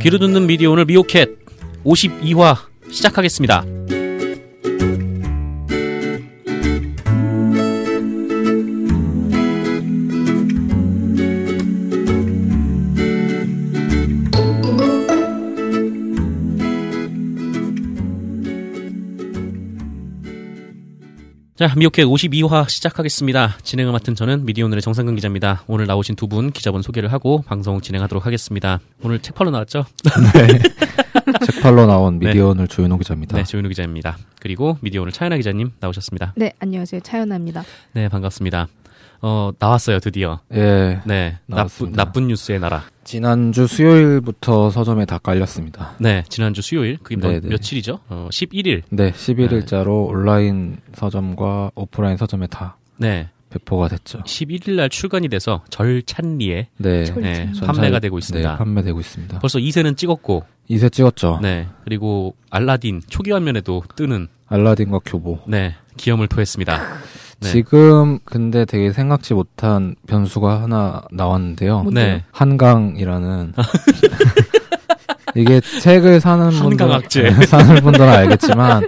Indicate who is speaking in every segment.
Speaker 1: 귀로 듣는 미디어 오늘 미오캣 52화 시작하겠습니다. 자, 미오캣 52화 시작하겠습니다. 진행을 맡은 저는 미디어오늘의 정상근 기자입니다. 오늘 나오신 두 분 기자분 소개를 하고 방송 진행하도록 하겠습니다. 오늘 책팔로 나왔죠?
Speaker 2: 책팔로 나온
Speaker 1: 네.
Speaker 2: 미디어오늘 조윤호 기자입니다.
Speaker 1: 네, 조윤우 기자입니다. 그리고 미디어오늘 차연아 기자님 나오셨습니다.
Speaker 3: 네, 안녕하세요. 차연아입니다.
Speaker 1: 네, 반갑습니다. 어, 나왔어요, 드디어.
Speaker 2: 예.
Speaker 1: 네, 나쁜,
Speaker 2: 나왔습니다.
Speaker 1: 나쁜 뉴스의 나라.
Speaker 2: 지난주 수요일부터 서점에 다 깔렸습니다.
Speaker 1: 네, 지난주 수요일, 그게 몇-
Speaker 2: 네, 네.
Speaker 1: 며칠이죠? 어, 11일.
Speaker 2: 네, 11일자로 온라인 서점과 오프라인 서점에 다
Speaker 1: 네,
Speaker 2: 배포가 됐죠.
Speaker 1: 11일 날 출간이 돼서 절찬리에
Speaker 2: 네.
Speaker 3: 철-
Speaker 1: 네,
Speaker 3: 절찬리.
Speaker 1: 판매가 되고 있습니다.
Speaker 2: 네, 판매되고 어. 있습니다.
Speaker 1: 벌써 2세는 찍었고,
Speaker 2: 이세 찍었죠.
Speaker 1: 네, 그리고 알라딘 초기 화면에도 뜨는
Speaker 2: 알라딘과 교보.
Speaker 1: 네, 기염을 토했습니다. 네.
Speaker 2: 지금 근데 되게 생각지 못한 변수가 하나 나왔는데요.
Speaker 3: 뭔데요?
Speaker 1: 네. 아.
Speaker 2: 한강이라는 이게 책을 사는 분들 네,
Speaker 1: 한강학제.
Speaker 2: 사는 분들은 알겠지만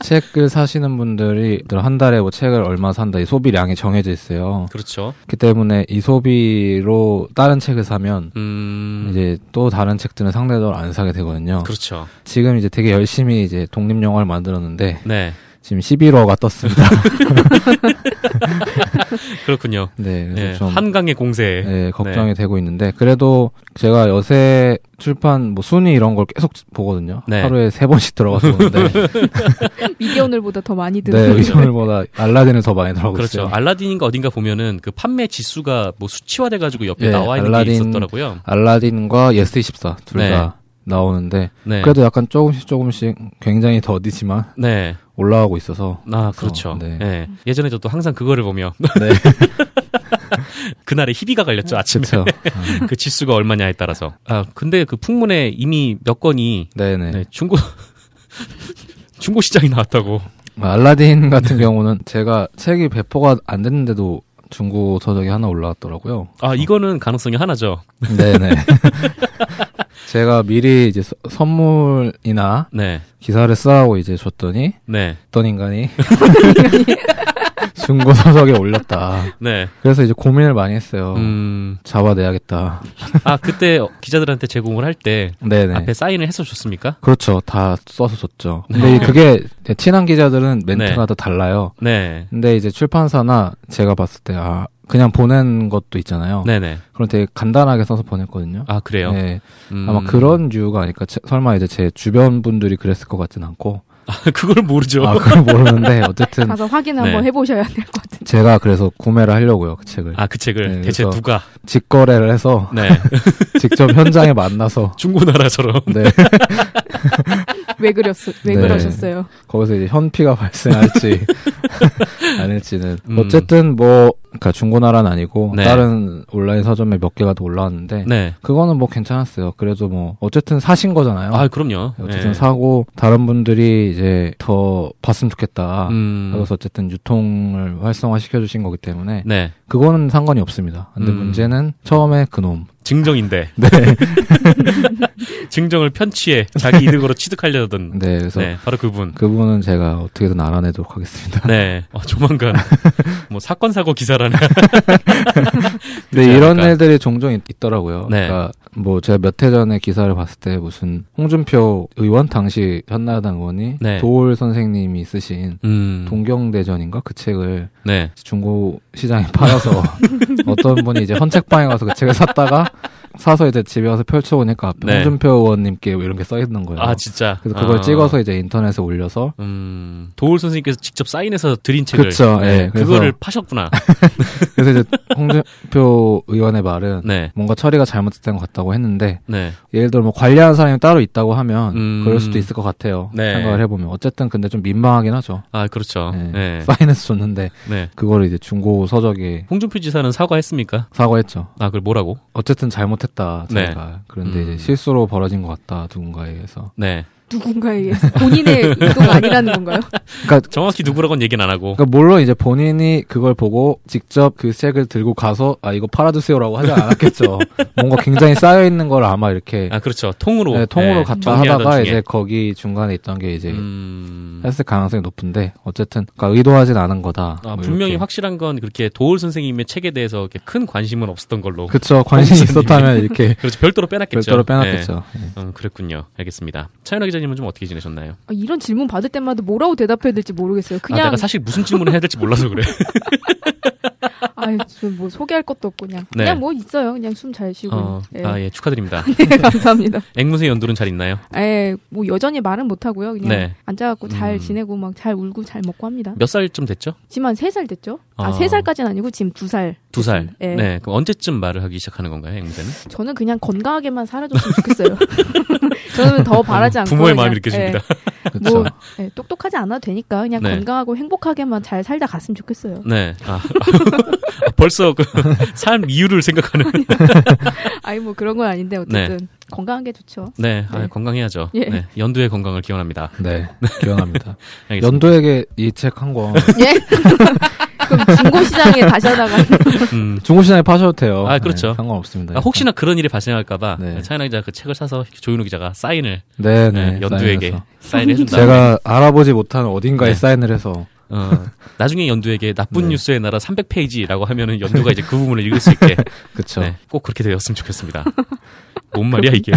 Speaker 2: 책을 사시는 분들이 한 달에 뭐 책을 얼마 산다 이 소비량이 정해져 있어요.
Speaker 1: 그렇죠.
Speaker 2: 그렇기 때문에 이 소비로 다른 책을 사면
Speaker 1: 음.
Speaker 2: 이제 또 다른 책들은 상대적으로 안 사게 되거든요.
Speaker 1: 그렇죠.
Speaker 2: 지금 이제 되게 열심히 이제 독립 영화를 만들었는데
Speaker 1: 네.
Speaker 2: 지금 11호가 떴습니다.
Speaker 1: 그렇군요.
Speaker 2: 네, 그래서
Speaker 1: 예, 네.
Speaker 2: 좀
Speaker 1: 한강의 공세.
Speaker 2: 예, 걱정이 되고 있는데 그래도 제가 요새 출판 뭐 순위 이런 걸 계속 보거든요.
Speaker 1: 네.
Speaker 2: 하루에 세 번씩 들어가서 보는데
Speaker 3: 미디어오늘보다 더 많이
Speaker 2: 네,
Speaker 3: 들은
Speaker 2: 의전을보다 알라딘을 더 많이 들어가고
Speaker 1: 그렇죠.
Speaker 2: 있어요.
Speaker 1: 알라딘인가 어딘가 보면은 그 판매 지수가 뭐 수치화돼 가지고 옆에
Speaker 2: 예,
Speaker 1: 나와 있는 게
Speaker 2: 알라딘-
Speaker 1: 있었더라고요.
Speaker 2: 알라딘과 예스24 둘
Speaker 1: 네.
Speaker 2: 다 나오는데
Speaker 1: 네.
Speaker 2: 그래도 약간 조금씩 조금씩 굉장히 더디지만
Speaker 1: 네.
Speaker 2: 올라가고 있어서
Speaker 1: 아, 그렇죠.
Speaker 2: 네.
Speaker 1: 예. 예전에 저도 항상 그거를 보며
Speaker 2: 네,
Speaker 1: 그날에 희비가 갈렸죠, 아침에.
Speaker 2: 그렇죠.
Speaker 1: 그 지수가 얼마냐에 따라서. 아, 근데 그 풍문에 이미 몇 건이
Speaker 2: 네, 네.
Speaker 1: 네, 중고 중고 시장이 나왔다고.
Speaker 2: 알라딘 같은
Speaker 1: 네.
Speaker 2: 경우는 제가 책이 배포가 안 됐는데도 중고 서적이 하나 올라왔더라고요.
Speaker 1: 아, 이거는 가능성이 하나죠.
Speaker 2: 네네. 제가 미리 이제 서- 선물이나
Speaker 1: 네.
Speaker 2: 기사를 쓰라고 이제 줬더니
Speaker 1: 네.
Speaker 2: 어떤 인간이 중고 서적에 올렸다.
Speaker 1: 네.
Speaker 2: 그래서 이제 고민을 많이 했어요.
Speaker 1: 음.
Speaker 2: 잡아내야겠다.
Speaker 1: 아, 그때 기자들한테 제공을 할 때
Speaker 2: 네네.
Speaker 1: 앞에 사인을 해서 줬습니까?
Speaker 2: 그렇죠. 다 써서 줬죠. 근데
Speaker 1: 어.
Speaker 2: 그게 이제 친한 기자들은
Speaker 1: 네.
Speaker 2: 멘트가 다 달라요.
Speaker 1: 네.
Speaker 2: 근데 이제 출판사나 제가 봤을 때, 아, 그냥 보낸 것도 있잖아요.
Speaker 1: 네네.
Speaker 2: 그럼 되게 간단하게 써서 보냈거든요.
Speaker 1: 아, 그래요?
Speaker 2: 어. 네.
Speaker 1: 음.
Speaker 2: 아마 그런 이유가 아닐까. 제- 설마 이제 제 주변 분들이 그랬을 것 같진 않고.
Speaker 1: 그걸 모르죠.
Speaker 2: 아, 그걸 모르는데, 어쨌든
Speaker 3: 가서 확인
Speaker 1: 네.
Speaker 3: 한번 해보셔야 될 것 같은데.
Speaker 2: 제가 그래서 구매를 하려고요, 그 책을.
Speaker 1: 아, 그 책을
Speaker 2: 네,
Speaker 1: 대체
Speaker 2: 그래서- 아,
Speaker 1: 누가?
Speaker 2: 직거래를 해서
Speaker 1: 네.
Speaker 2: 직접 현장에 만나서.
Speaker 1: 중고나라처럼.
Speaker 2: 네.
Speaker 3: 왜 그렸어? 왜
Speaker 2: 네.
Speaker 3: 그러셨어요?
Speaker 2: 거기서 이제 현피가 발생할지 아닐지는
Speaker 1: 음.
Speaker 2: 어쨌든 뭐 그러니까 중고나라는 아니고
Speaker 1: 네.
Speaker 2: 다른 온라인 서점에 몇 개가 더 올라왔는데
Speaker 1: 네.
Speaker 2: 그거는 뭐 괜찮았어요. 그래도 뭐 어쨌든 사신 거잖아요.
Speaker 1: 아, 그럼요.
Speaker 2: 어쨌든
Speaker 1: 네.
Speaker 2: 사고 다른 분들이 이제 더 봤으면 좋겠다.
Speaker 1: 음.
Speaker 2: 그래서 어쨌든 유통을 활성화 시켜주신 거기 때문에
Speaker 1: 네.
Speaker 2: 그거는 상관이 없습니다. 근데
Speaker 1: 음.
Speaker 2: 문제는 처음에 그놈.
Speaker 1: 증정인데.
Speaker 2: 네.
Speaker 1: 증정을 편취해 자기 이득으로 취득하려던.
Speaker 2: 네, 그래서
Speaker 1: 네. 바로 그분.
Speaker 2: 그 부분은 제가 어떻게든 알아내도록 하겠습니다.
Speaker 1: 네. 어, 조만간 뭐 사건 사고 기사라는.
Speaker 2: 네,
Speaker 1: 그렇지
Speaker 2: 이런
Speaker 1: 않을까.
Speaker 2: 일들이 종종 있, 더라고요
Speaker 1: 네.
Speaker 2: 그러니까 뭐 제가 몇 해 전에 기사를 봤을 때 무슨 홍준표 의원 당시 현나당 의원이
Speaker 1: 네.
Speaker 2: 도올 선생님이 쓰신
Speaker 1: 음.
Speaker 2: 동경대전인가 그 책을
Speaker 1: 네.
Speaker 2: 중고 시장에 팔아서 어떤 분이 이제 헌책방에 가서 그 책을 샀다가 사서 이제 집에 와서 펼쳐보니까 앞에
Speaker 1: 네.
Speaker 2: 홍준표 의원님께 뭐 이런 게 써 있는 거예요.
Speaker 1: 아, 진짜.
Speaker 2: 네. 그래서 그걸
Speaker 1: 아.
Speaker 2: 찍어서 이제 인터넷에 올려서
Speaker 1: 음, 도울 선생님께서 직접 사인해서 드린 책을 네,
Speaker 2: 그쵸, 예, 그래서-
Speaker 1: 그거를 파셨구나.
Speaker 2: 그래서 이제 홍준표 의원의 말은
Speaker 1: 네.
Speaker 2: 뭔가 처리가 잘못된 것 같다고 했는데
Speaker 1: 네.
Speaker 2: 예를 들어 뭐 관리하는 사람이 따로 있다고 하면
Speaker 1: 음.
Speaker 2: 그럴 수도 있을 것 같아요.
Speaker 1: 네.
Speaker 2: 생각을 해보면 어쨌든 근데 좀 민망하긴 하죠.
Speaker 1: 아, 그렇죠.
Speaker 2: 네.
Speaker 1: 네.
Speaker 2: 사인해서 줬는데
Speaker 1: 네.
Speaker 2: 그거를 이제 중고 서적에
Speaker 1: 홍준표 지사는 사과했습니까?
Speaker 2: 사과했죠.
Speaker 1: 아, 그걸 뭐라고?
Speaker 2: 어쨌든 잘못했다
Speaker 1: 네.
Speaker 2: 제가 그런데
Speaker 1: 음.
Speaker 2: 이제 실수로 벌어진 것 같다 누군가에 의해서
Speaker 1: 네.
Speaker 3: 누군가에 의해서 본인의 의도가 아니라는 건가요?
Speaker 2: 그러니까
Speaker 1: 정확히 누구라고는 얘기는 안 하고
Speaker 2: 그러니까 물론 이제 본인이 그걸 보고 직접 그 책을 들고 가서 아 이거 팔아주세요라고 하지 않았겠죠. 뭔가 굉장히 쌓여 있는 걸 아마 이렇게
Speaker 1: 아 그렇죠 통으로
Speaker 2: 네, 통으로 갖다
Speaker 1: 정리하던
Speaker 2: 하다가
Speaker 1: 중에.
Speaker 2: 이제 거기 중간에 있던 게 이제
Speaker 1: 음...
Speaker 2: 했을 가능성이 높은데 어쨌든 그러니까 의도하진 않은 거다.
Speaker 1: 아,
Speaker 2: 뭐
Speaker 1: 분명히
Speaker 2: 이렇게.
Speaker 1: 확실한 건 그렇게 도울 선생님의 책에 대해서 이렇게 큰 관심은 없었던 걸로
Speaker 2: 그쵸 관심이
Speaker 1: 선생님이.
Speaker 2: 있었다면 이렇게
Speaker 1: 그렇죠 별도로 빼놨겠죠
Speaker 2: 별도로 빼놨겠죠. 예.
Speaker 1: 네. 음, 그랬군요 알겠습니다 차연아 기자님은 좀 어떻게 지내셨나요
Speaker 3: 아, 이런 질문 받을 때마다 뭐라고 대답해야 될지 모르겠어요.
Speaker 1: 아,
Speaker 3: 그냥
Speaker 1: 내가 사실 무슨 질문을 해야 될지 몰라서 그래
Speaker 3: 아유, 저뭐 소개할 것도 없고 그냥
Speaker 1: 네.
Speaker 3: 그냥 뭐 있어요. 그냥 숨 잘 쉬고.
Speaker 1: 어,
Speaker 3: 예.
Speaker 1: 아, 예, 축하드립니다.
Speaker 3: 네, 감사합니다.
Speaker 1: 앵무새 연돌은 잘 있나요?
Speaker 3: 예, 뭐 여전히 말은 못 하고요. 그냥
Speaker 1: 네.
Speaker 3: 앉아갖고 잘
Speaker 1: 음.
Speaker 3: 지내고 막 잘 울고 잘 먹고 합니다.
Speaker 1: 몇 살쯤 됐죠?
Speaker 3: 지금 한 3살 됐죠? 아,
Speaker 1: 아.
Speaker 3: 세 3살까지는 아니고 지금 2살.
Speaker 1: 두 살.
Speaker 3: 네.
Speaker 1: 네. 그럼 언제쯤 말을 하기 시작하는 건가요, 앵무새는?
Speaker 3: 저는 그냥 건강하게만 살아줬으면 좋겠어요. 저는 더 바라지 않고.
Speaker 1: 어, 부모의
Speaker 3: 그냥,
Speaker 1: 마음이 느껴집니다.
Speaker 2: 그쵸.
Speaker 3: 뭐 예, 똑똑하지 않아도 되니까 그냥
Speaker 1: 네.
Speaker 3: 건강하고 행복하게만 잘 살다 갔으면 좋겠어요.
Speaker 1: 네. 아, 아, 벌써 그 삶 이유를 생각하는.
Speaker 3: 아니 뭐 그런 건 아닌데 어쨌든 건강한 게 좋죠.
Speaker 1: 네. 아,
Speaker 3: 네.
Speaker 1: 건강해야죠.
Speaker 3: 예.
Speaker 1: 네. 연두의 건강을 기원합니다.
Speaker 2: 네 기원합니다.
Speaker 1: 예. 알겠습니다.
Speaker 2: 연도에게 이 책 한 권
Speaker 1: 네.
Speaker 3: 예? 그럼 중고 시장에 다시 하다가
Speaker 1: 음.
Speaker 2: 중고시장에 파셔도 돼요.
Speaker 1: 아, 그렇죠.
Speaker 2: 네, 상관없습니다.
Speaker 1: 아, 혹시나 그런 일이 발생할까봐
Speaker 2: 네.
Speaker 1: 차이나 기자 그 책을 사서 조윤우 기자가 사인을
Speaker 2: 네,
Speaker 1: 네,
Speaker 2: 네,
Speaker 1: 연두에게
Speaker 2: 사인해서.
Speaker 1: 사인을 해준다.
Speaker 2: 제가 알아보지 못한 어딘가에
Speaker 1: 네.
Speaker 2: 사인을 해서
Speaker 1: 어, 나중에 연두에게 나쁜
Speaker 2: 네.
Speaker 1: 뉴스의 나라 300페이지라고 하면은 연두가 이제 그 부분을 읽을 수 있게
Speaker 2: 그쵸.
Speaker 1: 네, 꼭 그렇게 되었으면 좋겠습니다. 뭔 말이야 이게?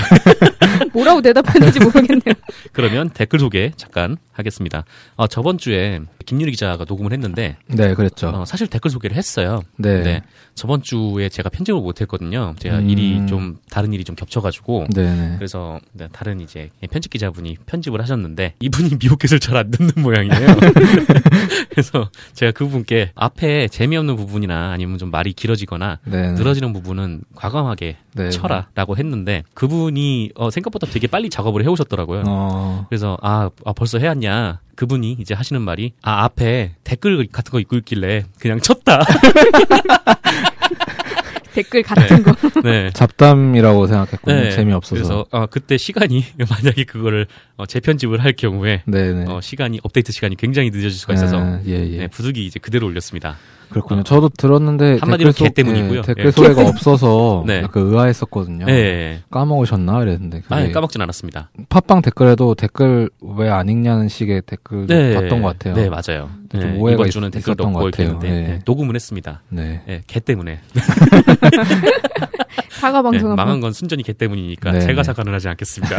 Speaker 3: 뭐라고 대답했는지 모르겠네요.
Speaker 1: 그러면 댓글 소개 잠깐 하겠습니다. 어, 저번 주에 김유리 기자가 녹음을 했는데
Speaker 2: 네, 그랬죠.
Speaker 1: 어, 사실 댓글 소개를 했어요.
Speaker 2: 네.
Speaker 1: 근데
Speaker 2: 네.
Speaker 1: 저번 주에 제가 편집을 못했거든요. 제가
Speaker 2: 음.
Speaker 1: 일이 좀 다른 일이 좀 겹쳐가지고
Speaker 2: 네.
Speaker 1: 그래서 네, 다른 이제 편집 기자분이 편집을 하셨는데 이분이 미호캣을 잘 안 듣는 모양이에요. 그래서 제가 그분께 앞에 재미없는 부분이나 아니면 좀 말이 길어지거나
Speaker 2: 네.
Speaker 1: 늘어지는 부분은 과감하게
Speaker 2: 네.
Speaker 1: 쳐라라고 했는데 그분이 어, 생각보다 되게 빨리 작업을 해오셨더라고요.
Speaker 2: 어.
Speaker 1: 그래서 아, 아, 벌써 해왔냐 그분이 이제 하시는 말이 아 앞에 댓글 같은 거 읽고 있길래 그냥 쳤다.
Speaker 3: 댓글 같은 거.
Speaker 1: 네.
Speaker 2: 잡담이라고 생각했고
Speaker 1: 네.
Speaker 2: 요 재미없어서.
Speaker 1: 그래서 어, 그때 시간이 만약에 그거를 어, 재편집을 할 경우에
Speaker 2: 네, 네.
Speaker 1: 어, 시간이 업데이트 시간이 굉장히 늦어질 수가 있어서
Speaker 2: 아, 예, 예.
Speaker 1: 네, 부득이 이제 그대로 올렸습니다.
Speaker 2: 그렇군요. 저도 들었는데
Speaker 1: 한마디로
Speaker 2: 댓글 소-
Speaker 1: 개 때문이고요.
Speaker 2: 예,
Speaker 1: 예.
Speaker 2: 댓글 소개가 없어서
Speaker 1: 네.
Speaker 2: 약간 의아했었거든요.
Speaker 1: 네.
Speaker 2: 까먹으셨나 이랬는데 그게
Speaker 1: 아, 까먹진 않았습니다.
Speaker 2: 팟빵 댓글에도 댓글 왜 안 읽냐는 식의 댓글
Speaker 1: 네.
Speaker 2: 봤던 것 같아요.
Speaker 1: 네, 맞아요.
Speaker 2: 좀
Speaker 1: 네,
Speaker 2: 오해가
Speaker 1: 이번
Speaker 2: 있-
Speaker 1: 주는 댓글도
Speaker 2: 있었던
Speaker 1: 없고
Speaker 2: 것 같아요.
Speaker 1: 이렇게 했는데
Speaker 2: 네.
Speaker 1: 네, 녹음은 했습니다.
Speaker 2: 네.
Speaker 1: 네, 개 때문에.
Speaker 3: 사과
Speaker 1: 네,
Speaker 3: 방송 한번.
Speaker 1: 망한 건 순전히 걔 때문이니까
Speaker 2: 네,
Speaker 1: 제가
Speaker 2: 네.
Speaker 1: 사과는 하지 않겠습니다.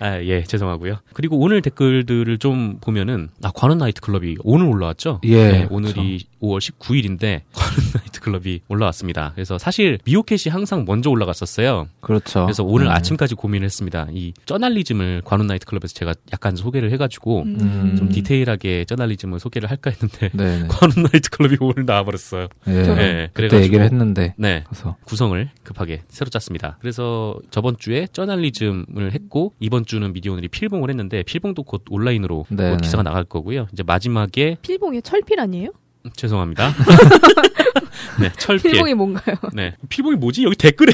Speaker 1: 아, 예, 죄송하고요. 그리고 오늘 댓글들을 좀 보면은 아, 관훈 나이트 클럽이 오늘 올라왔죠?
Speaker 2: 예,
Speaker 1: 네, 오늘이 5월 19일인데 관훈 나이트 클럽이 올라왔습니다. 그래서 사실 미오캣이 항상 먼저 올라갔었어요.
Speaker 2: 그렇죠.
Speaker 1: 그래서 오늘
Speaker 2: 네.
Speaker 1: 아침까지 고민을 했습니다. 이 저널리즘을 관훈 나이트 클럽에서 제가 약간 소개를 해 가지고
Speaker 2: 음,
Speaker 1: 좀 디테일하게 저널리즘을 소개를 할까 했는데
Speaker 2: 네, 네.
Speaker 1: 관훈 나이트 클럽이 오늘 나와 버렸어요.
Speaker 2: 예.
Speaker 3: 저런.
Speaker 1: 예,
Speaker 2: 그때 얘기를 했는데
Speaker 1: 네.
Speaker 2: 그래서
Speaker 1: 구성을 급하게 새로 짰습니다. 그래서 저번 주에 저널리즘을 했고 이번 주는 미디오늘이 필봉을 했는데 필봉도 곧 온라인으로
Speaker 2: 네,
Speaker 1: 곧
Speaker 2: 네.
Speaker 1: 기사가 나갈 거고요. 이제 마지막에
Speaker 3: 필봉이 철필 아니에요?
Speaker 1: 음, 죄송합니다. 네, 철필.
Speaker 3: 필봉이 뭔가요?
Speaker 1: 네, 필봉이 뭐지? 여기 댓글에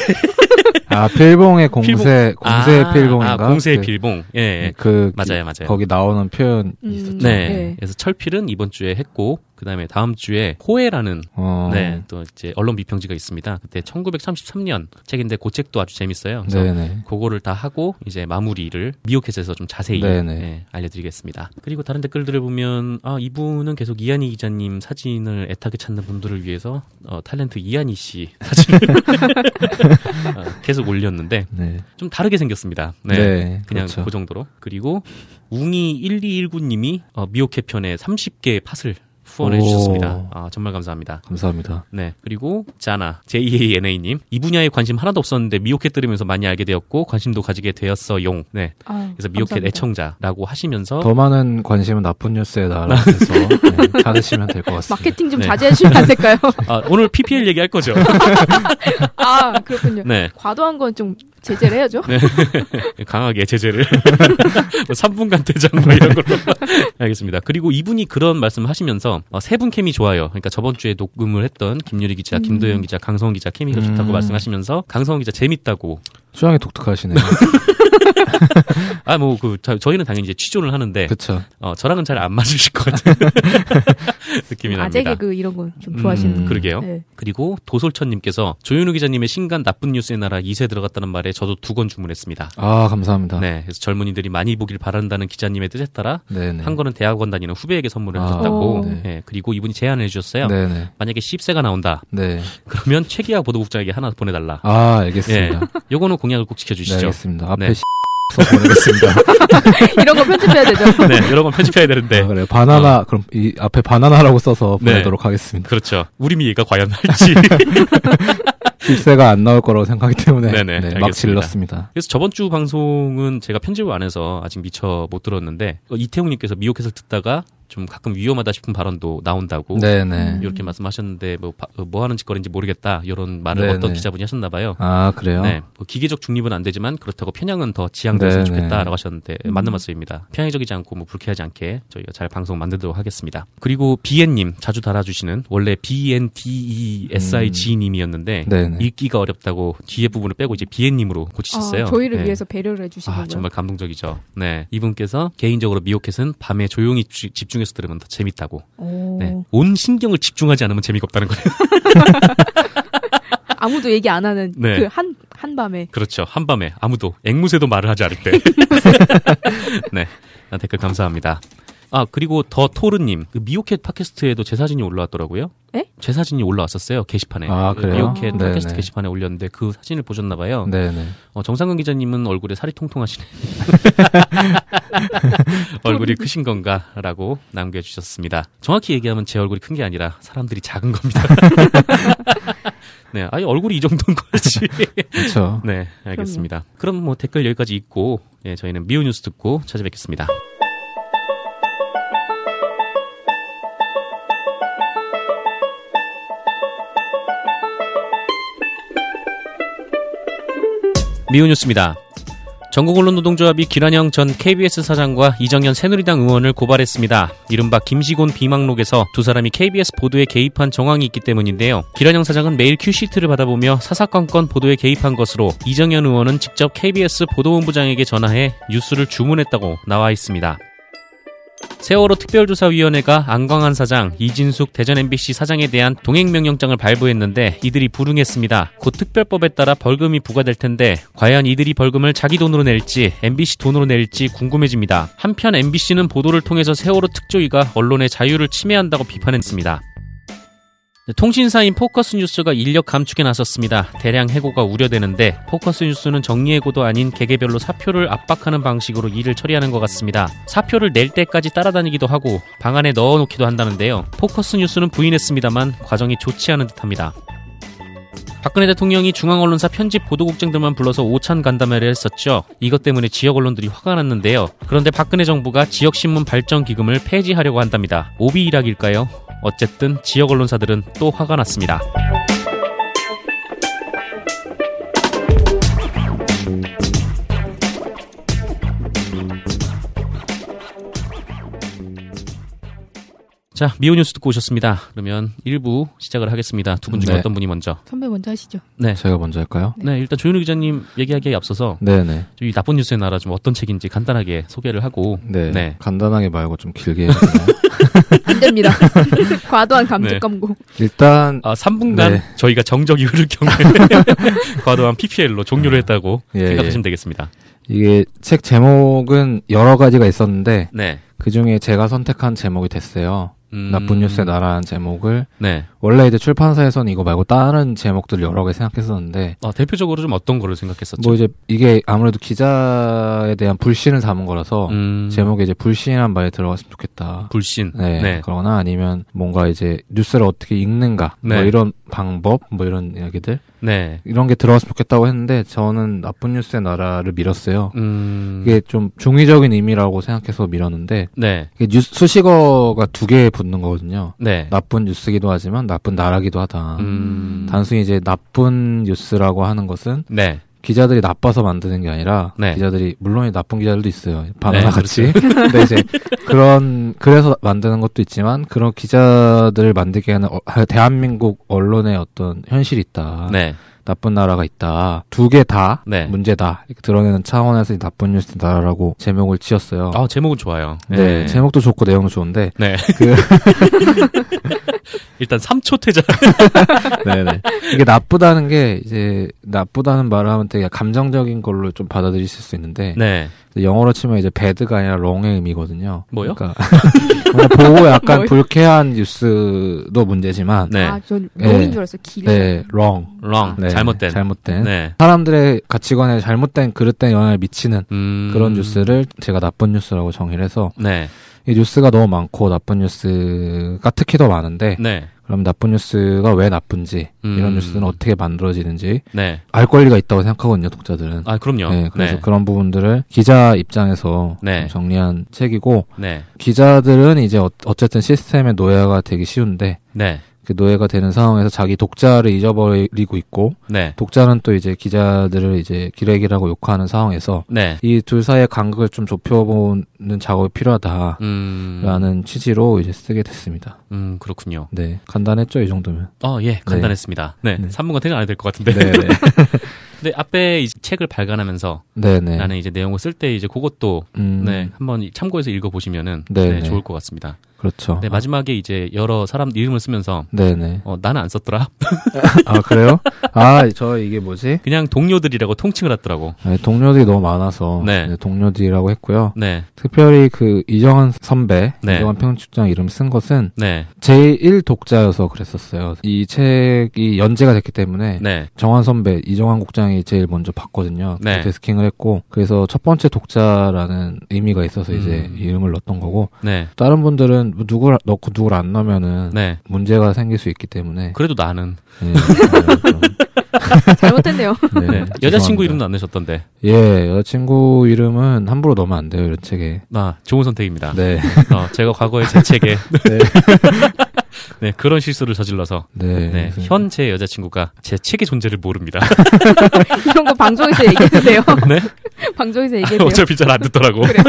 Speaker 2: 아 필봉의 공세 공세
Speaker 1: 아,
Speaker 2: 필봉인가?
Speaker 1: 아, 공세의
Speaker 2: 그-
Speaker 1: 필봉. 예, 예.
Speaker 2: 그
Speaker 1: 맞아요, 맞아요.
Speaker 2: 거기 나오는 표현
Speaker 3: 음.
Speaker 2: 있었죠.
Speaker 1: 네,
Speaker 3: 네.
Speaker 1: 그래서 철필은 이번 주에 했고 그다음에 다음 주에 호해라는
Speaker 2: 어,
Speaker 1: 네, 또 이제 언론 비평지가 있습니다. 그때 1933년 책인데 그 책도 아주 재밌어요. 그래서
Speaker 2: 네네.
Speaker 1: 그거를 다 하고 이제 마무리를 미오캣에서 좀 자세히
Speaker 2: 네네.
Speaker 1: 예, 알려드리겠습니다. 그리고 다른 댓글들을 보면 아 이분은 계속 이한희 기자님 사진을 애타게 찾는 분들을 위해서 어, 탤런트 이한희 씨 사진을 어, 계속 올렸는데
Speaker 2: 네.
Speaker 1: 좀 다르게 생겼습니다. 네.
Speaker 2: 네.
Speaker 1: 그냥 그
Speaker 2: 그렇죠.
Speaker 1: 정도로 그리고 웅이 1219님이 어, 미오캣 편에 30개의 팟을 후원해
Speaker 2: 오.
Speaker 1: 주셨습니다. 아, 정말 감사합니다.
Speaker 2: 감사합니다.
Speaker 1: 네. 그리고 자나 JANA님 이 분야에 관심 하나도 없었는데 미오캣 들으면서 많이 알게 되었고 관심도 가지게 되었어 용. 네.
Speaker 3: 아,
Speaker 1: 그래서 미오캣
Speaker 3: 감사합니다.
Speaker 1: 애청자라고 하시면서
Speaker 2: 더 많은 관심은 나쁜 뉴스에 나라면서 네, 받으시면 될 것 같습니다.
Speaker 3: 마케팅 좀
Speaker 1: 네.
Speaker 3: 자제해 주면 안 될까요?
Speaker 1: 아, 오늘 PPL 얘기할 거죠.
Speaker 3: 아 그렇군요.
Speaker 1: 네.
Speaker 3: 과도한 건 좀 제재를 해야죠.
Speaker 1: 강하게 제재를 뭐 3분간 대장 뭐 이런 걸로 알겠습니다. 그리고 이분이 그런 말씀을 하시면서 어, 세분 케미 좋아요. 그러니까 저번 주에
Speaker 3: 음.
Speaker 1: 녹음을 했던 김유리 기자, 김도영 기자, 강성훈 기자 케미가
Speaker 2: 음.
Speaker 1: 좋다고 말씀하시면서 강성훈 기자 재밌다고
Speaker 2: 취향이 독특하시네요.
Speaker 1: 아 뭐 그 저희는 당연히 이제 취조를 하는데
Speaker 2: 그쵸.
Speaker 1: 어, 저랑은 잘 안 맞으실 것 같은 느낌이
Speaker 3: 아재
Speaker 1: 납니다.
Speaker 3: 개그 이런 거 좀 좋아하시는.
Speaker 2: 음.
Speaker 1: 그러게요.
Speaker 3: 네.
Speaker 1: 그리고 도솔천님께서 조윤우 기자님의 신간 나쁜 뉴스의 나라 2세 들어갔다는 말에 저도 두 권 주문했습니다.
Speaker 2: 아, 감사합니다.
Speaker 1: 네, 그래서 젊은이들이 많이 보길 바란다는 기자님의 뜻에 따라
Speaker 2: 네네.
Speaker 1: 한 권은 대학원 다니는 후배에게 선물을
Speaker 2: 아,
Speaker 1: 하셨다고.
Speaker 2: 네.
Speaker 1: 예, 그리고 이분이 제안을 해주셨어요.
Speaker 2: 네네.
Speaker 1: 만약에 10세가 나온다,
Speaker 2: 네.
Speaker 1: 그러면 최기하 보도국장에게 하나 보내달라.
Speaker 2: 아, 알겠습니다.
Speaker 1: 요거는 공약을 꼭
Speaker 2: 네,
Speaker 1: 네. 지켜주시죠.
Speaker 2: 알겠습니다. 앞에
Speaker 1: 네.
Speaker 2: 씨 써서 보내겠습니다.
Speaker 3: 이런 거 편집해야 되죠. 어,
Speaker 1: 네, 여러 건 편집해야 되는데.
Speaker 2: 아, 그래요. 바나나, 그럼 이 앞에 바나나라고 써서
Speaker 1: 네.
Speaker 2: 보내도록 하겠습니다.
Speaker 1: 그렇죠. 우리 미애가 과연 할지.
Speaker 2: 실세가 안 나올 거라고 생각하기 때문에
Speaker 1: 네네,
Speaker 2: 네,
Speaker 1: 알겠습니다.
Speaker 2: 막 질렀습니다.
Speaker 1: 그래서 저번 주 방송은 제가 편집을 안 해서 아직 미처 못 들었는데 어, 이태웅님께서 미혹해서 듣다가 좀 가끔 위험하다 싶은 발언도 나온다고
Speaker 2: 네네.
Speaker 1: 이렇게 말씀하셨는데 뭐, 바- 어, 뭐 하는 짓거리인지 모르겠다 이런 말을
Speaker 2: 네네.
Speaker 1: 어떤 기자분이 하셨나 봐요.
Speaker 2: 아, 그래요?
Speaker 1: 네, 뭐 기계적 중립은 안 되지만 그렇다고 편향은 더 지양되었으면
Speaker 2: 네네. 음.
Speaker 1: 좋겠다라고 하셨는데 맞는 말씀입니다. 편향적이지 않고 뭐 불쾌하지 않게 저희가 잘 방송 만들도록 하겠습니다. 그리고 BN님 자주 달아주시는 원래 E BNDESIG님이었는데
Speaker 2: 네네.
Speaker 1: 읽기가 어렵다고 뒤에 부분을 빼고 이제 비엔님으로 고치셨어요.
Speaker 3: 아, 저희를
Speaker 1: 네.
Speaker 3: 위해서 배려를 해주신
Speaker 1: 아
Speaker 3: 거예요.
Speaker 1: 정말 감동적이죠. 네 이분께서 개인적으로 미오캣은 밤에 조용히 주- 집중해서 들으면 더 재밌다고.
Speaker 3: 오.
Speaker 1: 네. 온 신경을 집중하지 않으면 재미가 없다는 거예요.
Speaker 3: 아무도 얘기 안 하는
Speaker 1: 네.
Speaker 3: 그 한 한밤에
Speaker 1: 그렇죠. 한밤에 아무도 앵무새도 말을 하지 않을 때. 네 아, 댓글 감사합니다. 아 그리고 더 토르님 그 미오캣 팟캐스트에도 제 사진이 올라왔더라고요.
Speaker 3: 에?
Speaker 1: 제 사진이 올라왔었어요 게시판에.
Speaker 2: 아,
Speaker 1: 그
Speaker 2: 그래요?
Speaker 1: 미오캣
Speaker 2: 네네.
Speaker 1: 팟캐스트 게시판에 올렸는데 그 사진을 보셨나 봐요.
Speaker 2: 네네.
Speaker 1: 어, 정상근 기자님은 얼굴에 살이 통통하시네. 얼굴이 크신 건가? 라고 남겨주셨습니다. 정확히 얘기하면 제 얼굴이 큰 게 아니라 사람들이 작은 겁니다. 네, 아니, 얼굴이 이 정도인 거지.
Speaker 2: 그렇죠.
Speaker 1: 네, 알겠습니다. 그럼 뭐 댓글 여기까지 읽고, 예, 저희는 미오 뉴스 듣고 찾아뵙겠습니다. 미오 뉴스입니다. 전국언론노동조합이 김한영 전 KBS 사장과 이정현 새누리당 의원을 고발했습니다. 이른바 김시곤 비망록에서 두 사람이 KBS 보도에 개입한 정황이 있기 때문인데요. 김한영 사장은 매일 큐시트를 받아보며 사사건건 보도에 개입한 것으로 이정현 의원은 직접 KBS 보도본부장에게 전화해 뉴스를 주문했다고 나와 있습니다. 세월호 특별조사위원회가 안광한 사장, 이진숙 대전 MBC 사장에 대한 동행명령장을 발부했는데 이들이 불응했습니다. 곧 특별법에 따라 벌금이 부과될 텐데 과연 이들이 벌금을 자기 돈으로 낼지 MBC 돈으로 낼지 궁금해집니다. 한편 MBC는 보도를 통해서 세월호 특조위가 언론의 자유를 침해한다고 비판했습니다. 네, 통신사인 포커스 뉴스가 인력 감축에 나섰습니다. 대량 해고가 우려되는데 포커스 뉴스는 정리해고도 아닌 개개별로 사표를 압박하는 방식으로 일을 처리하는 것 같습니다. 사표를 낼 때까지 따라다니기도 하고 방 안에 넣어놓기도 한다는데요. 포커스 뉴스는 부인했습니다만 과정이 좋지 않은 듯합니다. 박근혜 대통령이 중앙언론사 편집 보도국장들만 불러서 오찬 간담회를 했었죠. 이것 때문에 지역 언론들이 화가 났는데요. 그런데 박근혜 정부가 지역신문 발전 기금을 폐지하려고 한답니다. 오비 일학일까요? 어쨌든 지역 언론사들은 또 화가 났습니다. 자, 미오 뉴스 듣고 오셨습니다. 그러면 1부 시작을 하겠습니다. 두 분 중에
Speaker 2: 네.
Speaker 1: 어떤 분이 먼저?
Speaker 3: 선배 먼저 하시죠.
Speaker 1: 네.
Speaker 2: 제가 먼저 할까요?
Speaker 1: 네, 일단 조윤우 기자님 얘기하기에 앞서서
Speaker 2: 네네.
Speaker 1: 좀이 나쁜 뉴스의 나라 좀 어떤 책인지 간단하게 소개를 하고
Speaker 2: 네.
Speaker 1: 네.
Speaker 2: 간단하게 말고 좀 길게 해야 되나요?
Speaker 3: 안 됩니다. 과도한 감정
Speaker 1: 네.
Speaker 3: 감고.
Speaker 2: 일단
Speaker 1: 아, 3분간
Speaker 2: 네.
Speaker 1: 저희가 정적이 흐를 경우에 과도한 PPL로 종료를 했다고
Speaker 2: 예,
Speaker 1: 생각하시면 되겠습니다.
Speaker 2: 이게 책 제목은 여러 가지가 있었는데
Speaker 1: 네.
Speaker 2: 그 중에 제가 선택한 제목이 됐어요.
Speaker 1: 음,
Speaker 2: 나쁜 뉴스의 나라는 제목을
Speaker 1: 네.
Speaker 2: 원래 이제 출판사에서는 이거 말고 다른 제목들 여러 개 생각했었는데
Speaker 1: 아, 대표적으로 좀 어떤 거를 생각했었죠?
Speaker 2: 뭐 이제 이게 아무래도 기자에 대한 불신을 담은 거라서
Speaker 1: 음,
Speaker 2: 뭐, 제목에 이제 불신이란 말이 들어갔으면 좋겠다.
Speaker 1: 불신.
Speaker 2: 네,
Speaker 1: 네.
Speaker 2: 그러거나 아니면 뭔가 이제 뉴스를 어떻게 읽는가 뭐
Speaker 1: 네.
Speaker 2: 이런 방법 뭐 이런 이야기들
Speaker 1: 네.
Speaker 2: 이런 게 들어갔으면 좋겠다고 했는데 저는 나쁜 뉴스의 나라를 밀었어요.
Speaker 1: 음.
Speaker 2: 이게 좀 중의적인 의미라고 생각해서 밀었는데
Speaker 1: 네.
Speaker 2: 이게 뉴스 수식어가 두 개 붙는 거거든요.
Speaker 1: 네.
Speaker 2: 나쁜 뉴스기도 하지만 나쁜 나라기도 하다.
Speaker 1: 음.
Speaker 2: 단순히 이제 나쁜 뉴스라고 하는 것은
Speaker 1: 네.
Speaker 2: 기자들이 나빠서 만드는 게 아니라
Speaker 1: 네.
Speaker 2: 기자들이 물론 나쁜 기자들도 있어요.
Speaker 1: 네,
Speaker 2: 바나나 같이. 근데 이제 그런 그래서 만드는 것도 있지만 그런 기자들을 만들게 하는 어- 대한민국 언론의 어떤 현실이 있다.
Speaker 1: 네.
Speaker 2: 나쁜 나라가 있다. 두 개 다
Speaker 1: 네.
Speaker 2: 문제다. 이렇게 드러내는 차원에서 이 나쁜 뉴스다라고 제목을 지었어요.
Speaker 1: 아, 제목은 좋아요.
Speaker 2: 네. 제목도 좋고 내용도 좋은데
Speaker 1: 네.
Speaker 2: 그-
Speaker 1: 일단 3초 퇴장.
Speaker 2: 네네. 이게 나쁘다는 게 이제 나쁘다는 말을 하면 되게 감정적인 걸로 좀 받아들이실 수 있는데
Speaker 1: 네.
Speaker 2: 영어로 치면 이제 bad가 아니라 wrong의 의미거든요.
Speaker 1: 뭐요?
Speaker 2: 그러니까 뭔가 보고 약간
Speaker 3: 뭐요?
Speaker 2: 불쾌한 뉴스도 문제지만
Speaker 1: 네.
Speaker 3: 아, 전
Speaker 2: 네.
Speaker 3: 롱인 줄 알았어요. 길.
Speaker 2: 네, wrong.
Speaker 1: wrong.
Speaker 2: 네,
Speaker 1: 잘못된.
Speaker 2: 잘못된.
Speaker 1: 네.
Speaker 2: 사람들의 가치관에 잘못된 그릇된 영향을 미치는
Speaker 1: 음.
Speaker 2: 그런 뉴스를 제가 나쁜 뉴스라고 정의를 해서
Speaker 1: 네.
Speaker 2: 이 뉴스가 너무 많고 나쁜 뉴스가 특히 더 많은데
Speaker 1: 네.
Speaker 2: 그럼 나쁜 뉴스가 왜 나쁜지
Speaker 1: 음.
Speaker 2: 이런 뉴스는 어떻게 만들어지는지
Speaker 1: 네.
Speaker 2: 알 권리가 있다고 생각하거든요 독자들은
Speaker 1: 아, 그럼요.
Speaker 2: 네,
Speaker 1: 네.
Speaker 2: 그래서 그런 부분들을 기자 입장에서
Speaker 1: 네.
Speaker 2: 좀 정리한 책이고
Speaker 1: 네.
Speaker 2: 기자들은 이제 어- 어쨌든 시스템의 노예가 되기 쉬운데
Speaker 1: 네.
Speaker 2: 그 노예가 되는 상황에서 자기 독자를 잊어버리고 있고
Speaker 1: 네.
Speaker 2: 독자는 또 이제 기자들을 이제 기레기라고 욕하는 상황에서
Speaker 1: 네.
Speaker 2: 이 둘 사이의 간극을 좀 좁혀보는 작업이 필요하다라는
Speaker 1: 음.
Speaker 2: 그러니까 취지로 이제 쓰게 됐습니다.
Speaker 1: 음, 그렇군요.
Speaker 2: 네 간단했죠 이 정도면.
Speaker 1: 어, 예. 간단했습니다. 네.
Speaker 2: 네.
Speaker 1: 3분간 퇴장 안 해도 될 것 같은데. 근데 앞에 이 책을 발간하면서
Speaker 2: 네네.
Speaker 1: 나는 이제 내용을 쓸 때 이제 그것도
Speaker 2: 음,
Speaker 1: 네, 한번 참고해서 읽어보시면은
Speaker 2: 네,
Speaker 1: 네,
Speaker 2: 네.
Speaker 1: 좋을 것 같습니다.
Speaker 2: 그렇죠.
Speaker 1: 네, 마지막에 이제 여러 사람 이름을 쓰면서
Speaker 2: 네네.
Speaker 1: 어, 나는 안 썼더라.
Speaker 2: 아 그래요? 아 저 이게 뭐지?
Speaker 1: 그냥 동료들이라고 통칭을 하더라고.
Speaker 2: 네, 동료들이 너무 많아서
Speaker 1: 네.
Speaker 2: 네, 동료들이라고 했고요.
Speaker 1: 네,
Speaker 2: 특별히 그 이정환 선배,
Speaker 1: 네.
Speaker 2: 이정환 평론장 이름 쓴 것은
Speaker 1: 네,
Speaker 2: 제1 독자여서 그랬었어요. 이 책이 연재가 됐기 때문에
Speaker 1: 네,
Speaker 2: 정환 선배, 이정환 국장이 제일 먼저 봤거든요.
Speaker 1: 네.
Speaker 2: 그래서 데스킹을 했고 그래서 첫 번째 독자라는 의미가 있어서 이제
Speaker 1: 음.
Speaker 2: 이름을 넣었던 거고
Speaker 1: 네,
Speaker 2: 다른 분들은 뭐 누구를 넣고 누구를 안 넣으면은
Speaker 1: 네.
Speaker 2: 문제가 생길 수 있기 때문에
Speaker 1: 그래도 나는
Speaker 2: 네, 아,
Speaker 3: 잘못했네요.
Speaker 2: 좀,
Speaker 1: 네,
Speaker 2: 네,
Speaker 1: 여자친구
Speaker 2: 죄송합니다.
Speaker 1: 이름도 안 내셨던데.
Speaker 2: 예, 여자친구 이름은 함부로 넣으면 안 돼요, 이런 책에.
Speaker 1: 아, 좋은 선택입니다.
Speaker 2: 네.
Speaker 1: 어, 제가 과거에 제 책에
Speaker 2: 네.
Speaker 1: 네, 그런 실수를 저질러서
Speaker 2: 네.
Speaker 1: 네,
Speaker 2: 그래서-
Speaker 1: 현 제 여자친구가 제 책의 존재를 모릅니다.
Speaker 3: 이런 거 방송에서 얘기해주세요.
Speaker 1: 네?
Speaker 3: 방송에서 얘기해주세요.
Speaker 1: 어차피 잘 안 듣더라고.
Speaker 3: 그래요.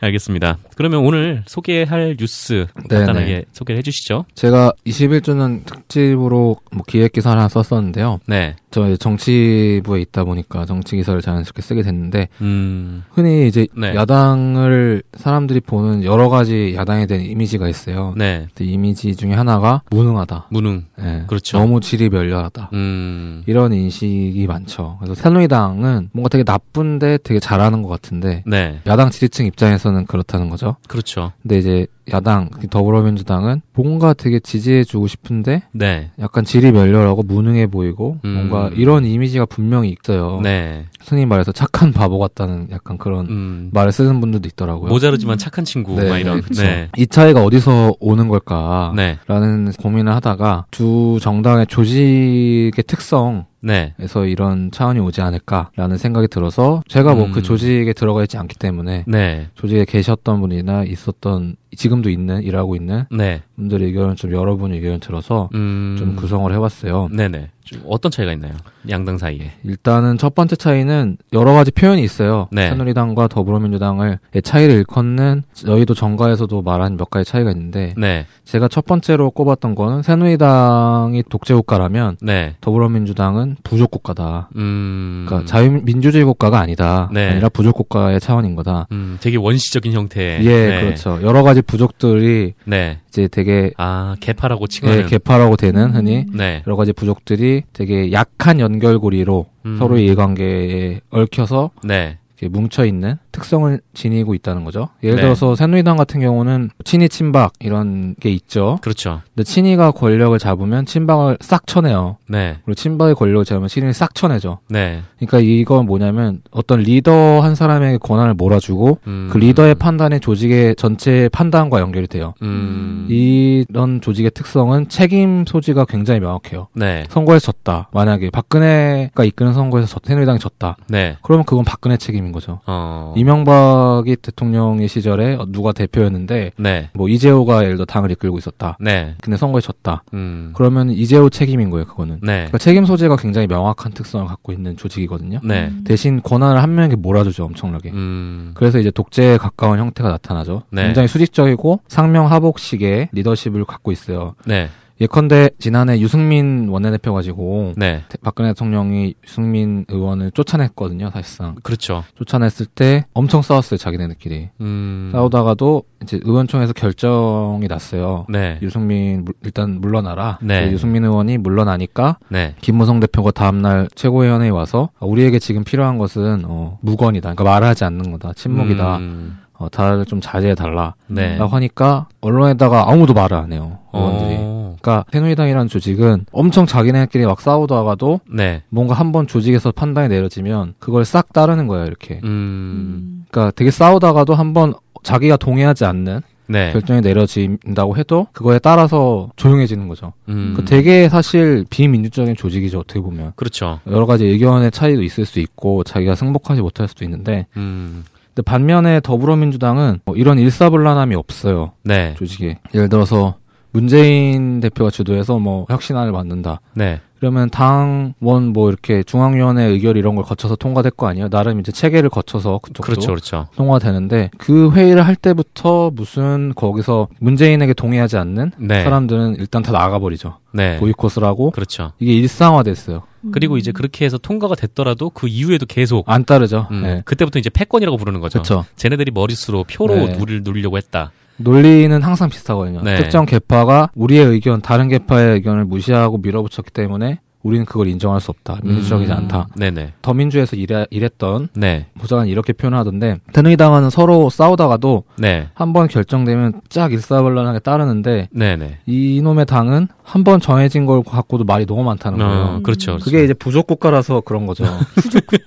Speaker 1: 알겠습니다. 그러면 오늘 소개할 뉴스
Speaker 2: 네,
Speaker 1: 간단하게
Speaker 2: 네.
Speaker 1: 소개를 해주시죠.
Speaker 2: 제가 21주년 특집으로 뭐 기획 기사를 하나 썼었는데요.
Speaker 1: 네,
Speaker 2: 저 이제 정치부에 있다 보니까 정치 기사를 자연스럽게 쓰게 됐는데
Speaker 1: 음,
Speaker 2: 흔히 이제
Speaker 1: 네.
Speaker 2: 야당을 사람들이 보는 여러 가지 야당에 대한 이미지가 있어요.
Speaker 1: 네,
Speaker 2: 그 이미지 중에 하나가 무능하다.
Speaker 1: 무능,
Speaker 2: 예.
Speaker 1: 그렇죠.
Speaker 2: 너무 질이 멸렬하다.
Speaker 1: 음,
Speaker 2: 이런 인식이 많죠. 그래서 새누리당은 뭔가 되게 나쁜데 되게 잘하는 것 같은데
Speaker 1: 네,
Speaker 2: 야당 지지층 입장에서는 그렇다는 거죠.
Speaker 1: 그렇죠.
Speaker 2: 근데 이제 야당 더불어민주당은 뭔가 되게 지지해주고 싶은데
Speaker 1: 네,
Speaker 2: 약간 질이 멸렬하고 무능해 보이고
Speaker 1: 음.
Speaker 2: 뭔가 이런 이미지가 분명히 있어요.
Speaker 1: 네,
Speaker 2: 흔히 말해서 착한 바보 같다는 약간 그런
Speaker 1: 음,
Speaker 2: 말을 쓰는 분들도 있더라고요.
Speaker 1: 모자르지만 착한 친구, 막 이런.
Speaker 2: 그쵸.
Speaker 1: 네,
Speaker 2: 이 차이가 어디서 오는 걸까?
Speaker 1: 네,
Speaker 2: 라는 고민을 하다가 두 정당의 조직의 특성에서
Speaker 1: 네,
Speaker 2: 이런 차원이 오지 않을까라는 생각이 들어서 제가 뭐
Speaker 1: 음.
Speaker 2: 그 조직에 들어가 있지 않기 때문에
Speaker 1: 네,
Speaker 2: 조직에 계셨던 분이나 있었던 지금도 있는 일하고 있는
Speaker 1: 네,
Speaker 2: 분들의 의견을 좀 여러분의 의견을 들어서
Speaker 1: 음,
Speaker 2: 좀 구성을 해봤어요.
Speaker 1: 네네. 좀 어떤 차이가 있나요? 양당 사이에.
Speaker 2: 일단은 첫 번째 차이는 여러 가지 표현이 있어요.
Speaker 1: 네.
Speaker 2: 새누리당과 더불어민주당을 차이를 일컫는 저희도 정가에서도 말한 몇 가지 차이가 있는데
Speaker 1: 네,
Speaker 2: 제가 첫 번째로 꼽았던 거는 새누리당이 독재 국가라면
Speaker 1: 네,
Speaker 2: 더불어민주당은 부족 국가다.
Speaker 1: 음,
Speaker 2: 그러니까 자유민주주의 국가가 아니다.
Speaker 1: 네.
Speaker 2: 아니라 부족 국가의 차원인 거다.
Speaker 1: 음, 되게 원시적인 형태.
Speaker 2: 예,
Speaker 1: 네.
Speaker 2: 그렇죠. 여러 가지 부족들이
Speaker 1: 네.
Speaker 2: 이제 되게
Speaker 1: 아, 개파라고
Speaker 2: 예,
Speaker 1: 칭하는.
Speaker 2: 개파라고 되는 흔히
Speaker 1: 네.
Speaker 2: 여러 가지 부족들이 되게 약한 연결고리로
Speaker 1: 음.
Speaker 2: 서로의 이해관계에 얽혀서
Speaker 1: 네.
Speaker 2: 이렇게 뭉쳐있는 특성을 지니고 있다는 거죠. 예를
Speaker 1: 네.
Speaker 2: 들어서 새누리당 같은 경우는 친이 친박 이런 게 있죠.
Speaker 1: 그렇죠.
Speaker 2: 근데 친이가 권력을 잡으면 친박을 싹 쳐내요.
Speaker 1: 네.
Speaker 2: 그리고 친박의 권력을 잡으면 친이를 싹 쳐내죠.
Speaker 1: 네.
Speaker 2: 그러니까 이건 뭐냐면 어떤 리더 한 사람에게 권한을 몰아주고
Speaker 1: 음.
Speaker 2: 그 리더의 판단이 조직의 전체의 판단과 연결이 돼요.
Speaker 1: 음.
Speaker 2: 이런 조직의 특성은 책임 소지가 굉장히 명확해요.
Speaker 1: 네.
Speaker 2: 선거에서 졌다. 만약에 박근혜가 이끄는 선거에서 졌- 새누리당이 졌다.
Speaker 1: 네.
Speaker 2: 그러면 그건 박근혜 책임인 거죠.
Speaker 1: 어.
Speaker 2: 이명박이 대통령의 시절에 누가 대표였는데
Speaker 1: 네.
Speaker 2: 뭐 이재호가 예를 들어 당을 이끌고 있었다.
Speaker 1: 네.
Speaker 2: 근데 선거에 졌다.
Speaker 1: 음.
Speaker 2: 그러면 이재호 책임인 거예요, 그거는.
Speaker 1: 네.
Speaker 2: 그러니까 책임 소재가 굉장히 명확한 특성을 갖고 있는 조직이거든요.
Speaker 1: 네.
Speaker 3: 음.
Speaker 2: 대신 권한을 한 명에게 몰아주죠, 엄청나게.
Speaker 1: 음.
Speaker 2: 그래서 이제 독재에 가까운 형태가 나타나죠.
Speaker 1: 네.
Speaker 2: 굉장히 수직적이고 상명하복식의 리더십을 갖고 있어요.
Speaker 1: 네.
Speaker 2: 예컨대 지난해 유승민 원내대표 가지고
Speaker 1: 네.
Speaker 2: 태- 박근혜 대통령이 유승민 의원을 쫓아냈거든요, 사실상.
Speaker 1: 그렇죠.
Speaker 2: 쫓아냈을 때 엄청 싸웠어요, 자기네들끼리.
Speaker 1: 음.
Speaker 2: 싸우다가도 이제 의원총회에서 결정이 났어요.
Speaker 1: 네.
Speaker 2: 유승민 물- 일단 물러나라.
Speaker 1: 네.
Speaker 2: 그래서 유승민 의원이 물러나니까
Speaker 1: 네.
Speaker 2: 김무성 대표가 다음날 최고위원회에 와서 아, 우리에게 지금 필요한 것은 어, 무건이다. 그러니까 말하지 않는 거다. 침묵이다.
Speaker 1: 음.
Speaker 2: 어, 다들 좀 자제해 달라.
Speaker 1: 네.
Speaker 2: 라고 하니까 언론에다가 아무도 말을 안 해요. 의원들이.
Speaker 1: 어.
Speaker 2: 그러니까 새누리당이라는 조직은 엄청 자기네끼리 막 싸우다가도
Speaker 1: 네.
Speaker 2: 뭔가 한번 조직에서 판단이 내려지면 그걸 싹 따르는 거예요. 이렇게.
Speaker 1: 음.
Speaker 2: 그러니까 되게 싸우다가도 한번 자기가 동의하지 않는
Speaker 1: 네.
Speaker 2: 결정이 내려진다고 해도 그거에 따라서 조용해지는 거죠.
Speaker 1: 음.
Speaker 2: 그 되게 사실 비민주적인 조직이죠. 어떻게 보면.
Speaker 1: 그렇죠.
Speaker 2: 여러 가지 의견의 차이도 있을 수 있고 자기가 승복하지 못할 수도 있는데
Speaker 1: 음.
Speaker 2: 근데 반면에 더불어민주당은 뭐 이런 일사불란함이 없어요
Speaker 1: 네.
Speaker 2: 조직에 예를 들어서 문재인 대표가 주도해서 뭐 혁신안을 만든다
Speaker 1: 네.
Speaker 2: 그러면 당원 뭐 이렇게 중앙위원회 의결 이런 걸 거쳐서 통과될 거 아니에요 나름 이제 체계를 거쳐서 그쪽도
Speaker 1: 그렇죠. 그렇죠.
Speaker 2: 통과되는데 그 회의를 할 때부터 무슨 거기서 문재인에게 동의하지 않는
Speaker 1: 네.
Speaker 2: 사람들은 일단 다 나가버리죠
Speaker 1: 네.
Speaker 2: 보이콧을 하고
Speaker 1: 그렇죠.
Speaker 2: 이게 일상화됐어요
Speaker 1: 그리고 이제 그렇게 해서 통과가 됐더라도 그 이후에도 계속
Speaker 2: 안 따르죠
Speaker 1: 음,
Speaker 2: 네.
Speaker 1: 그때부터 이제 패권이라고 부르는 거죠.
Speaker 2: 그렇죠
Speaker 1: 쟤네들이 머릿수로 표로
Speaker 2: 네.
Speaker 1: 우리를 누리려고 했다.
Speaker 2: 논리는 항상 비슷하거든요.
Speaker 1: 네.
Speaker 2: 특정 계파가 우리의 의견, 다른 계파의 의견을 무시하고 밀어붙였기 때문에 우리는 그걸 인정할 수 없다. 민주적이지
Speaker 1: 음.
Speaker 2: 않다.
Speaker 1: 네네.
Speaker 2: 더민주에서 일해, 일했던
Speaker 1: 네.
Speaker 2: 보좌관 이렇게 표현하던데 새누리당은 서로 싸우다가도
Speaker 1: 네.
Speaker 2: 한 번 결정되면 쫙 일사불란하게 따르는데
Speaker 1: 네네.
Speaker 2: 이놈의 당은 한 번 정해진 걸 갖고도 말이 너무 많다는 거예요.
Speaker 1: 어, 그렇죠. 그렇죠.
Speaker 2: 그게 이제 부족 국가라서 그런 거죠. 네.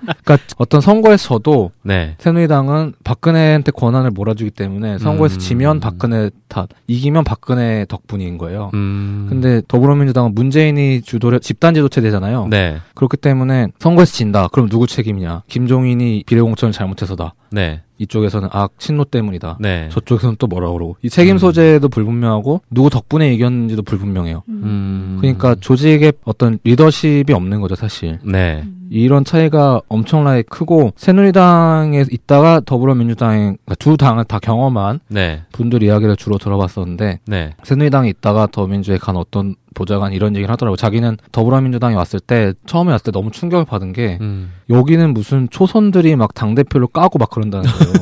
Speaker 2: 그러니까 어떤 선거에서도
Speaker 1: 네.
Speaker 2: 새누리당은 박근혜한테 권한을 몰아주기 때문에 선거에서
Speaker 1: 음.
Speaker 2: 지면 박근혜 탓, 이기면 박근혜 덕분인 거예요.
Speaker 1: 음.
Speaker 2: 근데 더불어민주당은 문재인이 주도력 집단 지도체 되잖아요.
Speaker 1: 네.
Speaker 2: 그렇기 때문에 선거에서 진다. 그럼 누구 책임이냐? 김종인이 비례공천을 잘못해서다.
Speaker 1: 네.
Speaker 2: 이쪽에서는 아 신노 때문이다.
Speaker 1: 네.
Speaker 2: 저쪽에서는 또 뭐라 그러고 이 책임
Speaker 1: 음.
Speaker 2: 소재도 불분명하고 누구 덕분에 이겼는지도 불분명해요.
Speaker 1: 음.
Speaker 2: 그러니까 조직의 어떤 리더십이 없는 거죠, 사실.
Speaker 1: 네.
Speaker 2: 이런 차이가 엄청나게 크고 새누리당에 있다가 더불어민주당 두 당을 다 경험한
Speaker 1: 네.
Speaker 2: 분들 이야기를 주로 들어봤었는데
Speaker 1: 네.
Speaker 2: 새누리당에 있다가 더민주에 간 어떤 보좌관 이런 얘기를 하더라고 요 자기는 더불어민주당에 왔을 때 처음에 왔을 때 너무 충격을 받은 게
Speaker 1: 음.
Speaker 2: 여기는 무슨 초선들이 막 당 대표를 까고 막 그런다는 거예요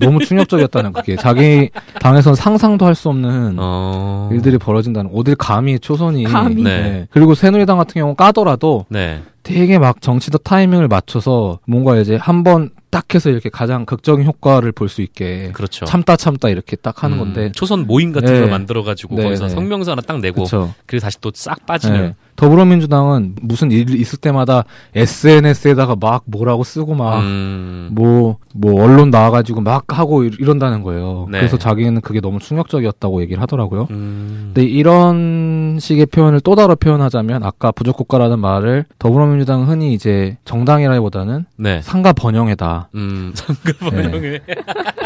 Speaker 2: 너무 충격적이었다는 그게 자기 당에선 상상도 할 수 없는
Speaker 1: 어.
Speaker 2: 일들이 벌어진다는 어딜 감히 초선이
Speaker 3: 감히.
Speaker 1: 네.
Speaker 2: 그리고 새누리당 같은 경우 는 까더라도
Speaker 1: 네.
Speaker 2: 되게 막 정치적 타이밍을 맞춰서 뭔가 이제 한 번 딱 해서 이렇게 가장 극적인 효과를 볼 수 있게
Speaker 1: 그렇죠.
Speaker 2: 참다 참다 이렇게 딱 하는
Speaker 1: 음,
Speaker 2: 건데
Speaker 1: 초선 모임 같은
Speaker 2: 네.
Speaker 1: 걸 만들어 가지고
Speaker 2: 네,
Speaker 1: 거기서
Speaker 2: 네.
Speaker 1: 성명서 하나 딱 내고
Speaker 2: 그렇죠.
Speaker 1: 그리고 다시 또 싹 빠지는
Speaker 2: 네. 더불어민주당은 무슨 일 있을 때마다 SNS에다가 막 뭐라고 쓰고
Speaker 1: 음.
Speaker 2: 막 아. 뭐 뭐 언론 나와가지고 막 하고 이- 이런다는 거예요.
Speaker 1: 네.
Speaker 2: 그래서 자기는 그게 너무 충격적이었다고 얘기를 하더라고요.
Speaker 1: 음.
Speaker 2: 근데 이런 식의 표현을 또 다른 표현하자면 아까 부족국가라는 말을 더불어민주당은 흔히 이제 정당이라기보다는
Speaker 1: 네.
Speaker 2: 상가 번영회다.
Speaker 1: 음. 상가 번영회.
Speaker 2: 네.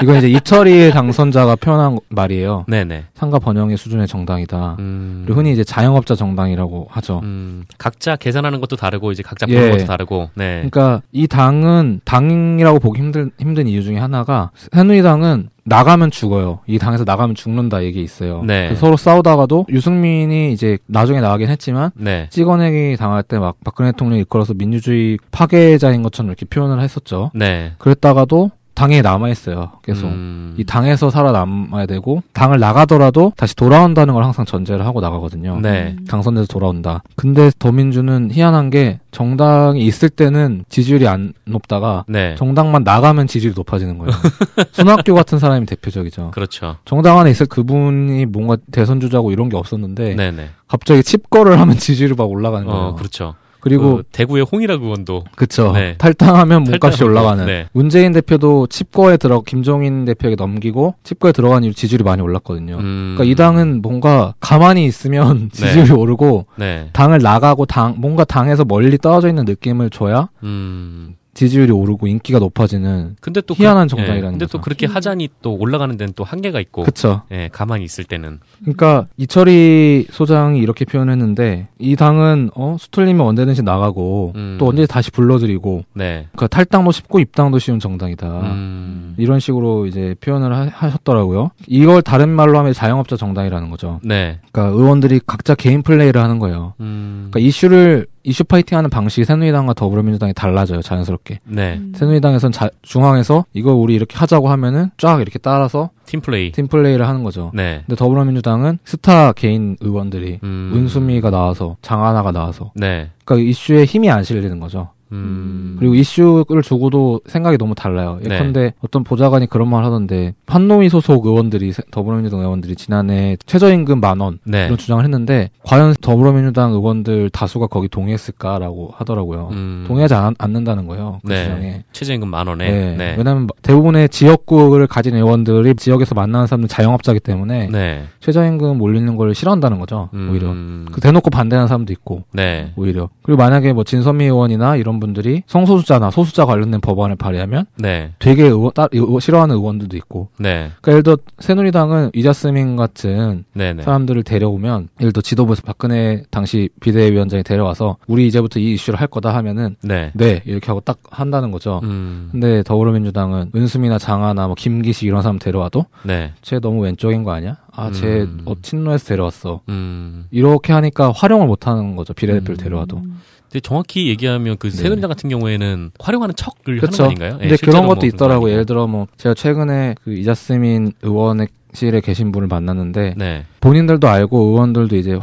Speaker 2: 이건 이제 이철희의 당선자가 표현한 말이에요.
Speaker 1: 네, 네.
Speaker 2: 상가 번영의 수준의 정당이다.
Speaker 1: 음.
Speaker 2: 그리고 흔히 이제 자영업자 정당이라고 하죠.
Speaker 1: 음, 각자 계산하는 것도 다르고 이제 각자
Speaker 2: 예.
Speaker 1: 보는 것도 다르고. 네.
Speaker 2: 그러니까 이 당은 당이라고 보기 힘들, 힘든 이유 중에 하나가 새누리당은 나가면 죽어요. 이 당에서 나가면 죽는다 얘기 있어요.
Speaker 1: 네.
Speaker 2: 그래서 서로 싸우다가도 유승민이 이제 나중에 나가긴 했지만
Speaker 1: 네.
Speaker 2: 찍어내기 당할 때 막 박근혜 대통령 이끌어서 민주주의 파괴자인 것처럼 이렇게 표현을 했었죠.
Speaker 1: 네.
Speaker 2: 그랬다가도 당에 남아있어요. 계속.
Speaker 1: 음.
Speaker 2: 이 당에서 살아남아야 되고 당을 나가더라도 다시 돌아온다는 걸 항상 전제를 하고 나가거든요.
Speaker 1: 네.
Speaker 2: 당선돼서 돌아온다. 근데 더민주는 희한한 게 정당이 있을 때는 지지율이 안 높다가
Speaker 1: 네.
Speaker 2: 정당만 나가면 지지율이 높아지는 거예요. 손학규 같은 사람이 대표적이죠.
Speaker 1: 그렇죠.
Speaker 2: 정당 안에 있을 그분이 뭔가 대선 주자고 이런 게 없었는데
Speaker 1: 네, 네.
Speaker 2: 갑자기 칩거를 하면 지지율이 막 올라가는 거예요.
Speaker 1: 어, 그렇죠.
Speaker 2: 그리고
Speaker 1: 그 대구의 홍일학 의원도
Speaker 2: 그쵸.
Speaker 1: 네.
Speaker 2: 탈당하면 몸값이
Speaker 1: 탈당하고,
Speaker 2: 올라가는.
Speaker 1: 네.
Speaker 2: 문재인 대표도 칩거에 들어, 김종인 대표에게 넘기고, 칩거에 들어간 이후 지지율이 많이 올랐거든요.
Speaker 1: 음.
Speaker 2: 그러니까 이 당은 뭔가 가만히 있으면 지지율이 오르고,
Speaker 1: 네.
Speaker 2: 당을 나가고, 당, 뭔가 당에서 멀리 떨어져 있는 느낌을 줘야
Speaker 1: 음.
Speaker 2: 지지율이 오르고 인기가 높아지는
Speaker 1: 근데 또
Speaker 2: 희한한
Speaker 1: 그,
Speaker 2: 정당이라는
Speaker 1: 예, 근데 또
Speaker 2: 거죠.
Speaker 1: 그렇게 하자니 또 올라가는 데는 또 한계가 있고
Speaker 2: 그쵸.
Speaker 1: 예, 가만히 있을 때는
Speaker 2: 그러니까 이철이 소장이 이렇게 표현했는데 이 당은 어 수틀리면 언제든지 나가고
Speaker 1: 음.
Speaker 2: 또 언제든지 다시 불러들이고
Speaker 1: 네.
Speaker 2: 그러니까 탈당도 쉽고 입당도 쉬운 정당이다.
Speaker 1: 음.
Speaker 2: 이런 식으로 이제 표현을 하, 하셨더라고요. 이걸 다른 말로 하면 자영업자 정당이라는 거죠.
Speaker 1: 네.
Speaker 2: 그러니까 의원들이 각자 개인 플레이를 하는 거예요.
Speaker 1: 음.
Speaker 2: 그러니까 이슈를 이슈 파이팅하는 방식이 새누리당과 더불어민주당이 달라져요. 자연스럽게.
Speaker 1: 네.
Speaker 2: 음. 새누리당에선 자- 중앙에서 이걸 우리 이렇게 하자고 하면은 쫙 이렇게 따라서
Speaker 1: 팀플레이.
Speaker 2: 팀 플레이를 하는 거죠.
Speaker 1: 네.
Speaker 2: 근데 더불어민주당은 스타 개인 의원들이
Speaker 1: 음.
Speaker 2: 은수미가 나와서 장하나가 나와서
Speaker 1: 네.
Speaker 2: 그러니까 이슈에 힘이 안 실리는 거죠.
Speaker 1: 음.
Speaker 2: 그리고 이슈를 주고도 생각이 너무 달라요.
Speaker 1: 네.
Speaker 2: 예컨대 어떤 보좌관이 그런 말 하던데 한노미 소속 의원들이 세- 더불어민주당 의원들이 지난해 최저임금 만원
Speaker 1: 네.
Speaker 2: 이런 주장을 했는데 과연 더불어민주당 의원들 다수가 거기 동의했을까라고 하더라고요.
Speaker 1: 음.
Speaker 2: 동의하지 않, 않는다는 거예요. 그
Speaker 1: 네.
Speaker 2: 주장에.
Speaker 1: 최저임금 만 원에.
Speaker 2: 네.
Speaker 1: 네.
Speaker 2: 왜냐하면 대부분의 지역구를 가진 의원들이 지역에서 만나는 사람들 자영업자이기 때문에
Speaker 1: 네.
Speaker 2: 최저임금 올리는 걸 싫어한다는 거죠.
Speaker 1: 음.
Speaker 2: 오히려 그 대놓고 반대하는 사람도 있고
Speaker 1: 네.
Speaker 2: 오히려 그리고 만약에 뭐 진선미 의원이나 이런 분들이 성소수자나 소수자 관련된 법안을 발의하면
Speaker 1: 네.
Speaker 2: 되게 의원, 따, 의원- 싫어하는 의원들도 있고
Speaker 1: 네.
Speaker 2: 그러니까 예를 들어 새누리당은 이자스민 같은
Speaker 1: 네. 네.
Speaker 2: 사람들을 데려오면 예를 들어 지도부에서 박근혜 당시 비대위원장이 데려와서 우리 이제부터 이 이슈를 할 거다 하면은
Speaker 1: 네.
Speaker 2: 네 이렇게 하고 딱 한다는 거죠.
Speaker 1: 음.
Speaker 2: 근데 더불어민주당은 은수미나 장하나 뭐 김기식 이런 사람 데려와도
Speaker 1: 네.
Speaker 2: 쟤 너무 왼쪽인 거 아니야? 아, 쟤
Speaker 1: 음.
Speaker 2: 어, 친노에서 데려왔어.
Speaker 1: 음.
Speaker 2: 이렇게 하니까 활용을 못 하는 거죠. 비례대표를 데려와도.
Speaker 3: 음.
Speaker 1: 근데 정확히 얘기하면 그
Speaker 2: 네.
Speaker 1: 새누리당 같은 경우에는 활용하는 척을 하는 거
Speaker 2: 그렇죠.
Speaker 1: 아닌가요? 예,
Speaker 2: 근데
Speaker 1: 실제로
Speaker 2: 그런
Speaker 1: 뭐
Speaker 2: 것도 있더라고.
Speaker 1: 아니고.
Speaker 2: 예를 들어 뭐 제가 최근에 그 이자스민 의원실에 계신 분을 만났는데
Speaker 1: 네.
Speaker 2: 본인들도 알고 의원들도 이제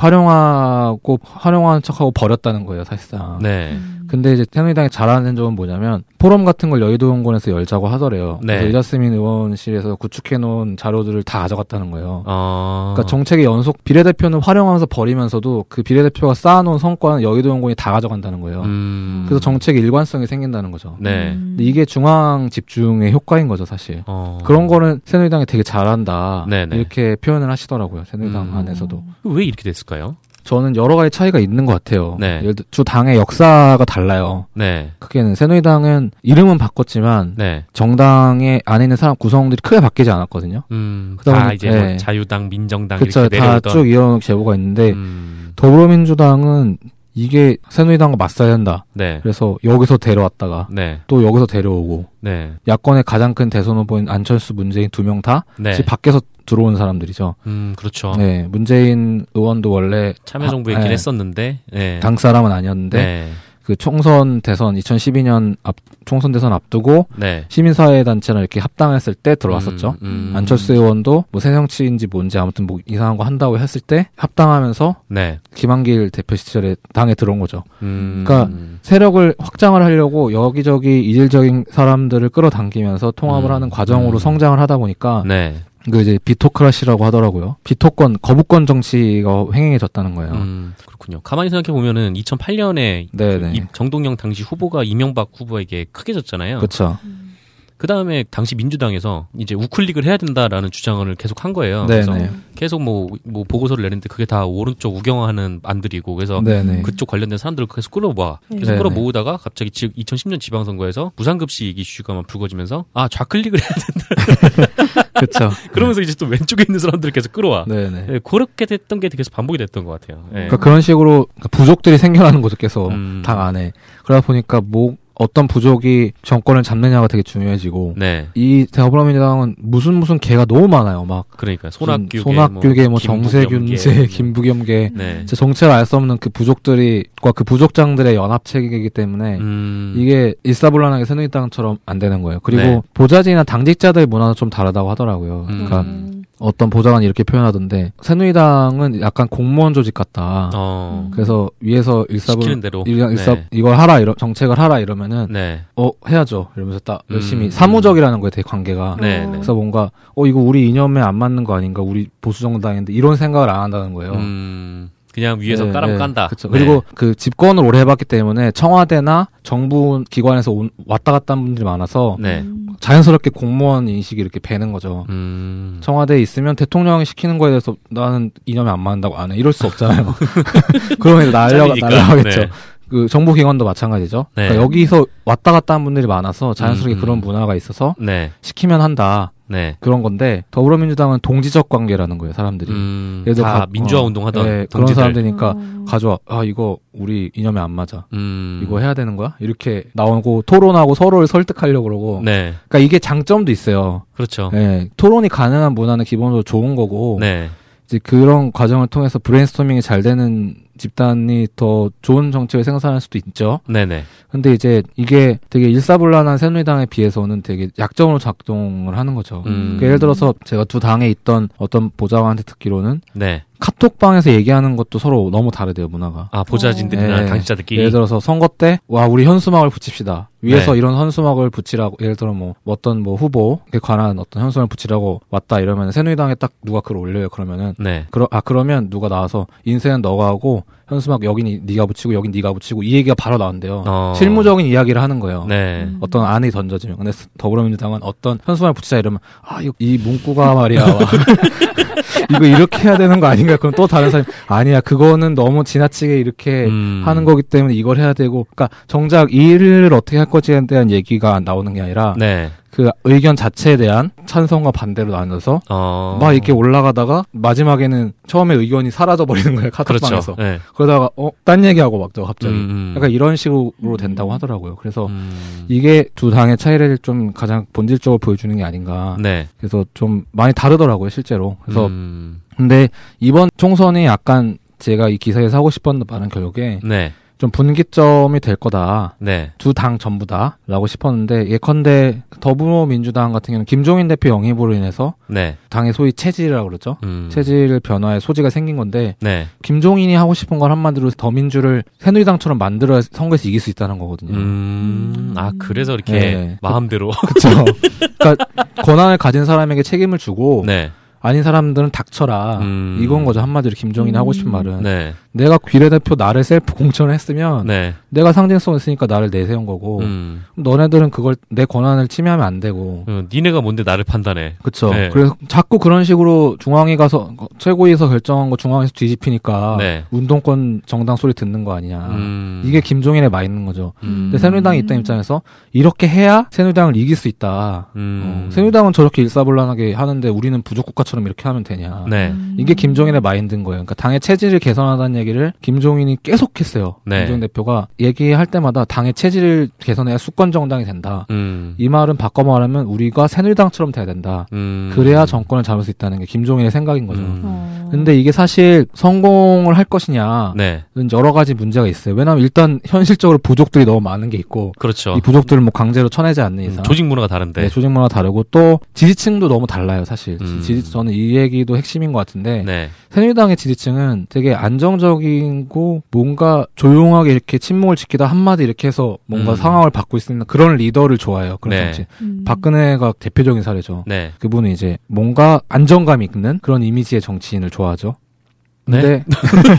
Speaker 2: 활용하고 활용하는 척하고 버렸다는 거예요, 사실상.
Speaker 1: 네.
Speaker 2: 근데 이제 새누리당이 잘하는 점은 뭐냐면 포럼 같은 걸 여의도원권에서 열자고 하더래요.
Speaker 1: 네.
Speaker 2: 그래서 이자스민 의원실에서 구축해놓은 자료들을 다 가져갔다는 거예요.
Speaker 1: 어.
Speaker 2: 그러니까 정책의 연속 비례대표는 활용하면서 버리면서도 그 비례대표가 쌓아놓은 성과는 여의도연구원이 다 가져간다는 거예요.
Speaker 1: 음.
Speaker 2: 그래서 정책의 일관성이 생긴다는 거죠.
Speaker 1: 네.
Speaker 3: 음.
Speaker 2: 근데 이게 중앙 집중의 효과인 거죠, 사실.
Speaker 1: 어.
Speaker 2: 그런 거는 새누리당이 되게 잘한다.
Speaker 1: 네네.
Speaker 2: 이렇게 표현을 하시더라고요, 새누리당
Speaker 1: 음.
Speaker 2: 안에서도.
Speaker 1: 왜 이렇게 됐을까요?
Speaker 2: 저는 여러 가지 차이가 있는 것 같아요.
Speaker 1: 네.
Speaker 2: 예를 들어 주 당의 역사가 달라요.
Speaker 1: 네.
Speaker 2: 크게는 새누리당은 이름은 바꿨지만
Speaker 1: 네.
Speaker 2: 정당의 안에 있는 사람 구성들이 크게 바뀌지 않았거든요.
Speaker 1: 음.
Speaker 2: 그다음에-
Speaker 1: 다 이제 뭐
Speaker 2: 네.
Speaker 1: 자유당, 민정당
Speaker 2: 그렇죠.
Speaker 1: 아, 이렇게 내려오던
Speaker 2: 다쭉 이어놓은 제보가 있는데
Speaker 1: 음.
Speaker 2: 더불어민주당은 이게 새누리당과 맞서야 한다.
Speaker 1: 네.
Speaker 2: 그래서 여기서 데려왔다가
Speaker 1: 네.
Speaker 2: 또 여기서 데려오고
Speaker 1: 네.
Speaker 2: 야권의 가장 큰 대선 후보인 안철수 문재인 두 명 다
Speaker 1: 네.
Speaker 2: 지금 밖에서 들어온 사람들이죠.
Speaker 1: 음, 그렇죠.
Speaker 2: 네, 문재인 의원도 원래
Speaker 1: 참여정부에
Speaker 2: 아,
Speaker 1: 있긴
Speaker 2: 네.
Speaker 1: 했었는데. 네.
Speaker 2: 당 사람은 아니었는데
Speaker 1: 네.
Speaker 2: 그 총선 대선 2012년 앞 총선 대선 앞두고
Speaker 1: 네.
Speaker 2: 시민사회 단체랑 이렇게 합당했을 때 들어왔었죠.
Speaker 1: 음, 음.
Speaker 2: 안철수 의원도 뭐 새정치인지 뭔지 아무튼 뭐 이상한 거 한다고 했을 때 합당하면서
Speaker 1: 네.
Speaker 2: 김한길 대표 시절에 당에 들어온 거죠.
Speaker 1: 음.
Speaker 2: 그러니까- 세력을 확장을 하려고 여기저기 이질적인 사람들을 끌어당기면서 통합을
Speaker 1: 음.
Speaker 2: 하는 과정으로
Speaker 1: 음.
Speaker 2: 성장을 하다 보니까
Speaker 1: 네.
Speaker 2: 그 이제 비토크라시라고 하더라고요. 비토권 거부권 정치가 횡행해졌다는 거예요.
Speaker 1: 음, 그렇군요. 가만히 생각해 보면은 2008년에
Speaker 2: 네네.
Speaker 1: 정동영 당시 후보가 이명박 후보에게 크게 졌잖아요.
Speaker 2: 그렇죠.
Speaker 1: 그 다음에 당시 민주당에서 이제 우클릭을 해야 된다라는 주장을 계속 한 거예요. 그래서
Speaker 2: 네네.
Speaker 1: 계속 뭐, 뭐 보고서를 내는데 그게 다 오른쪽 우경화하는 안들이고 그래서
Speaker 2: 네네.
Speaker 1: 그쪽 관련된 사람들을 계속 끌어모아 계속
Speaker 2: 네네.
Speaker 1: 끌어모으다가 갑자기 지 2010년 지방선거에서 무상급식 이슈가만 불거지면서 아 좌클릭을 해
Speaker 2: 그렇죠.
Speaker 1: 그러면서 이제 또 왼쪽에 있는 사람들을 계속 끌어와
Speaker 2: 네네.
Speaker 1: 예, 그렇게 됐던 게 계속 반복이 됐던 것 같아요. 예.
Speaker 2: 그러니까 그런 식으로 부족들이 생겨나는 거죠. 계속
Speaker 1: 음.
Speaker 2: 당 안에. 그러다 보니까 뭐 어떤 부족이 정권을 잡느냐가 되게 중요해지고
Speaker 1: 네,
Speaker 2: 이 더불어민주당은 무슨 무슨 개가 너무 많아요. 막
Speaker 1: 그러니까
Speaker 2: 무슨
Speaker 1: 손학규,
Speaker 2: 손학규계, 뭐 정세균계, 김부겸계,
Speaker 1: 예. 네,
Speaker 2: 진짜 정체를 알 수 없는 그 부족들이과 그 부족장들의 연합 체계이기 때문에
Speaker 1: 음,
Speaker 2: 이게 일사불란하게 새누리당처럼 안 되는 거예요. 그리고
Speaker 1: 네.
Speaker 2: 보좌진이나 당직자들 문화도 좀 다르다고 하더라고요.
Speaker 1: 음.
Speaker 2: 그러니까 어떤 보좌관이 이렇게 표현하던데 새누리당은 약간 공무원 조직 같다.
Speaker 1: 어,
Speaker 2: 그래서 위에서
Speaker 1: 시키는
Speaker 2: 일사불
Speaker 1: 대로
Speaker 2: 일, 일사
Speaker 1: 네.
Speaker 2: 이걸 하라 이러, 정책을 하라 이러면은
Speaker 1: 네,
Speaker 2: 어 해야죠 이러면서 딱
Speaker 1: 음.
Speaker 2: 열심히 사무적이라는 거에 되게 관계가
Speaker 1: 네, 네.
Speaker 2: 그래서 뭔가 어 이거 우리 이념에 안 맞는 거 아닌가 우리 보수 정당인데 이런 생각을 안 한다는 거예요.
Speaker 1: 음, 그냥 위에서
Speaker 2: 네,
Speaker 1: 까람
Speaker 2: 네.
Speaker 1: 깐다.
Speaker 2: 그쵸.
Speaker 1: 네.
Speaker 2: 그리고 그 집권을 오래 해봤기 때문에 청와대나 정부 기관에서 온- 왔다 갔다 한 분들이 많아서
Speaker 1: 네.
Speaker 2: 자연스럽게 공무원 인식이 이렇게 배는 거죠.
Speaker 1: 음.
Speaker 2: 청와대에 있으면 대통령이 시키는 거에 대해서 나는 이념이 안 맞는다고 안 해. 이럴 수 없잖아요. 그러면 날려,
Speaker 1: 짬이니까.
Speaker 2: 날려가겠죠.
Speaker 1: 네.
Speaker 2: 그 정보기관도 마찬가지죠.
Speaker 1: 네.
Speaker 2: 그러니까 여기서 왔다 갔다 한 분들이 많아서 자연스럽게
Speaker 1: 음,
Speaker 2: 그런
Speaker 1: 음.
Speaker 2: 문화가 있어서
Speaker 1: 네,
Speaker 2: 시키면 한다
Speaker 1: 네.
Speaker 2: 그런 건데 더불어민주당은 동지적 관계라는 거예요 사람들이.
Speaker 1: 음,
Speaker 2: 예를 들어
Speaker 1: 다
Speaker 2: 가-
Speaker 1: 민주화
Speaker 2: 어,
Speaker 1: 운동하던
Speaker 2: 네, 그런
Speaker 1: 동지들.
Speaker 2: 사람들이니까
Speaker 3: 어.
Speaker 2: 가져와 아 이거 우리 이념에 안 맞아
Speaker 1: 음,
Speaker 2: 이거 해야 되는 거야 이렇게 나오고 토론하고 서로를 설득하려고 그러고
Speaker 1: 네,
Speaker 2: 그러니까 이게 장점도 있어요.
Speaker 1: 그렇죠.
Speaker 2: 네, 토론이 가능한 문화는 기본적으로 좋은 거고
Speaker 1: 네,
Speaker 2: 이제 그런 과정을 통해서 브레인스토밍이 잘 되는 집단이 더 좋은 정책을 생산할 수도 있죠.
Speaker 1: 네, 네.
Speaker 2: 근데 이제 이게 되게 일사불란한 새누리당에 비해서는 되게 약점으로 작동을 하는 거죠.
Speaker 1: 음.
Speaker 2: 그러니까 예를 들어서 제가 두 당에 있던 어떤 보좌관한테 듣기로는
Speaker 1: 네.
Speaker 2: 카톡방에서 얘기하는 것도 서로 너무 다르대요 문화가.
Speaker 1: 아, 보좌진들이나
Speaker 2: 네.
Speaker 1: 당직자들끼리.
Speaker 2: 예를 들어서 선거 때 와 우리 현수막을 붙입시다 위에서
Speaker 1: 네.
Speaker 2: 이런 현수막을 붙이라고 예를 들어 뭐 어떤 뭐 후보에 관한 어떤 현수막을 붙이라고 왔다 이러면 새누리당에 딱 누가 글을 올려요 그러면은
Speaker 1: 네.
Speaker 2: 그러, 아 그러면 누가 나와서 인쇄는 너가 하고 현수막 여긴 이- 네가 붙이고 여긴 네가 붙이고 이 얘기가 바로 나온대요.
Speaker 1: 어.
Speaker 2: 실무적인 이야기를 하는 거예요.
Speaker 1: 네.
Speaker 3: 음.
Speaker 2: 어떤 안이 던져지면 근데 스- 더불어민주당은 어떤 현수막을 붙이자 이러면 아 이거 이 문구가 말이야 와. 이거 이렇게 해야 되는 거 아닌가 그럼 또 다른 사람이 아니야 그거는 너무 지나치게 이렇게
Speaker 1: 음.
Speaker 2: 하는 거기 때문에 이걸 해야 되고 그러니까 정작 이 일을 어떻게 할 것에 대한 얘기가 나오는 게 아니라
Speaker 1: 네.
Speaker 2: 그 의견 자체에 대한 찬성과 반대로 나눠서
Speaker 1: 어.
Speaker 2: 막 이렇게 올라가다가 마지막에는 처음에 의견이 사라져 버리는 거예요
Speaker 1: 그렇죠.
Speaker 2: 카톡방에서 그
Speaker 1: 네.
Speaker 2: 러다가 어딴 얘기하고 막 또 갑자기
Speaker 1: 음, 음.
Speaker 2: 약간 이런 식으로 된다고 하더라고요 그래서
Speaker 1: 음.
Speaker 2: 이게 두 당의 차이를 좀 가장 본질적으로 보여주는 게 아닌가
Speaker 1: 네.
Speaker 2: 그래서 좀 많이 다르더라고요 실제로 그래서
Speaker 1: 음.
Speaker 2: 근데 이번 총선이 약간 제가 이 기사에서 하고 싶었던 말은 결국에
Speaker 1: 네.
Speaker 2: 좀 분기점이 될 거다
Speaker 1: 네.
Speaker 2: 두 당 전부 다라고 싶었는데 예컨대 더불어민주당 같은 경우는 김종인 대표 영입으로 인해서
Speaker 1: 네.
Speaker 2: 당의 소위 체질이라고 그러죠
Speaker 1: 음.
Speaker 2: 체질 변화의 소지가 생긴 건데
Speaker 1: 네.
Speaker 2: 김종인이 하고 싶은 건 한마디로 더민주를 새누리당처럼 만들어 선거에서 이길 수 있다는 거거든요.
Speaker 1: 음. 아, 그래서 이렇게
Speaker 2: 네.
Speaker 1: 마음대로.
Speaker 2: 그렇죠. 그러니까 권한을 가진 사람에게 책임을 주고
Speaker 1: 네.
Speaker 2: 아닌 사람들은 닥쳐라.
Speaker 1: 음.
Speaker 2: 아, 이건 거죠. 한마디로 김종인이
Speaker 3: 음.
Speaker 2: 하고 싶은 말은
Speaker 1: 네.
Speaker 2: 내가 비례대표 나를 셀프 공천을 했으면
Speaker 1: 네.
Speaker 2: 내가 상징성 있으니까 나를 내세운 거고
Speaker 1: 음.
Speaker 2: 그럼 너네들은 그걸 내 권한을 침해하면 안 되고
Speaker 1: 어, 니네가 뭔데 나를 판단해.
Speaker 2: 그렇죠.
Speaker 1: 네.
Speaker 2: 그래서 자꾸 그런 식으로 중앙위 가서 최고위에서 결정한 거 중앙위에서 뒤집히니까
Speaker 1: 네.
Speaker 2: 운동권 정당 소리 듣는 거 아. 아니냐.
Speaker 1: 음.
Speaker 2: 이게 김종인의 마인드인 거죠.
Speaker 1: 음.
Speaker 2: 근데 새누리당이 있던 입장에서 이렇게 해야 새누리당을 이길 수 있다.
Speaker 1: 음.
Speaker 2: 어, 새누리당은 저렇게 일사불란하게 하는데 우리는 부족국가처럼 이렇게 하면 되냐.
Speaker 1: 네.
Speaker 3: 음.
Speaker 2: 이게 김종인의 마인드인 거예요. 그러니까 당의 체질을 개선하다는 얘기를 김종인이 계속 했어요.
Speaker 1: 네.
Speaker 2: 김종인 대표가 얘기할 때마다 당의 체질을 개선해야 수권 정당이 된다.
Speaker 1: 음.
Speaker 2: 이 말은 바꿔 말하면 우리가 새누리당처럼 돼야 된다.
Speaker 1: 음.
Speaker 2: 그래야 정권을 잡을 수 있다는 게 김종인의 생각인 거죠.
Speaker 1: 음.
Speaker 3: 어.
Speaker 2: 근데 이게 사실 성공을 할 것이냐
Speaker 1: 네.
Speaker 2: 는 여러 가지 문제가 있어요. 왜냐하면 일단 현실적으로 부족들이 너무 많은 게 있고
Speaker 1: 그렇죠.
Speaker 2: 이 부족들을 뭐 강제로 쳐내지 않는
Speaker 1: 음,
Speaker 2: 이상
Speaker 1: 조직 문화가 다른데.
Speaker 2: 네, 조직 문화 다르고 또 지지층도 너무 달라요 사실. 지-
Speaker 1: 음.
Speaker 2: 지지, 저는 이 얘기도 핵심인 것 같은데
Speaker 1: 네.
Speaker 2: 새누리당의 지지층은 되게 안정적이고 뭔가 조용하게 이렇게 침묵을 지키다 한마디 이렇게 해서 뭔가
Speaker 1: 음.
Speaker 2: 상황을 바꿀 수 있는 그런 리더를 좋아해요. 그런
Speaker 1: 네.
Speaker 2: 정치.
Speaker 3: 음.
Speaker 2: 박근혜가 대표적인 사례죠.
Speaker 1: 네.
Speaker 2: 그분은 이제 뭔가 안정감 있는 그런 이미지의 정치인을 좋아하죠.
Speaker 1: 네.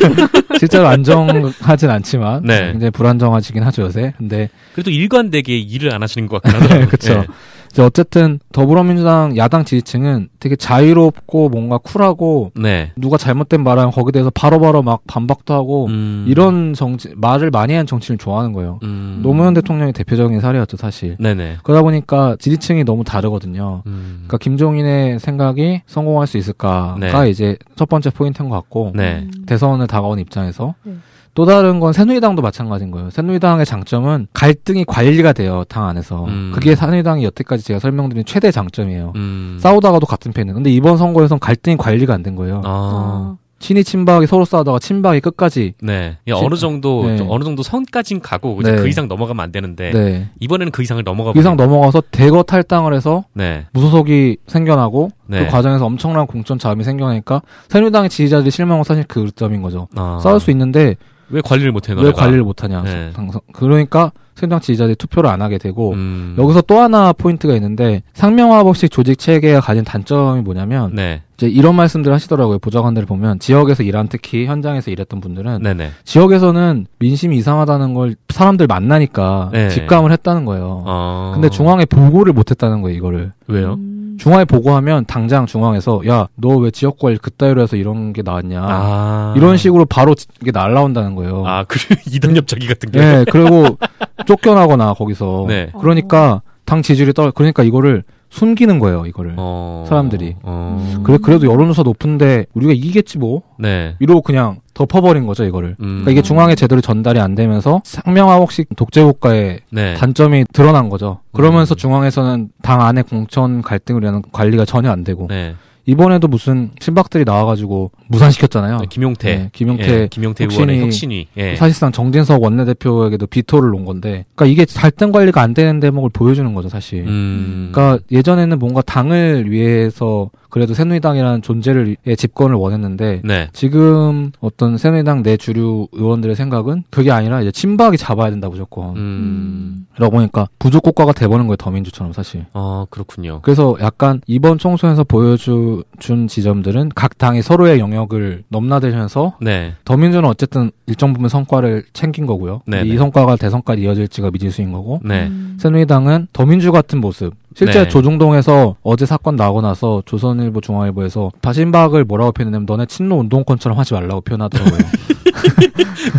Speaker 2: 근데 실제로 안정하진 않지만
Speaker 1: 네.
Speaker 2: 굉장히 불안정하지긴 하죠 요새. 근데
Speaker 1: 그래도 일관되게 일을 안 하시는 것 같긴 하더라고요.
Speaker 2: 그쵸.
Speaker 1: 예.
Speaker 2: 이제 어쨌든 더불어민주당 야당 지지층은 되게 자유롭고 뭔가 쿨하고
Speaker 1: 네.
Speaker 2: 누가 잘못된 말하면 거기에 대해서 바로바로 막 반박도 하고
Speaker 1: 음.
Speaker 2: 이런 정치 말을 많이 하는 정치를 좋아하는 거예요.
Speaker 1: 음.
Speaker 2: 노무현 대통령이 대표적인 사례였죠 사실.
Speaker 1: 네네.
Speaker 2: 그러다 보니까 지지층이 너무 다르거든요.
Speaker 1: 음.
Speaker 2: 그러니까 김종인의 생각이 성공할 수 있을까가
Speaker 1: 네.
Speaker 2: 이제 첫 번째 포인트인 것 같고
Speaker 1: 네.
Speaker 2: 대선을 다가온 입장에서
Speaker 3: 네.
Speaker 2: 또 다른 건 새누리당도 마찬가지인 거예요. 새누리당의 장점은 갈등이 관리가 돼요 당 안에서.
Speaker 1: 음.
Speaker 2: 그게 새누리당이 여태까지 제가 설명드린 최대 장점이에요.
Speaker 1: 음.
Speaker 2: 싸우다가도 같은 편이에요. 근데 이번 선거에선 갈등이 관리가 안 된 거예요.
Speaker 1: 아.
Speaker 3: 아.
Speaker 2: 친이 친박이 서로 싸우다가 친박이 끝까지
Speaker 1: 네. 이게
Speaker 2: 진-
Speaker 1: 어느 정도
Speaker 2: 네.
Speaker 1: 좀 어느 정도 선까진 가고 이제
Speaker 2: 네.
Speaker 1: 그 이상 넘어가면 안 되는데
Speaker 2: 네.
Speaker 1: 이번에는 그 이상을 넘어가
Speaker 2: 그 이상
Speaker 1: 버리고.
Speaker 2: 넘어가서 대거 탈당을 해서
Speaker 1: 네.
Speaker 2: 무소속이 생겨나고
Speaker 1: 네.
Speaker 2: 그 과정에서 엄청난 공천 자음이 생겨나니까 새누리당의 지지자들이 실망한 건 사실 그 점인 거죠.
Speaker 1: 아.
Speaker 2: 싸울 수 있는데
Speaker 1: 왜 관리를 못해
Speaker 2: 왜
Speaker 1: 너네가?
Speaker 2: 관리를 못하냐.
Speaker 1: 네.
Speaker 2: 당선- 그러니까 새누리당 지지자들이 투표를 안 하게 되고
Speaker 1: 음.
Speaker 2: 여기서 또 하나 포인트가 있는데 상명화법식 조직 체계가 가진 단점이 뭐냐면
Speaker 1: 네.
Speaker 2: 이제 이런 말씀들 하시더라고요 보좌관들 보면 지역에서 일한 특히 현장에서 일했던 분들은
Speaker 1: 네네.
Speaker 2: 지역에서는 민심이 이상하다는 걸 사람들 만나니까
Speaker 1: 네.
Speaker 2: 직감을 했다는 거예요.
Speaker 1: 어.
Speaker 2: 근데 중앙에 보고를 못했다는 거예요 이거를
Speaker 1: 왜요?
Speaker 3: 음.
Speaker 2: 중앙에 보고하면 당장 중앙에서 야 너 왜 지역 관리 그따위로 해서 이런 게 나왔냐
Speaker 1: 아.
Speaker 2: 이런 식으로 바로 지- 이게 날라온다는 거예요.
Speaker 1: 아, 그리고 이단협자기 같은 게.
Speaker 2: 어. 네, 그리고 쫓겨나거나 거기서
Speaker 1: 네.
Speaker 2: 그러니까 당 지지율이 떨어 그러니까 이거를 숨기는 거예요 이거를.
Speaker 1: 어.
Speaker 2: 사람들이.
Speaker 1: 어.
Speaker 2: 그래 그래도 여론조사 높은데 우리가 이기겠지 뭐
Speaker 1: 네.
Speaker 2: 이러고 그냥 덮어버린 거죠 이거를.
Speaker 1: 음.
Speaker 2: 그러니까 이게 중앙에 제대로 전달이 안 되면서 상명하복식 독재 국가의
Speaker 1: 네.
Speaker 2: 단점이 드러난 거죠. 그러면서
Speaker 1: 음.
Speaker 2: 중앙에서는 당 안의 공천 갈등을 위한 관리가 전혀 안 되고
Speaker 1: 네.
Speaker 2: 이번에도 무슨 친박들이 나와가지고 무산시켰잖아요.
Speaker 1: 네, 김용태.
Speaker 2: 네, 김용태
Speaker 1: 예, 김용태
Speaker 2: 혁신이-
Speaker 1: 의원의 혁신위. 예.
Speaker 2: 사실상 정진석 원내대표에게도 비토를 놓은 건데, 그러니까 이게 갈등 관리가 안 되는 대목을 보여주는 거죠 사실.
Speaker 1: 음.
Speaker 2: 그러니까 예전에는 뭔가 당을 위해서 그래도 새누리당이라는 존재를 의 집권을 원했는데
Speaker 1: 네.
Speaker 2: 지금 어떤 새누리당 내 주류 의원들의 생각은 그게 아니라 이제 친박이 잡아야 된다 무조건.
Speaker 1: 음.
Speaker 2: 그러다 보니까 부족 국가가 돼버는 거예요 더민주처럼 사실.
Speaker 1: 아, 그렇군요.
Speaker 2: 그래서 약간 이번 총선에서 보여준 지점들은 각 당이 서로의 영역을 넘나들면서
Speaker 1: 네.
Speaker 2: 더민주는 어쨌든 일정 부분 성과를 챙긴 거고요.
Speaker 1: 네,
Speaker 2: 근데 이
Speaker 1: 네.
Speaker 2: 성과가 대선까지 이어질지가 미지수인 거고.
Speaker 1: 네.
Speaker 3: 음.
Speaker 2: 새누리당은 더민주 같은 모습. 실제
Speaker 1: 네.
Speaker 2: 조중동에서 어제 사건 나고 나서 조선일보 중앙일보에서 바신박을 뭐라고 표현했냐면 너네 친노 운동권처럼 하지 말라고 표현하더라고요.
Speaker 1: 네,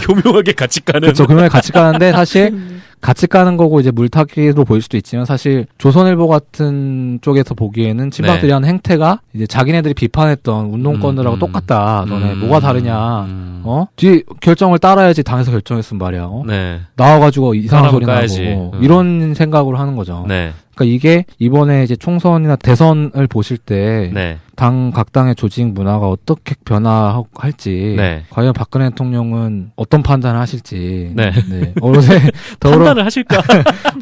Speaker 1: 교묘하게 같이 가는.
Speaker 2: 그렇죠. 그러면 같이 가는데 사실
Speaker 3: 음.
Speaker 2: 같이 가는 거고 이제 물타기로 보일 수도 있지만 사실 조선일보 같은 쪽에서 보기에는 친박들이
Speaker 1: 네.
Speaker 2: 하는 행태가 이제 자기네들이 비판했던 운동권들하고
Speaker 1: 음, 음.
Speaker 2: 똑같다. 아, 너네
Speaker 1: 음.
Speaker 2: 뭐가 다르냐.
Speaker 1: 음.
Speaker 2: 어? 뒤 결정을 따라야지 당에서 결정했으면 말이야. 어?
Speaker 1: 네.
Speaker 2: 나와가지고 이상한
Speaker 1: 사람을
Speaker 2: 소리
Speaker 1: 까야지.
Speaker 2: 나고
Speaker 1: 음.
Speaker 2: 이런 생각으로 하는 거죠.
Speaker 1: 네.
Speaker 2: 그러니까 이게 이번에 이제 총선이나 대선을 보실 때
Speaker 1: 네.
Speaker 2: 당 각 당의 조직 문화가 어떻게 변화할지
Speaker 1: 네.
Speaker 2: 과연 박근혜 대통령은 어떤 판단을 하실지
Speaker 1: 네.
Speaker 2: 어제 더불어
Speaker 1: 판단을 하실까?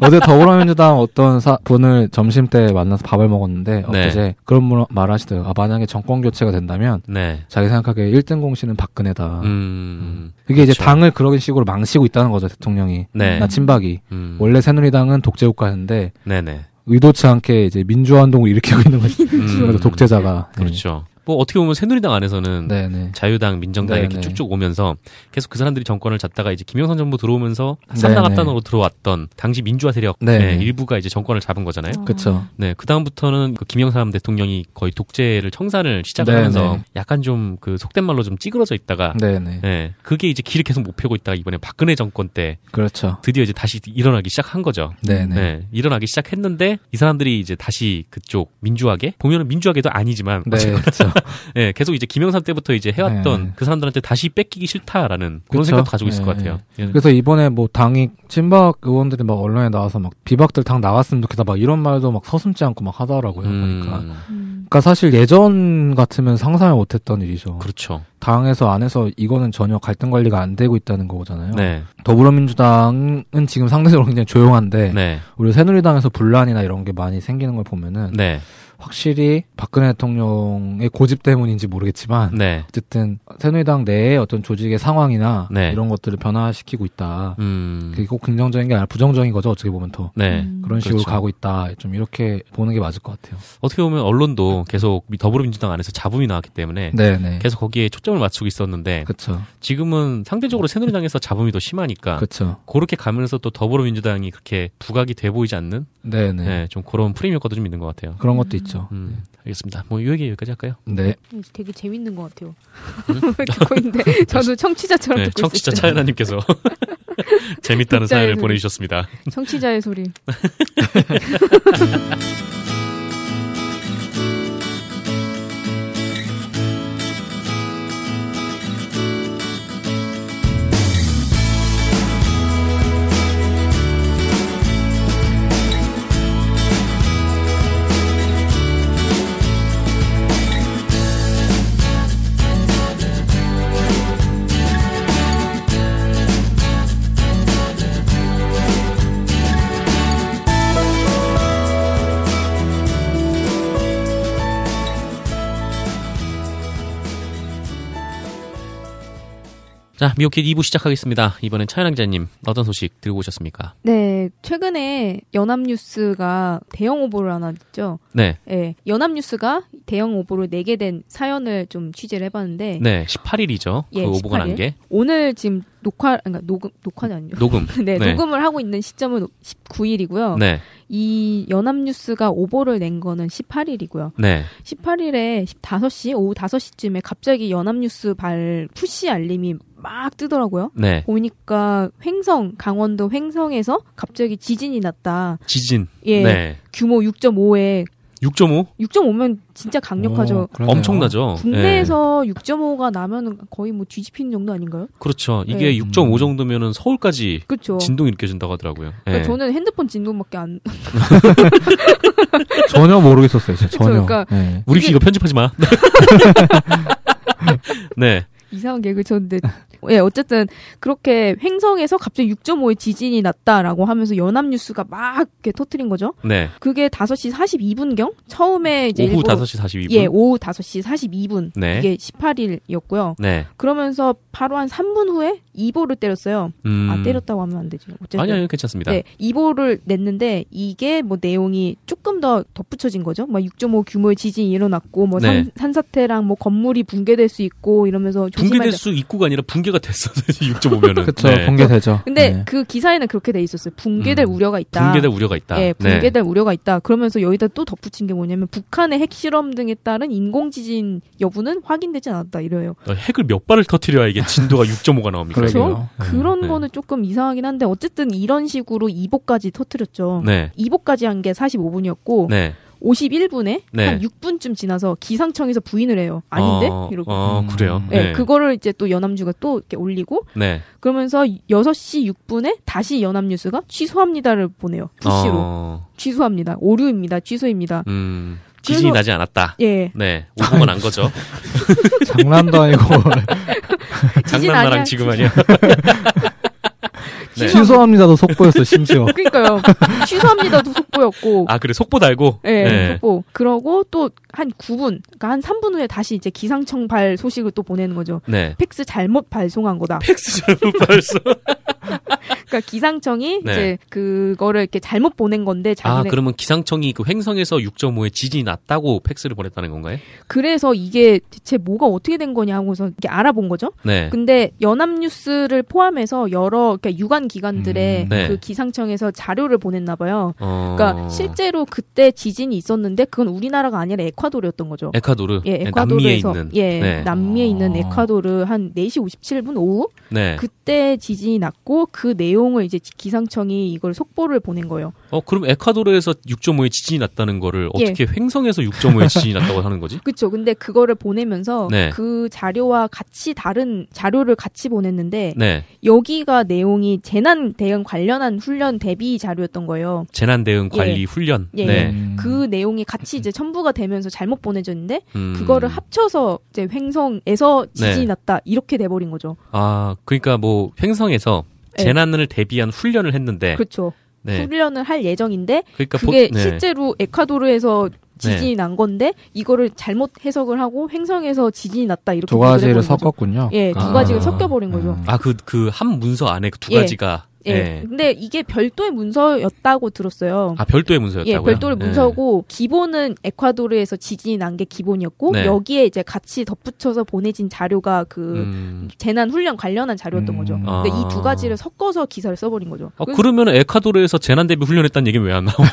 Speaker 2: 어제 더불어민주당 어떤 사- 분을 점심 때 만나서 밥을 먹었는데
Speaker 1: 네.
Speaker 2: 어제 그런 분 말을 하시더라고요. 아 만약에 정권 교체가 된다면
Speaker 1: 네.
Speaker 2: 자기 생각하기에 1등 공신은 박근혜다.
Speaker 1: 음.
Speaker 2: 그게 이제
Speaker 1: 그쵸.
Speaker 2: 당을 그런 식으로 망치고 있다는 거죠 대통령이.
Speaker 1: 네.
Speaker 2: 나 친박이
Speaker 1: 음.
Speaker 2: 원래 새누리당은 독재국가였는데
Speaker 1: 네네.
Speaker 2: 의도치 않게 이제 민주화 운동을 일으키고 있는 거지.
Speaker 1: 음.
Speaker 2: 독재자가. 네.
Speaker 1: 그렇죠. 뭐 어떻게 보면 새누리당 안에서는
Speaker 2: 네, 네.
Speaker 1: 자유당, 민정당
Speaker 2: 네,
Speaker 1: 이렇게
Speaker 2: 네.
Speaker 1: 쭉쭉 오면서 계속 그 사람들이 정권을 잡다가 이제 김영선 정부 들어오면서
Speaker 2: 네,
Speaker 1: 삼당합당으로 들어왔던 당시 민주화 세력
Speaker 2: 네,
Speaker 1: 네,
Speaker 2: 네.
Speaker 1: 일부가 이제 정권을 잡은 거잖아요.
Speaker 2: 그렇죠.
Speaker 1: 네, 그 다음부터는 그 김영삼 대통령이 거의 독재를 청산을 시작하면서
Speaker 2: 네, 네.
Speaker 1: 약간 좀 그 속된 말로 좀 찌그러져 있다가
Speaker 2: 네, 네.
Speaker 1: 네, 그게 이제 길을 계속 못 펴고 있다가 이번에 박근혜 정권 때
Speaker 2: 그렇죠.
Speaker 1: 드디어 이제 다시 일어나기 시작한 거죠.
Speaker 2: 네, 네.
Speaker 1: 네, 일어나기 시작했는데 이 사람들이 이제 다시 그쪽 민주하게 보면은 민주하게도 아니지만
Speaker 2: 네, 그렇죠.
Speaker 1: 예, 계속 이제 김영삼 때부터 이제 해왔던
Speaker 2: 네.
Speaker 1: 그 사람들한테 다시 뺏기기 싫다라는 그런
Speaker 2: 그쵸?
Speaker 1: 생각도 가지고 있을
Speaker 2: 네.
Speaker 1: 것 같아요. 예.
Speaker 2: 그래서 이번에 뭐 당이 친박 의원들이 막 언론에 나와서 막 비박들 당 나왔으면 좋겠다 막 이런 말도 막 서슴지 않고 막 하더라고요.
Speaker 1: 음,
Speaker 2: 보니까. 그러니까 사실 예전 같으면 상상을 못했던 일이죠.
Speaker 1: 그렇죠.
Speaker 2: 당에서 안에서 이거는 전혀 갈등 관리가 안 되고 있다는 거잖아요.
Speaker 1: 네,
Speaker 2: 더불어민주당은 지금 상대적으로 굉장히 조용한데
Speaker 1: 네,
Speaker 2: 우리 새누리당에서 분란이나 이런 게 많이 생기는 걸 보면은
Speaker 1: 네,
Speaker 2: 확실히 박근혜 대통령의 고집 때문인지 모르겠지만
Speaker 1: 네.
Speaker 2: 어쨌든 새누리당 내의 어떤 조직의 상황이나
Speaker 1: 네.
Speaker 2: 이런 것들을 변화시키고 있다.
Speaker 1: 음,
Speaker 2: 그게 음. 꼭 긍정적인 게 아니라 부정적인 거죠 어떻게 보면 더
Speaker 1: 네.
Speaker 3: 음.
Speaker 2: 그런 식으로
Speaker 1: 그렇죠.
Speaker 2: 가고 있다. 좀 이렇게 보는 게 맞을 것 같아요.
Speaker 1: 어떻게 보면 언론도 계속 미- 더불어민주당 안에서 잡음이 나왔기 때문에
Speaker 2: 네, 네.
Speaker 1: 계속 거기에 초점을 맞추고 있었는데
Speaker 2: 그렇죠,
Speaker 1: 지금은 상대적으로 새누리당에서 잡음이 더 심하니까
Speaker 2: 그렇죠.
Speaker 1: 그렇게 가면서 또 더불어민주당이 그렇게 부각이 돼 보이지 않는
Speaker 2: 네, 네.
Speaker 1: 예, 좀 그런 프레임 효과도 좀 있는 것 같아요.
Speaker 2: 그런 것도 있죠.
Speaker 1: 음, 알겠습니다. 뭐 이 얘기 여기까지 할까요?
Speaker 2: 네,
Speaker 3: 되게 재밌는 것 같아요. 듣고 있는데 저도 청취자처럼
Speaker 1: 음? 네,
Speaker 3: 듣고
Speaker 1: 청취자
Speaker 3: 있었어요.
Speaker 1: 차연아님께서 재밌다는 사연을
Speaker 3: 진짜요.
Speaker 1: 보내주셨습니다.
Speaker 3: 청취자의 소리.
Speaker 1: 자, 미오킷 2부 시작하겠습니다. 이번엔 차현아 기자님, 어떤 소식 들고 오셨습니까?
Speaker 3: 네, 최근에 연합뉴스가 대형 오보를 하나 냈죠.
Speaker 1: 네.
Speaker 3: 예, 연합뉴스가 대형 오보를 내게 된 사연을 좀 취재를 해봤는데
Speaker 1: 네, 18일이죠.
Speaker 3: 예,
Speaker 1: 그 오보가 난
Speaker 3: 18일.
Speaker 1: 게.
Speaker 3: 오늘 지금 녹화, 그러니까 녹음, 녹화는 아니죠.
Speaker 1: 녹음.
Speaker 3: 네,
Speaker 1: 네.
Speaker 3: 녹음을 하고 있는 시점은 19일이고요.
Speaker 1: 네,
Speaker 3: 이 연합뉴스가 오보를 낸 거는 18일이고요.
Speaker 1: 네,
Speaker 3: 18일에 5시, 오후 5시쯤에 갑자기 연합뉴스 발 푸시 알림이 막 뜨더라고요.
Speaker 1: 네.
Speaker 3: 보니까 횡성, 강원도 횡성에서 갑자기 지진이 났다.
Speaker 1: 지진.
Speaker 3: 예,
Speaker 1: 네.
Speaker 3: 규모 6.5에
Speaker 1: 6.5?
Speaker 3: 6.5면 진짜
Speaker 2: 오,
Speaker 3: 강력하죠.
Speaker 2: 어, 그러네요.
Speaker 1: 엄청나죠. 예.
Speaker 3: 국내에서 6.5가 나면 거의 뭐 뒤집히는 정도 아닌가요?
Speaker 1: 그렇죠. 이게
Speaker 2: 네.
Speaker 1: 6.5 정도면은 서울까지
Speaker 3: 그렇죠.
Speaker 1: 진동이 느껴진다고 하더라고요. 예.
Speaker 3: 그러니까 저는 핸드폰 진동밖에 안
Speaker 2: 전혀 모르겠었어요. 진짜
Speaker 3: 그쵸,
Speaker 2: 전혀.
Speaker 3: 그러니까
Speaker 2: 네.
Speaker 1: 우리
Speaker 3: 이게-
Speaker 1: 이거 편집하지 마. 네,
Speaker 3: 이상한 개그 쳤는데 예 어쨌든 그렇게 횡성에서 갑자기 6.5의 지진이 났다라고 하면서 연합뉴스가 막 이렇게 터트린 거죠.
Speaker 1: 네.
Speaker 3: 그게 5시 42분경 처음에 이제
Speaker 1: 오후
Speaker 3: 일부러-
Speaker 1: 5시 42분.
Speaker 3: 예 오후 5시 42분
Speaker 1: 네.
Speaker 3: 이게 18일이었고요.
Speaker 1: 네.
Speaker 3: 그러면서 바로 한 3분 후에 이보를 때렸어요.
Speaker 1: 음.
Speaker 3: 아 때렸다고 하면 안 되죠. 어쨌든
Speaker 1: 아니요, 아니요, 괜찮습니다.
Speaker 3: 네, 이보를 냈는데 이게 뭐 내용이 조금 더 덧붙여진 거죠. 막 6.5 규모의 지진이 일어났고 뭐
Speaker 1: 네.
Speaker 3: 산, 산사태랑 뭐 건물이 붕괴될 수 있고 이러면서 조심해야
Speaker 1: 붕괴될
Speaker 3: 돼.
Speaker 1: 수 입구가 아니라 붕괴가 됐어. 6.5면은. 네.
Speaker 2: 그쵸 붕괴되죠.
Speaker 3: 근데
Speaker 2: 네.
Speaker 3: 그 기사에는 그렇게 돼 있었어요. 붕괴될
Speaker 1: 음,
Speaker 3: 우려가 있다.
Speaker 1: 붕괴될 우려가 있다.
Speaker 3: 예,
Speaker 1: 네.
Speaker 3: 붕괴될 우려가 있다. 그러면서 여기다 또 덧붙인 게 뭐냐면 북한의 핵실험 등에 따른 인공 지진 여부는 확인되지 않았다 이래요.
Speaker 1: 어, 핵을 몇 발을 터트려야 이게 진도가 6.5가 나옵니까?
Speaker 2: 그러게요.
Speaker 3: 그래서 그런
Speaker 1: 네.
Speaker 3: 거는 조금 이상하긴 한데 어쨌든 이런 식으로 2보까지 터뜨렸죠.
Speaker 1: 네.
Speaker 3: 2보까지 한 게 45분이었고
Speaker 1: 네.
Speaker 3: 51분에
Speaker 1: 네.
Speaker 3: 한 6분쯤 지나서 기상청에서 부인을 해요. 아닌데?
Speaker 1: 어,
Speaker 3: 이러고.
Speaker 1: 어,
Speaker 2: 음.
Speaker 1: 그래요.
Speaker 3: 예,
Speaker 1: 네.
Speaker 3: 그거를 이제 또 연합뉴가 또 이렇게 올리고
Speaker 1: 네.
Speaker 3: 그러면서 6시 6분에 다시 연합뉴스가 취소합니다를 보내요. 푸시로.
Speaker 1: 어,
Speaker 3: 취소합니다. 오류입니다. 취소입니다.
Speaker 1: 음. 지진이
Speaker 3: 그래서-
Speaker 1: 나지 않았다.
Speaker 3: 예.
Speaker 1: 네. 오보가 난 거죠.
Speaker 2: 장난도 아니고
Speaker 3: 지진
Speaker 1: 장난 나랑
Speaker 3: 아니야.
Speaker 1: 지금 아니야. 네.
Speaker 2: 취소합니다도 속보였어 심지어.
Speaker 3: 그러니까요. 취소합니다도 속보였고.
Speaker 1: 아, 그래. 속보 달고?
Speaker 3: 예,
Speaker 1: 네.
Speaker 3: 속보. 그러고 또 한 9분, 그러니까 한 3분 후에 다시 이제 기상청 발 소식을 또 보내는 거죠.
Speaker 1: 네.
Speaker 3: 팩스 잘못 발송한 거다.
Speaker 1: 팩스 잘못 발송.
Speaker 3: 그러니까 기상청이
Speaker 1: 네.
Speaker 3: 이제 그거를 이렇게 잘못 보낸 건데
Speaker 1: 아,
Speaker 3: 자기네
Speaker 1: 그러면 기상청이 그 횡성에서 6.5의 지진이 났다고 팩스를 보냈다는 건가요?
Speaker 3: 그래서 이게 대체 뭐가 어떻게 된 거냐 하고서 이렇게 알아본 거죠.
Speaker 1: 네.
Speaker 3: 근데 연합뉴스를 포함해서 여러 그러니까 유관 기관들의
Speaker 2: 음,
Speaker 1: 네.
Speaker 3: 그 기상청에서 자료를 보냈나 봐요.
Speaker 1: 어...
Speaker 3: 그러니까 실제로 그때 지진이 있었는데 그건 우리나라가 아니라 에콰도르였던 거죠.
Speaker 1: 에콰도르.
Speaker 3: 예,
Speaker 1: 네, 남미에
Speaker 3: 에콰도르에서
Speaker 1: 있는.
Speaker 3: 예,
Speaker 1: 네.
Speaker 3: 남미에
Speaker 2: 아.
Speaker 3: 있는 에콰도르 한 4시 57분 오후
Speaker 1: 네.
Speaker 3: 그때 지진이 났고 그 내용을 이제 기상청이 이걸 속보를 보낸 거예요.
Speaker 1: 어, 그럼 에콰도르에서 6.5의 지진이 났다는 거를
Speaker 3: 예.
Speaker 1: 어떻게 횡성에서 6.5의 지진이 났다고 하는 거지?
Speaker 3: 그렇죠. 근데 그거를 보내면서
Speaker 1: 네.
Speaker 3: 그 자료와 같이 다른 자료를 같이 보냈는데
Speaker 1: 네.
Speaker 3: 여기가 내용이 재난 대응 관련한 훈련 대비 자료였던 거예요.
Speaker 1: 재난 대응 관리 훈련.
Speaker 3: 예.
Speaker 1: 네.
Speaker 2: 음.
Speaker 3: 그 내용이 같이 이제 첨부가 되면서 잘못 보내졌는데
Speaker 1: 음.
Speaker 3: 그거를 합쳐서 이제 횡성에서 지진이
Speaker 1: 네.
Speaker 3: 났다 이렇게 돼버린 거죠.
Speaker 1: 아, 그러니까 뭐 횡성에서
Speaker 3: 예.
Speaker 1: 재난을 대비한 훈련을 했는데
Speaker 3: 그렇죠.
Speaker 1: 네.
Speaker 3: 훈련을 할 예정인데
Speaker 1: 그러니까 보-
Speaker 3: 그게
Speaker 1: 네.
Speaker 3: 실제로 에콰도르에서 지진이 난 건데 이거를 잘못 해석을 하고 횡성에서 지진이 났다 이렇게
Speaker 2: 두
Speaker 3: 돼버린
Speaker 2: 가지를
Speaker 3: 거죠.
Speaker 2: 섞었군요.
Speaker 3: 예, 두
Speaker 1: 아.
Speaker 3: 가지를 섞여버린 거죠.
Speaker 2: 음.
Speaker 1: 아, 그 그 한 문서 안에 그 두
Speaker 3: 예.
Speaker 1: 가지가
Speaker 3: 예.
Speaker 1: 네.
Speaker 3: 근데 이게 별도의 문서였다고 들었어요.
Speaker 1: 아, 별도의
Speaker 3: 예,
Speaker 1: 문서였다고요?
Speaker 3: 별도의
Speaker 1: 네.
Speaker 3: 문서고 기본은 에콰도르에서 지진이 난 게 기본이었고
Speaker 1: 네.
Speaker 3: 여기에 이제 같이 덧붙여서 보내진 자료가 그
Speaker 1: 음.
Speaker 3: 재난 훈련 관련한 자료였던
Speaker 2: 음.
Speaker 3: 거죠.
Speaker 1: 아.
Speaker 3: 근데 이 두 가지를 섞어서 기사를 써버린 거죠.
Speaker 1: 어,
Speaker 3: 그,
Speaker 1: 그러면 에콰도르에서 재난 대비 훈련했다는 얘기는 왜 안 나와요?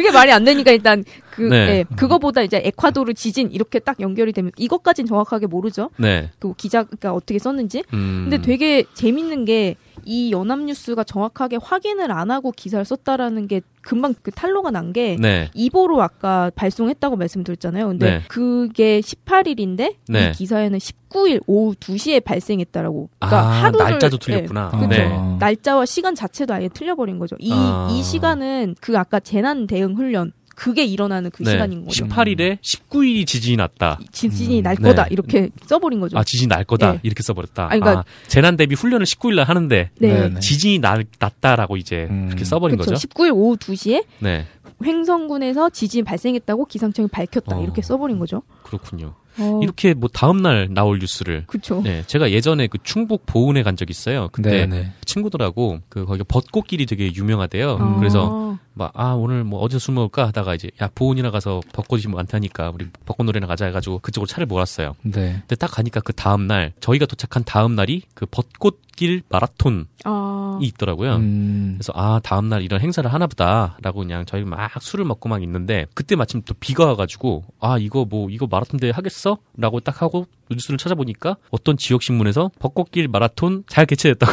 Speaker 3: 게 말이 안 되니까 일단 그
Speaker 1: 네.
Speaker 3: 예, 그거보다 이제 에콰도르 지진 이렇게 딱 연결이 되면 이것까진 정확하게 모르죠.
Speaker 1: 네.
Speaker 3: 그 기자가 어떻게 썼는지.
Speaker 1: 음.
Speaker 3: 근데 되게 재밌는 게 이 연합뉴스가 정확하게 확인을 안 하고 기사를 썼다라는 게 금방 그 탄로가 난 게
Speaker 1: 네.
Speaker 3: 이보로 아까 발송했다고 말씀드렸잖아요. 근데
Speaker 1: 네.
Speaker 3: 그게 18일인데
Speaker 1: 네.
Speaker 3: 이 기사에는 19일 오후 2시에 발생했다라고. 그러니까
Speaker 1: 아, 날짜도 틀렸구나.
Speaker 2: 예,
Speaker 3: 그렇죠.
Speaker 1: 네.
Speaker 3: 날짜와 시간 자체도 아예 틀려버린 거죠. 이 이
Speaker 1: 아.
Speaker 3: 시간은 그 아까 재난 대응 훈련 그게 일어나는 그
Speaker 1: 네.
Speaker 3: 시간인 거죠. 음.
Speaker 1: 18일에 19일이 지진이 났다.
Speaker 3: 이 지진이
Speaker 2: 음,
Speaker 3: 날
Speaker 1: 네.
Speaker 3: 거다 이렇게 써버린 거죠.
Speaker 1: 아, 지진이 날 거다.
Speaker 3: 예.
Speaker 1: 이렇게 써버렸다.
Speaker 3: 아니, 그러니까-
Speaker 1: 아, 재난 대비 훈련을 19일 날 하는데
Speaker 3: 네.
Speaker 2: 네.
Speaker 1: 지진이 날, 났다라고 이제
Speaker 2: 음.
Speaker 1: 그렇게 써버린
Speaker 3: 그렇죠.
Speaker 1: 거죠.
Speaker 3: 19일 오후 2시에
Speaker 1: 네.
Speaker 3: 횡성군에서 지진 발생했다고 기상청이 밝혔다
Speaker 1: 어.
Speaker 3: 이렇게 써버린 거죠.
Speaker 1: 그렇군요.
Speaker 3: 어,
Speaker 1: 이렇게 뭐 다음날 나올 뉴스를
Speaker 3: 그쵸.
Speaker 1: 네, 제가 예전에 그 충북 보은에 간 적 있어요.
Speaker 2: 네,
Speaker 1: 그때
Speaker 2: 네.
Speaker 1: 친구들하고 그 거기가 벚꽃길이 되게 유명하대요.
Speaker 3: 아.
Speaker 1: 음, 그래서 막 아 오늘 뭐 어디서 술 먹을까 하다가 이제 야 보은이나 가서 벚꽃이 많다니까 우리 벚꽃 노래나 가자 해가지고 그쪽으로 차를 몰았어요.
Speaker 2: 네.
Speaker 1: 근데 딱 가니까 그 다음 날 저희가 도착한 다음 날이 그 벚꽃길 마라톤이
Speaker 3: 아,
Speaker 1: 있더라고요.
Speaker 2: 음.
Speaker 1: 그래서 아 다음 날 이런 행사를 하나보다라고 그냥 저희 막 술을 먹고 막 있는데 그때 마침 또 비가 와가지고 아 이거 뭐 이거 마라톤 대회 하겠어?라고 딱 하고 뉴스를 찾아보니까 어떤 지역 신문에서 벚꽃길 마라톤 잘 개최됐다고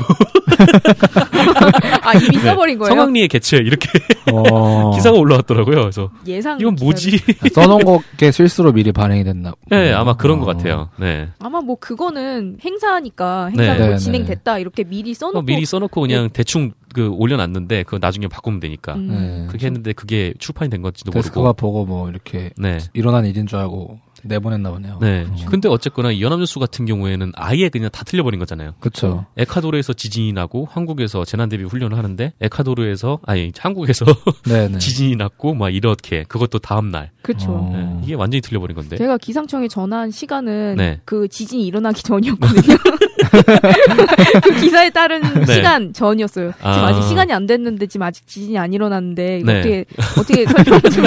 Speaker 3: 아 이미 써버린 거예요.
Speaker 1: 네. 성황리에 개최 이렇게
Speaker 2: 어. 아,
Speaker 1: 기사가 올라왔더라고요. 그래서
Speaker 3: 예상.
Speaker 1: 이건
Speaker 3: 아, 기사를.
Speaker 1: 뭐지?
Speaker 2: 써놓은 거게 실수로 미리 반응이 됐나?
Speaker 3: 음.
Speaker 1: 네,
Speaker 2: 보네요.
Speaker 1: 아마 그런
Speaker 2: 어.
Speaker 1: 것 같아요. 네.
Speaker 3: 아마 뭐 그거는 행사니까 행사
Speaker 1: 네.
Speaker 2: 네,
Speaker 3: 뭐
Speaker 2: 네.
Speaker 3: 진행됐다 이렇게 미리 써놓고 예.
Speaker 1: 어, 미리 써놓고 그냥 대충 그 올려놨는데 그거 나중에 바꾸면 되니까
Speaker 3: 음.
Speaker 2: 네.
Speaker 1: 그렇게 했는데 그게 출판이 된 건지도
Speaker 2: 데스크가
Speaker 1: 모르고.
Speaker 2: 보고 뭐 이렇게
Speaker 1: 네.
Speaker 2: 일어난 일인 줄 알고 내보냈나 보네요.
Speaker 1: 네.
Speaker 2: 어.
Speaker 1: 근데 어쨌거나 이 연합뉴스 같은 경우에는 아예 그냥 다 틀려버린 거잖아요.
Speaker 2: 그쵸.
Speaker 1: 에콰도르에서 지진이 나고 한국에서 재난 대비 훈련을 하는데 에콰도르에서 아니 한국에서
Speaker 2: 네네.
Speaker 1: 지진이 났고 막 이렇게 그것도 다음 날
Speaker 3: 그쵸.
Speaker 2: 어.
Speaker 1: 네, 이게 완전히 틀려버린 건데
Speaker 3: 제가 기상청에 전화한 시간은
Speaker 1: 네.
Speaker 3: 그 지진이 일어나기 전이었거든요. 그 기사에 따른
Speaker 1: 네.
Speaker 3: 시간 전이었어요. 지금
Speaker 1: 아.
Speaker 3: 아... 직 시간이 안 됐는데 지금 아직 지진이 안 일어났는데 이거
Speaker 1: 네.
Speaker 3: 어떻게 어떻게 설명을 좀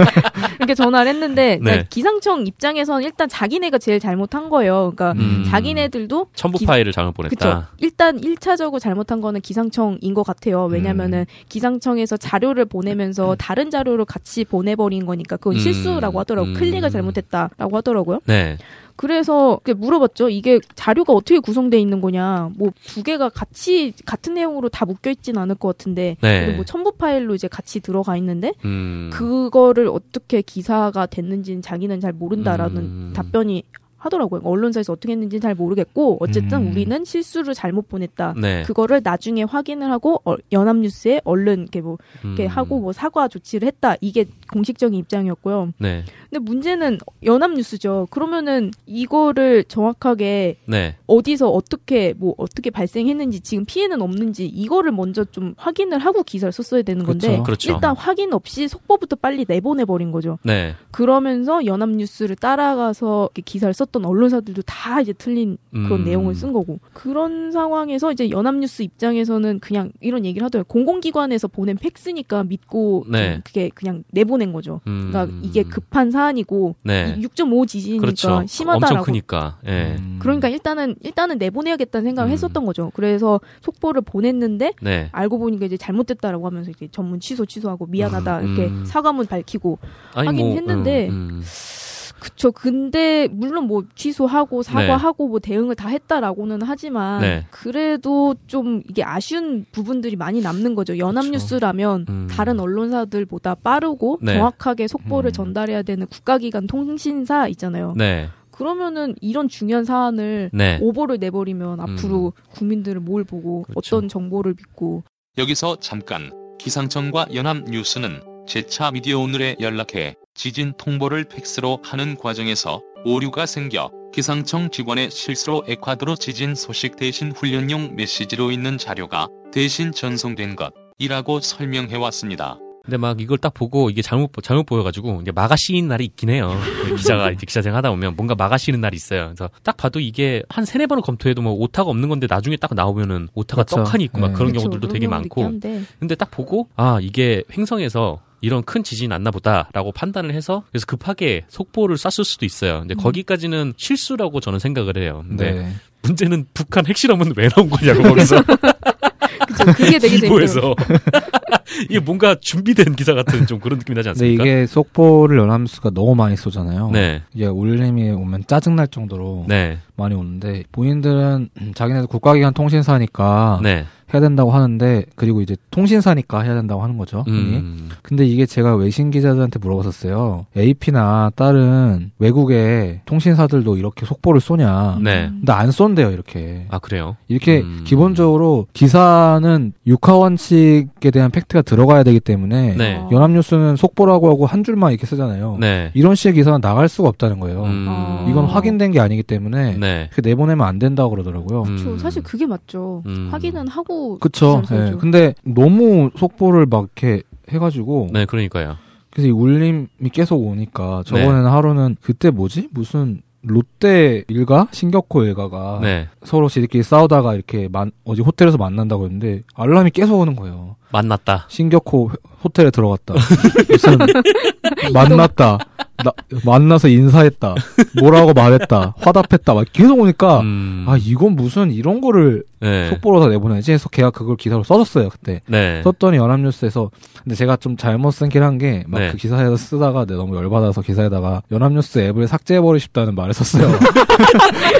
Speaker 3: 이렇게 전화를 했는데
Speaker 1: 네.
Speaker 3: 그러니까 기상청 입장에서는 일단 자기네가 제일 잘못한 거예요. 그러니까
Speaker 1: 음.
Speaker 3: 자기네들도
Speaker 1: 첨부
Speaker 3: 기-
Speaker 1: 파일을 잘못
Speaker 3: 그쵸.
Speaker 1: 보냈다.
Speaker 3: 일단 1차적으로 잘못한 거는 기상청인 것 같아요. 왜냐면은
Speaker 1: 음.
Speaker 3: 기상청에서 자료를 보내면서 다른 자료를 같이 보내버린 거니까 그건
Speaker 1: 음.
Speaker 3: 실수라고 하더라고.
Speaker 1: 음.
Speaker 3: 요 클릭을 잘못했다라고 하더라고요.
Speaker 1: 네.
Speaker 3: 그래서 이렇게 물어봤죠. 이게 자료가 어떻게 구성돼 있는 거냐. 뭐 두 개가 같이 같은 내용으로 다 묶여 있진 않을 것 같은데.
Speaker 1: 네.
Speaker 3: 그리고 뭐 첨부 파일로 이제 같이 들어가 있는데
Speaker 1: 음.
Speaker 3: 그거를 어떻게 기사가 됐는지는 자기는 잘 모른다라는
Speaker 1: 음.
Speaker 3: 답변이 하더라고요. 그러니까 언론사에서 어떻게 했는지는 잘 모르겠고 어쨌든
Speaker 2: 음.
Speaker 3: 우리는 실수를 잘못 보냈다.
Speaker 1: 네.
Speaker 3: 그거를 나중에 확인을 하고 어, 연합뉴스에 얼른 이렇게 뭐 이렇게
Speaker 1: 음.
Speaker 3: 하고 뭐 사과 조치를 했다. 이게 공식적인 입장이었고요.
Speaker 1: 네.
Speaker 3: 근데 문제는 연합뉴스죠. 그러면은 이거를 정확하게
Speaker 1: 네.
Speaker 3: 어디서 어떻게 뭐 어떻게 발생했는지 지금 피해는 없는지 이거를 먼저 좀 확인을 하고 기사를 썼어야 되는 건데
Speaker 2: 그렇죠.
Speaker 1: 그렇죠.
Speaker 3: 일단 확인 없이 속보부터 빨리 내보내 버린 거죠.
Speaker 1: 네.
Speaker 3: 그러면서 연합뉴스를 따라가서 이렇게 기사를 썼던 언론사들도 다 이제 틀린 그런
Speaker 1: 음.
Speaker 3: 내용을 쓴 거고 그런 상황에서 이제 연합뉴스 입장에서는 그냥 이런 얘기를 하더라고요 공공기관에서 보낸 팩스니까 믿고 좀
Speaker 1: 네.
Speaker 3: 그게 그냥 내보낸 거죠
Speaker 1: 음.
Speaker 3: 그러니까 이게 급한 사안이고
Speaker 1: 네.
Speaker 3: 6.5 지진이니까
Speaker 1: 그렇죠. 엄청
Speaker 3: 심하다라고
Speaker 1: 크니까. 예.
Speaker 2: 음.
Speaker 3: 그러니까 일단은 일단은 내보내야겠다는 생각을
Speaker 1: 음.
Speaker 3: 했었던 거죠 그래서 속보를 보냈는데
Speaker 1: 네.
Speaker 3: 알고 보니까 이제 잘못됐다라고 하면서 이제 전문 취소 취소하고 미안하다
Speaker 1: 음.
Speaker 3: 이렇게
Speaker 1: 음.
Speaker 3: 사과문 밝히고
Speaker 1: 아니,
Speaker 3: 하긴 했는데
Speaker 1: 음, 음.
Speaker 3: 그쵸. 근데 물론 뭐 취소하고 사과하고 뭐 대응을 다 했다라고는 하지만
Speaker 1: 네.
Speaker 3: 그래도 좀 이게 아쉬운 부분들이 많이 남는 거죠. 연합뉴스라면
Speaker 1: 음.
Speaker 3: 다른 언론사들보다 빠르고
Speaker 1: 네.
Speaker 3: 정확하게 속보를
Speaker 2: 음.
Speaker 3: 전달해야 되는 국가기관 통신사 있잖아요.
Speaker 1: 네.
Speaker 3: 그러면은 이런 중요한 사안을
Speaker 1: 네. 음,
Speaker 3: 오보를 내버리면 앞으로 국민들은 뭘 보고
Speaker 1: 그렇죠.
Speaker 3: 어떤 정보를 믿고
Speaker 4: 여기서 잠깐 기상청과 연합뉴스는 제차 미디어 오늘에 연락해 지진 통보를 팩스로 하는 과정에서 오류가 생겨 기상청 직원의 실수로 에콰도르 지진 소식 대신 훈련용 메시지로 있는 자료가 대신 전송된 것이라고 설명해 왔습니다.
Speaker 1: 근데 막 이걸 딱 보고 이게 잘못 보- 잘못 보여가지고 이제 마가 씌인 날이 있긴 해요. 그 기자가 이제 기자생 하다 보면 뭔가 마가 씌는 날이 있어요. 그래서 딱 봐도 이게 한 세네 번을 검토해도 뭐 오타가 없는 건데 나중에 딱 나오면은 오타가
Speaker 2: 그렇죠.
Speaker 1: 떡하니 있고 막
Speaker 2: 네.
Speaker 1: 그런
Speaker 3: 그쵸,
Speaker 1: 경우들도 되게
Speaker 3: 경우도 있긴
Speaker 1: 많고.
Speaker 3: 한데.
Speaker 1: 근데 딱 보고 아 이게 횡성에서 이런 큰 지진 났나 보다라고 판단을 해서 그래서 급하게 속보를 쐈을 수도 있어요. 근데
Speaker 3: 음.
Speaker 1: 거기까지는 실수라고 저는 생각을 해요. 근데
Speaker 2: 네.
Speaker 1: 문제는 북한 핵실험은 왜 나온 거냐고 거기서
Speaker 3: 그쵸. 그게 되게 재밌어요.
Speaker 1: 기고에서 이게 뭔가 준비된 기사 같은 좀 그런 느낌이 나지
Speaker 2: 근데
Speaker 1: 않습니까?
Speaker 2: 네, 이게 속보를 연합뉴스가 너무 많이 쏘잖아요.
Speaker 1: 네.
Speaker 2: 이게 울림이 오면 짜증날 정도로
Speaker 1: 네.
Speaker 2: 많이 오는데 본인들은 음, 자기네들 국가기관 통신사니까
Speaker 1: 네.
Speaker 2: 해야 된다고 하는데 그리고 이제 통신사니까 해야 된다고 하는 거죠. 흔히.
Speaker 1: 음.
Speaker 2: 근데 이게 제가 외신 기자들한테 물어봤었어요. AP나 다른 외국의 통신사들도 이렇게 속보를 쏘냐?
Speaker 1: 네.
Speaker 3: 음.
Speaker 2: 근데 안 쏜대요 이렇게.
Speaker 1: 아 그래요.
Speaker 2: 이렇게
Speaker 1: 음.
Speaker 2: 기본적으로 기사는 육하 원칙에 대한 팩트가 들어가야 되기 때문에
Speaker 1: 네.
Speaker 3: 어.
Speaker 2: 연합뉴스는 속보라고 하고 한 줄만 이렇게 쓰잖아요.
Speaker 1: 네.
Speaker 2: 이런 식의 기사는 나갈 수가 없다는 거예요.
Speaker 1: 음.
Speaker 3: 어.
Speaker 2: 어. 이건 확인된 게 아니기 때문에
Speaker 1: 네.
Speaker 2: 이렇게 내보내면 안 된다고 그러더라고요.
Speaker 1: 음.
Speaker 3: 그쵸. 그렇죠. 사실 그게 맞죠.
Speaker 1: 음.
Speaker 3: 확인은 하고
Speaker 2: 그쵸.
Speaker 3: 기사를 써야죠.
Speaker 2: 예. 근데 너무 속보를 막 이렇게 해가지고
Speaker 1: 네, 그러니까요.
Speaker 2: 그래서 이 울림이 계속 오니까 저번에는 하루는 그때 뭐지? 무슨 롯데 일가? 신격호 일가가
Speaker 1: 네.
Speaker 2: 서로 지들끼리 싸우다가 이렇게 만, 어디 호텔에서 만난다고 했는데 알람이 계속 오는 거예요.
Speaker 1: 만났다.
Speaker 2: 신격호 회- 호텔에 들어갔다. 무슨 만났다. 나- 만나서 인사했다. 뭐라고 말했다. 화답했다. 막 계속 오니까
Speaker 1: 음,
Speaker 2: 아 이건 무슨 이런 거를
Speaker 1: 네.
Speaker 2: 속보로 다 내보내지 해서 걔가 그걸 기사로 써줬어요 그때
Speaker 1: 네.
Speaker 2: 썼더니 연합뉴스에서 근데 제가 좀 잘못 쓴 길 한 게 막
Speaker 1: 네.
Speaker 2: 그 기사에서 쓰다가 내가 너무 열받아서 기사에다가 연합뉴스 앱을 삭제해버리고 싶다는 말을 썼어요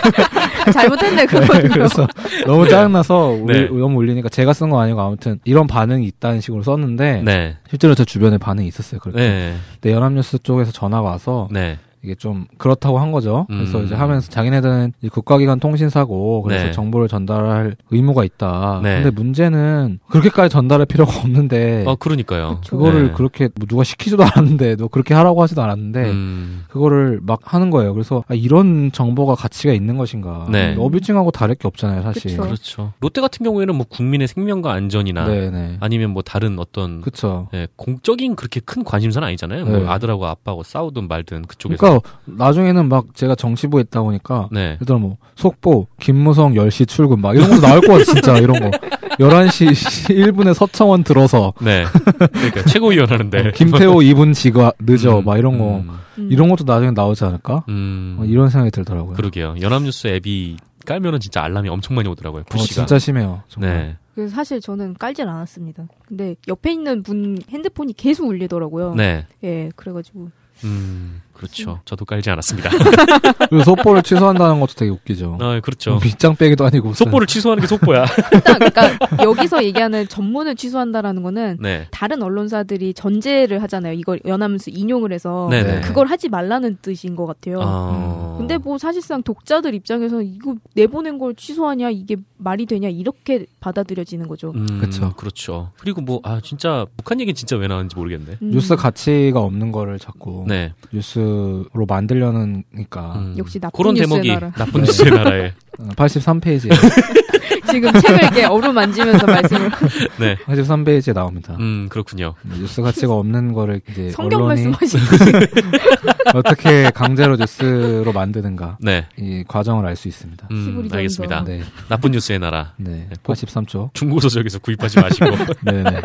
Speaker 3: 잘못했네
Speaker 2: 네,
Speaker 3: 그거는.
Speaker 2: 그래서 너무 짜증나서 울-
Speaker 1: 네.
Speaker 2: 너무 울리니까 제가 쓴 거 아니고 아무튼 이런 반응이 있다는 식으로 썼는데
Speaker 1: 네.
Speaker 2: 실제로 제 주변에 반응이 있었어요 그렇게
Speaker 1: 네.
Speaker 2: 근데 연합뉴스 쪽에서 전화가 와서
Speaker 1: 네.
Speaker 2: 이게 좀 그렇다고 한 거죠. 그래서
Speaker 1: 음.
Speaker 2: 이제 하면서 자기네들은 이 국가기관 통신사고 그래서
Speaker 1: 네.
Speaker 2: 정보를 전달할 의무가 있다.
Speaker 1: 네.
Speaker 2: 근데 문제는 그렇게까지 전달할 필요가 없는데
Speaker 1: 아, 그러니까요.
Speaker 2: 네. 그거를
Speaker 1: 네.
Speaker 2: 그렇게 뭐 누가 시키지도 않았는데 너 그렇게 하라고 하지도 않았는데
Speaker 1: 음,
Speaker 2: 그거를 막 하는 거예요. 그래서 아, 이런 정보가 가치가 있는 것인가?
Speaker 1: 네.
Speaker 2: 어뷰징하고 다를 게 없잖아요, 사실.
Speaker 3: 그쵸.
Speaker 1: 그렇죠. 롯데 같은 경우에는 뭐 국민의 생명과 안전이나
Speaker 2: 네, 네.
Speaker 1: 아니면 뭐 다른 어떤
Speaker 2: 그렇죠.
Speaker 1: 예, 공적인 그렇게 큰 관심사는 아니잖아요. 뭐
Speaker 2: 네.
Speaker 1: 아들하고 아빠하고 싸우든 말든 그쪽에서.
Speaker 2: 그러니까 나중에는 막 제가 정치부에 있다 보니까
Speaker 1: 네.
Speaker 2: 예를 들어 뭐 속보 김무성 10시 출근 막 이런 것도 나올 것 같아 진짜 이런 거 11시 1분에 서청원 들어서
Speaker 1: 네. 그러니까 최고위원 하는데.
Speaker 2: 어, 김태호 2분 지가 늦어
Speaker 1: 음,
Speaker 2: 막 이런 거
Speaker 1: 음,
Speaker 3: 음.
Speaker 2: 이런 것도 나중에 나오지 않을까
Speaker 1: 음.
Speaker 2: 어, 이런 생각이 들더라고요
Speaker 1: 그러게요. 연합뉴스 앱이 깔면은 진짜 알람이 엄청 많이 오더라고요.
Speaker 2: 어,
Speaker 1: 푸시가.
Speaker 2: 진짜 심해요 정말
Speaker 1: 네.
Speaker 3: 그래서 사실 저는 깔진 않았습니다. 근데 옆에 있는 분 핸드폰이 계속 울리더라고요.
Speaker 1: 네.
Speaker 3: 예, 그래가지고
Speaker 1: 음. 그렇죠. 저도 깔지 않았습니다.
Speaker 2: 어. 그리고 속보를 취소한다는 것도 되게 웃기죠
Speaker 1: 아, 그렇죠.
Speaker 2: 밑장 빼기도 아니고 무슨.
Speaker 1: 속보를 취소하는 게 속보야.
Speaker 3: 일단 그러니까 여기서 얘기하는 전문을 취소한다라는 거는
Speaker 1: 네.
Speaker 3: 다른 언론사들이 전제를 하잖아요. 이걸 연합뉴스 인용을 해서
Speaker 1: 네네.
Speaker 3: 어, 그걸 하지 말라는 뜻인 것 같아요.
Speaker 1: 어...
Speaker 3: 근데 뭐 사실상 독자들 입장에서는 이거 내보낸 걸 취소하냐 이게 말이 되냐 이렇게 받아들여지는 거죠.
Speaker 1: 음,
Speaker 2: 그쵸.
Speaker 1: 그렇죠. 그리고 뭐, 아, 진짜, 북한 얘기는 진짜 왜 나왔는지 모르겠네.
Speaker 3: 음,
Speaker 2: 뉴스 가치가 없는 거를 자꾸
Speaker 1: 네.
Speaker 2: 뉴스로 만들려는 그니까
Speaker 1: 음.
Speaker 3: 역시 나쁜
Speaker 1: 그런
Speaker 3: 뉴스의
Speaker 1: 대목이
Speaker 3: 나라.
Speaker 1: 나쁜
Speaker 2: 아. 네.
Speaker 1: 뉴스의 나라에.
Speaker 2: 83페이지에
Speaker 3: 지금 책을 이렇게 어루만지면서 말씀을
Speaker 2: 83페이지에 나옵니다
Speaker 1: 네.
Speaker 2: 네,
Speaker 1: 음, 그렇군요.
Speaker 2: 뉴스 가치가 없는 거를
Speaker 1: 네,
Speaker 2: 이제
Speaker 3: 성경
Speaker 2: 언론이
Speaker 3: 말씀하시고
Speaker 2: 어떻게 강제로 뉴스로 만드는가
Speaker 1: 네.
Speaker 2: 이 과정을 알 수 있습니다.
Speaker 1: 음,
Speaker 3: 시부리전서.
Speaker 1: 알겠습니다.
Speaker 2: 네,
Speaker 1: 나쁜 뉴스의 나라.
Speaker 2: 네,
Speaker 1: 네, 꼭-
Speaker 2: 83조.
Speaker 1: 중고서 적에서 구입하지 마시고
Speaker 2: 네, 네,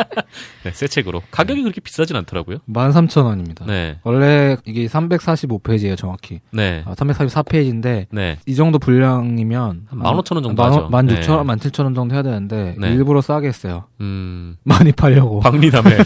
Speaker 1: 네, 새 책으로 가격이 그렇게 비싸진 않더라고요.
Speaker 2: 13,000원입니다.
Speaker 1: 네,
Speaker 2: 원래 이게 345페이지예요, 정확히.
Speaker 1: 네,
Speaker 2: 아, 344페이지인데
Speaker 1: 네,
Speaker 2: 이 정도 분량이면
Speaker 1: 한 15,000원 정도
Speaker 2: 만,
Speaker 1: 하죠.
Speaker 2: 16,000원, 17,000원 정도 해야 되는데
Speaker 1: 네.
Speaker 2: 일부러 싸게 했어요.
Speaker 1: 음,
Speaker 2: 많이 팔려고.
Speaker 1: 박리담에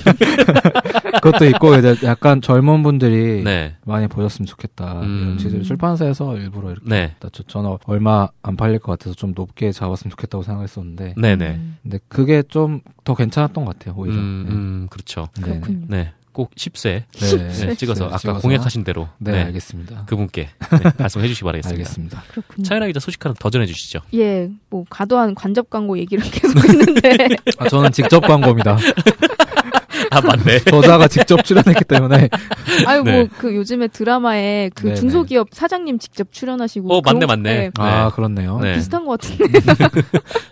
Speaker 2: 그것도 있고 이제 약간 젊은 분들이
Speaker 1: 네,
Speaker 2: 많이 보셨으면 좋겠다.
Speaker 1: 음.
Speaker 2: 이런 취지로 출판사에서 일부러 이렇게
Speaker 1: 네,
Speaker 2: 낮췄죠. 저는 얼마 안 팔릴 것 같아서 좀 높게 잡았으면 좋겠다고 생각했었는데
Speaker 1: 네, 네.
Speaker 3: 음,
Speaker 2: 근데 그게 좀 더 괜찮았던 것 같아요, 오히려.
Speaker 1: 음, 음, 그렇죠.
Speaker 2: 네. 네.
Speaker 3: 그렇군요.
Speaker 1: 네, 꼭 10세
Speaker 2: 네,
Speaker 1: 네, 찍어서 아까
Speaker 2: 찍어서.
Speaker 1: 공약하신 대로
Speaker 2: 네,
Speaker 1: 네,
Speaker 2: 알겠습니다.
Speaker 1: 그분께 네, 말씀해 주시기 바라겠습니다.
Speaker 2: 알겠습니다.
Speaker 3: 그렇군요.
Speaker 1: 차이나 기자 소식 하나 더 전해주시죠.
Speaker 3: 예, 뭐 과도한 관접 광고 얘기를 계속 했는데
Speaker 2: 아, 저는 직접 광고입니다.
Speaker 1: 네. 아 맞네.
Speaker 2: 저자가 직접 출연했기 때문에
Speaker 3: 아유
Speaker 1: 네.
Speaker 3: 뭐그 요즘에 드라마에 그
Speaker 2: 네,
Speaker 3: 중소기업 사장님 직접 출연하시고
Speaker 1: 어 맞네
Speaker 3: 그런-
Speaker 1: 맞네.
Speaker 3: 예,
Speaker 2: 아
Speaker 1: 네.
Speaker 2: 그렇네요.
Speaker 1: 네.
Speaker 3: 비슷한 것 같은데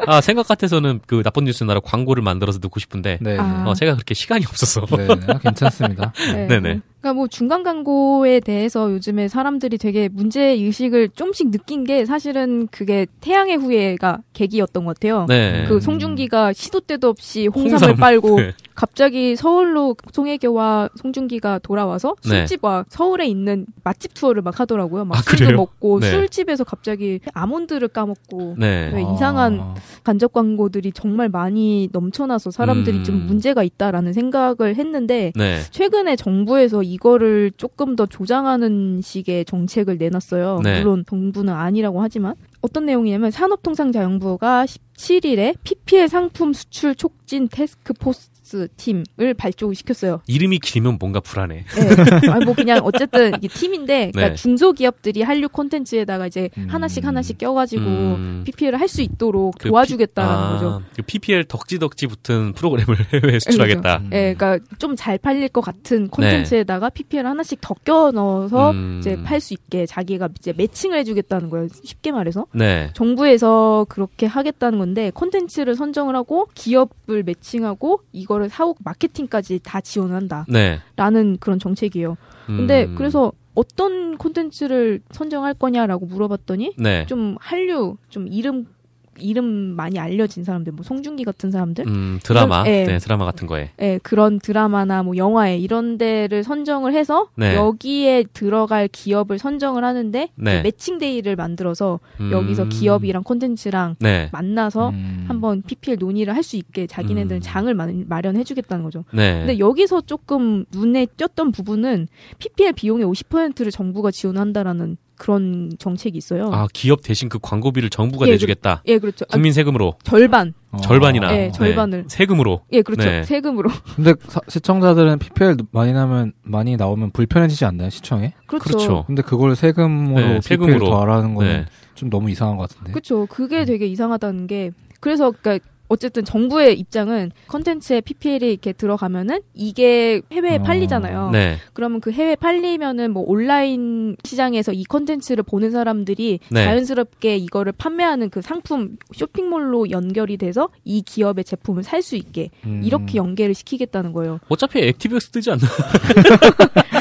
Speaker 1: 아 생각 같아서는 그 나쁜 뉴스 나라 광고를 만들어서 넣고 싶은데
Speaker 2: 네, 네.
Speaker 3: 아.
Speaker 1: 어, 제가 그렇게 시간이 없어서
Speaker 2: 네, 네, 아, 괜찮습니다.
Speaker 3: 네.
Speaker 1: 네네.
Speaker 3: 그러니까 뭐 중간 광고에 대해서 요즘에 사람들이 되게 문제 의식을 좀씩 느낀 게 사실은 그게 태양의 후예가 계기였던 것 같아요.
Speaker 1: 네.
Speaker 3: 그뭐 송중기가 시도 때도 없이 홍삼을
Speaker 1: 홍삼.
Speaker 3: 빨고
Speaker 1: 네.
Speaker 3: 갑자기 서울로 송혜교와 송중기가 돌아와서
Speaker 1: 네.
Speaker 3: 술집과 서울에 있는 맛집 투어를 막 하더라고요. 막
Speaker 1: 아,
Speaker 3: 술도
Speaker 1: 그래요?
Speaker 3: 먹고
Speaker 1: 네.
Speaker 3: 술집에서 갑자기 아몬드를 까먹고
Speaker 1: 네.
Speaker 3: 왜 이상한
Speaker 2: 아,
Speaker 3: 간접 광고들이 정말 많이 넘쳐나서 사람들이
Speaker 1: 음.
Speaker 3: 좀 문제가 있다라는 생각을 했는데
Speaker 1: 네.
Speaker 3: 최근에 정부에서 이거를 조금 더 조장하는 식의 정책을 내놨어요.
Speaker 1: 네.
Speaker 3: 물론 정부는 아니라고 하지만 어떤 내용이냐면 산업통상자영부가 17일에 PPL 상품 수출 촉진 테스크포스 팀을 발족시켰어요.
Speaker 1: 이름이 길면 뭔가 불안해.
Speaker 3: 네. 아, 뭐 그냥 어쨌든 이게 팀인데
Speaker 1: 네.
Speaker 3: 그러니까 중소기업들이 한류 콘텐츠에다가 이제
Speaker 2: 음.
Speaker 3: 하나씩 하나씩 껴가지고
Speaker 1: 음.
Speaker 3: PPL을 할 수 있도록
Speaker 1: 그
Speaker 3: 도와주겠다라는
Speaker 1: 아,
Speaker 3: 거죠.
Speaker 1: 그 PPL 덕지덕지 붙은 프로그램을 해외에 수출하겠다.
Speaker 2: 음.
Speaker 3: 예, 그러니까 좀 잘 팔릴 것
Speaker 1: 네.
Speaker 3: 같은 콘텐츠에다가 PPL 하나씩 더 껴 넣어서
Speaker 1: 음.
Speaker 3: 이제 팔 수 있게 자기가 이제 매칭을 해주겠다는 거예요. 쉽게 말해서
Speaker 1: 네.
Speaker 3: 정부에서 그렇게 하겠다는 건데 콘텐츠를 선정을 하고 기업을 매칭하고 이거를 이거를 사옥 마케팅까지 다 지원한다라는
Speaker 1: 네.
Speaker 3: 그런 정책이에요.
Speaker 1: 음,
Speaker 3: 근데 그래서 어떤 콘텐츠를 선정할 거냐라고 물어봤더니
Speaker 1: 네.
Speaker 3: 좀 한류 좀 이름 이름 많이 알려진 사람들 뭐 송중기 같은 사람들
Speaker 1: 음, 드라마,
Speaker 3: 이런- 예.
Speaker 1: 네, 드라마 같은 거에.
Speaker 3: 예, 그런 드라마나 뭐 영화에 이런 데를 선정을 해서
Speaker 1: 네.
Speaker 3: 여기에 들어갈 기업을 선정을 하는데
Speaker 1: 네.
Speaker 3: 그 매칭데이를 만들어서
Speaker 1: 음,
Speaker 3: 여기서 기업이랑 콘텐츠랑
Speaker 1: 네,
Speaker 3: 만나서
Speaker 2: 음.
Speaker 3: 한번 PPL 논의를 할 수 있게
Speaker 1: 음.
Speaker 3: 자기네들 은 장을 마- 마련해주겠다는 거죠.
Speaker 1: 네,
Speaker 3: 근데 여기서 조금 눈에 띄었던 부분은 PPL 비용의 50%를 정부가 지원한다라는 그런 정책이 있어요.
Speaker 1: 아 기업 대신 그 광고비를 정부가
Speaker 3: 예,
Speaker 1: 내주겠다.
Speaker 3: 예, 그렇죠. 아,
Speaker 1: 국민 세금으로
Speaker 3: 절반.
Speaker 2: 어.
Speaker 1: 절반이나 네,
Speaker 3: 예, 절반을.
Speaker 1: 세금으로.
Speaker 3: 예, 그렇죠.
Speaker 1: 네.
Speaker 3: 세금으로.
Speaker 2: 근데 사- 시청자들은 PPL 많이 나면 많이 나오면 불편해지지 않나요 시청에?
Speaker 3: 그렇죠.
Speaker 1: 그렇죠.
Speaker 2: 근데 그걸 세금으로
Speaker 1: 네,
Speaker 2: PPL
Speaker 1: 세금으로.
Speaker 2: 더하라는 거는
Speaker 1: 네,
Speaker 2: 좀 너무 이상한 것 같은데.
Speaker 3: 그렇죠.
Speaker 1: 음.
Speaker 3: 그게 되게 이상하다는 게 그래서 그러니까 어쨌든 정부의 입장은 컨텐츠에 PPL이 이렇게 들어가면은 이게 해외에
Speaker 2: 어.
Speaker 3: 팔리잖아요.
Speaker 1: 네,
Speaker 3: 그러면 그 해외 팔리면은 뭐 온라인 시장에서 이 컨텐츠를 보는 사람들이
Speaker 1: 네.
Speaker 3: 자연스럽게 이거를 판매하는 그 상품 쇼핑몰로 연결이 돼서 이 기업의 제품을 살 수 있게
Speaker 2: 음.
Speaker 3: 이렇게 연계를 시키겠다는 거예요.
Speaker 1: 어차피 액티비엑스 뜨지 않나?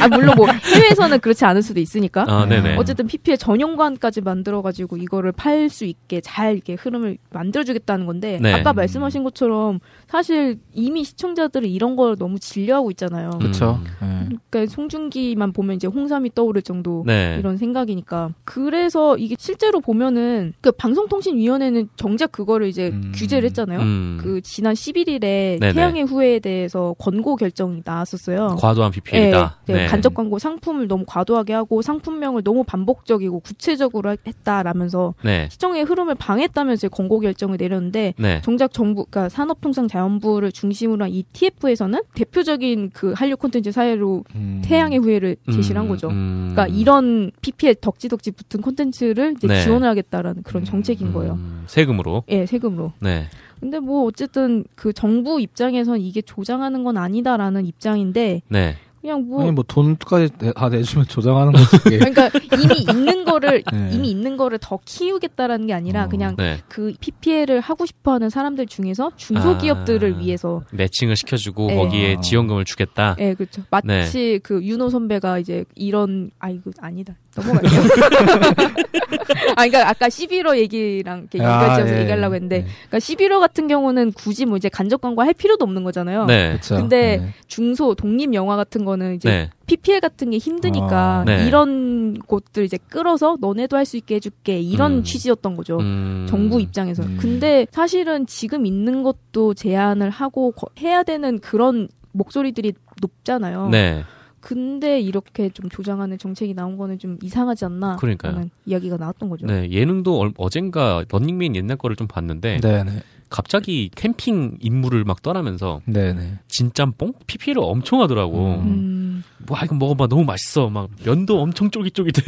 Speaker 3: 아 물론 뭐 해외에서는 그렇지 않을 수도 있으니까.
Speaker 1: 아, 네, 네.
Speaker 3: 어쨌든 PPL 전용관까지 만들어가지고 이거를 팔 수 있게 잘 이렇게 흐름을 만들어주겠다는 건데
Speaker 1: 네.
Speaker 3: 아까 말씀하신 것처럼 사실 이미 시청자들은 이런 걸 너무 진려하고 있잖아요.
Speaker 1: 음.
Speaker 2: 그렇죠. 네.
Speaker 3: 그러니까 송중기만 보면 이제 홍삼이 떠오를 정도
Speaker 1: 네,
Speaker 3: 이런 생각이니까 그래서 이게 실제로 보면은 그 방송통신위원회는 정작 그거를 이제
Speaker 2: 음.
Speaker 3: 규제를 했잖아요.
Speaker 1: 음,
Speaker 3: 그 지난 11일에
Speaker 1: 네네.
Speaker 3: 태양의 후예에 대해서 권고 결정이 나왔었어요.
Speaker 1: 과도한 BPL이다.
Speaker 3: 네, 네, 간접 광고 상품을 너무 과도하게 하고 상품명을 너무 반복적이고 구체적으로 했다라면서
Speaker 1: 네,
Speaker 3: 시청의 흐름을 방해했다면서 권고 결정을 내렸는데
Speaker 1: 네,
Speaker 3: 정작 정부, 그러니까 산업통상자원부를 중심으로 한 이 TF에서는 대표적인 그 한류 콘텐츠 사회로
Speaker 2: 음.
Speaker 3: 태양의 후예를 제시한
Speaker 1: 음,
Speaker 3: 거죠.
Speaker 1: 음.
Speaker 3: 그러니까 이런 PPL 덕지덕지 붙은 콘텐츠를 이제
Speaker 1: 네.
Speaker 3: 지원을 하겠다라는 그런
Speaker 2: 음,
Speaker 3: 정책인 거예요.
Speaker 1: 음, 세금으로.
Speaker 3: 예, 세금으로.
Speaker 1: 네,
Speaker 3: 근데 뭐 어쨌든 그 정부 입장에선 이게 조장하는 건 아니다라는 입장인데
Speaker 1: 네,
Speaker 3: 그냥 뭐
Speaker 2: 아니 뭐 돈까지 내- 다 내주면 조장하는 거지. 이게.
Speaker 3: 그러니까 이미 있는 거를
Speaker 2: 네.
Speaker 3: 이미 있는 거를 더 키우겠다라는 게 아니라
Speaker 2: 어,
Speaker 3: 그냥
Speaker 1: 네.
Speaker 3: 그 PPL을 하고 싶어하는 사람들 중에서 중소기업들을
Speaker 1: 아.
Speaker 3: 위해서
Speaker 1: 매칭을 시켜주고
Speaker 3: 네.
Speaker 1: 거기에
Speaker 2: 아.
Speaker 1: 지원금을 주겠다.
Speaker 3: 예, 그렇죠. 마치
Speaker 1: 네.
Speaker 3: 그 윤호 선배가 이제 이런 아이고 아니다. 넘어갈게요. 아 그러니까 아까 11호 얘기랑 이렇게 연결지어서
Speaker 2: 예.
Speaker 3: 얘기하려고 했는데
Speaker 2: 네.
Speaker 3: 그러니까 11호 같은 경우는 굳이 뭐 이제 간접 광고 할 필요도 없는 거잖아요.
Speaker 1: 네,
Speaker 2: 그렇죠.
Speaker 3: 근데
Speaker 2: 네.
Speaker 3: 중소 독립 영화 같은 거는 이제
Speaker 1: 네,
Speaker 3: PPL 같은 게 힘드니까
Speaker 2: 아,
Speaker 1: 네.
Speaker 3: 이런 곳들 이제 끌어서 너네도 할 수 있게 해줄게 이런
Speaker 1: 음.
Speaker 3: 취지였던 거죠.
Speaker 1: 음,
Speaker 3: 정부 입장에서.
Speaker 2: 음.
Speaker 3: 근데 사실은 지금 있는 것도 제한을 하고 거- 해야 되는 그런 목소리들이 높잖아요.
Speaker 1: 네,
Speaker 3: 근데 이렇게 좀 조장하는 정책이 나온 거는 좀 이상하지 않나?
Speaker 1: 그러니까요.
Speaker 3: 라는 이야기가 나왔던 거죠.
Speaker 1: 네, 예능도 얼- 어젠가 런닝맨 옛날 거를 좀 봤는데
Speaker 2: 네, 네,
Speaker 1: 갑자기 캠핑 임무를 막 떠나면서
Speaker 2: 네, 네.
Speaker 1: 진짬뽕 PP를 엄청 하더라고.
Speaker 2: 음.
Speaker 3: 음,
Speaker 1: 뭐 아, 이거 먹어봐 너무 맛있어. 막 면도 엄청 쫄깃쫄깃해.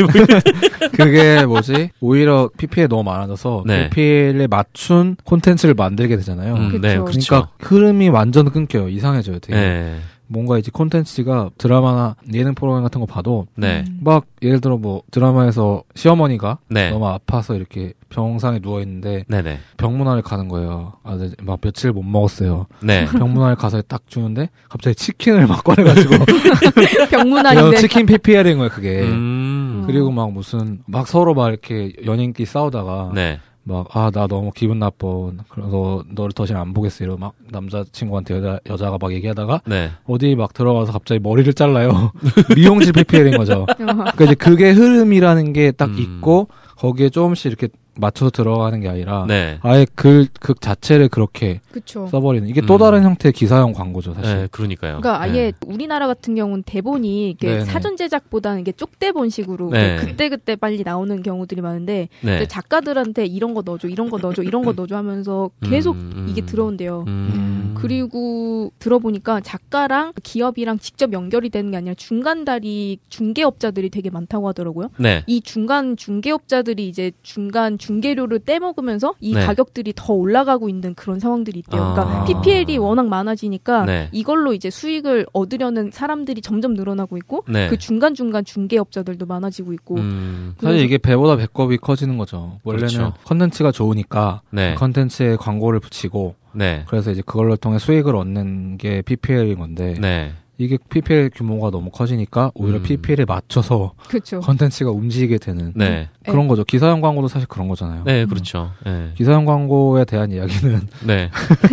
Speaker 2: 그게 뭐지? 오히려 PPL 너무 많아져서
Speaker 1: 네.
Speaker 2: PPL에 맞춘 콘텐츠를 만들게 되잖아요.
Speaker 1: 음, 네, 그렇죠.
Speaker 3: 그쵸.
Speaker 2: 그러니까 흐름이 완전 끊겨요. 이상해져요. 되게.
Speaker 1: 네,
Speaker 2: 뭔가 이제 콘텐츠가 드라마나 예능 프로그램 같은 거 봐도
Speaker 1: 네,
Speaker 3: 음.
Speaker 2: 막 예를 들어 뭐 드라마에서 시어머니가
Speaker 1: 네,
Speaker 2: 너무 아파서 이렇게 병상에 누워 있는데
Speaker 1: 네, 네,
Speaker 2: 병문안을 가는 거예요. 아, 네, 막 며칠 못 먹었어요.
Speaker 1: 네.
Speaker 2: 병문안을 가서 딱 주는데 갑자기 치킨을 막 꺼내가지고 그냥
Speaker 1: 네. 어,
Speaker 3: 병문안인데
Speaker 2: 치킨 PPL인 거예요. 그게.
Speaker 1: 음,
Speaker 2: 그리고 막 무슨 막 서로 막 이렇게 연인끼리 싸우다가
Speaker 1: 네,
Speaker 2: 막 아 나 너무 기분 나빠 그래서 너를 더 이상 안 보겠어 이러고 막 남자친구한테 여자 여자가 막 얘기하다가
Speaker 1: 네,
Speaker 2: 어디 막 들어가서 갑자기 머리를 잘라요 미용실 PPL인 거죠
Speaker 3: 어,
Speaker 2: 그러니까 이제 그게 흐름이라는 게 딱
Speaker 1: 음.
Speaker 2: 있고 거기에 조금씩 이렇게 맞춰서 들어가는 게 아니라
Speaker 1: 네.
Speaker 2: 아예 글, 극 자체를 그렇게
Speaker 3: 그쵸.
Speaker 2: 써버리는 이게 또
Speaker 1: 음.
Speaker 2: 다른 형태의 기사형 광고죠 사실
Speaker 1: 네, 그러니까요.
Speaker 3: 그러니까
Speaker 1: 네.
Speaker 3: 아예 우리나라 같은 경우는 대본이 이렇게
Speaker 2: 네네.
Speaker 3: 사전 제작보다는 이게 쪽대본식으로
Speaker 1: 네.
Speaker 3: 그때 그때 빨리 나오는 경우들이 많은데
Speaker 1: 네.
Speaker 3: 이제 작가들한테 이런 거 넣어줘, 이런 거 넣어줘, 이런 거 넣어줘 하면서 계속
Speaker 1: 음, 음,
Speaker 3: 이게 들어온대요.
Speaker 1: 음.
Speaker 3: 그리고 들어보니까 작가랑 기업이랑 직접 연결이 되는 게 아니라 중간 다리 중개업자들이 되게 많다고 하더라고요.
Speaker 1: 네,
Speaker 3: 이 중간 중개업자들이 이제 중간 중개료를 떼먹으면서 이
Speaker 1: 네.
Speaker 3: 가격들이 더 올라가고 있는 그런 상황들이 있대요.
Speaker 1: 아.
Speaker 3: 그러니까 PPL이 워낙 많아지니까
Speaker 1: 네.
Speaker 3: 이걸로 이제 수익을 얻으려는 사람들이 점점 늘어나고 있고
Speaker 1: 네.
Speaker 3: 그 중간 중간 중개업자들도 많아지고 있고
Speaker 1: 음,
Speaker 2: 사실
Speaker 3: 그래서-
Speaker 2: 이게 배보다 배꼽이 커지는 거죠 원래는
Speaker 1: 그렇죠.
Speaker 2: 컨텐츠가 좋으니까
Speaker 1: 네,
Speaker 2: 컨텐츠에 광고를 붙이고
Speaker 1: 네.
Speaker 2: 그래서 이제 그걸로 통해 수익을 얻는 게 PPL인 건데
Speaker 1: 네.
Speaker 2: 이게 PPL 규모가 너무 커지니까 오히려
Speaker 1: 음.
Speaker 2: PPL에 맞춰서
Speaker 3: 그렇죠.
Speaker 2: 컨텐츠가 움직이게 되는
Speaker 1: 네.
Speaker 2: 그런 거죠. 기사형 광고도 사실 그런 거잖아요.
Speaker 1: 네, 그렇죠. 네.
Speaker 2: 기사형 광고에 대한 이야기는
Speaker 1: 네.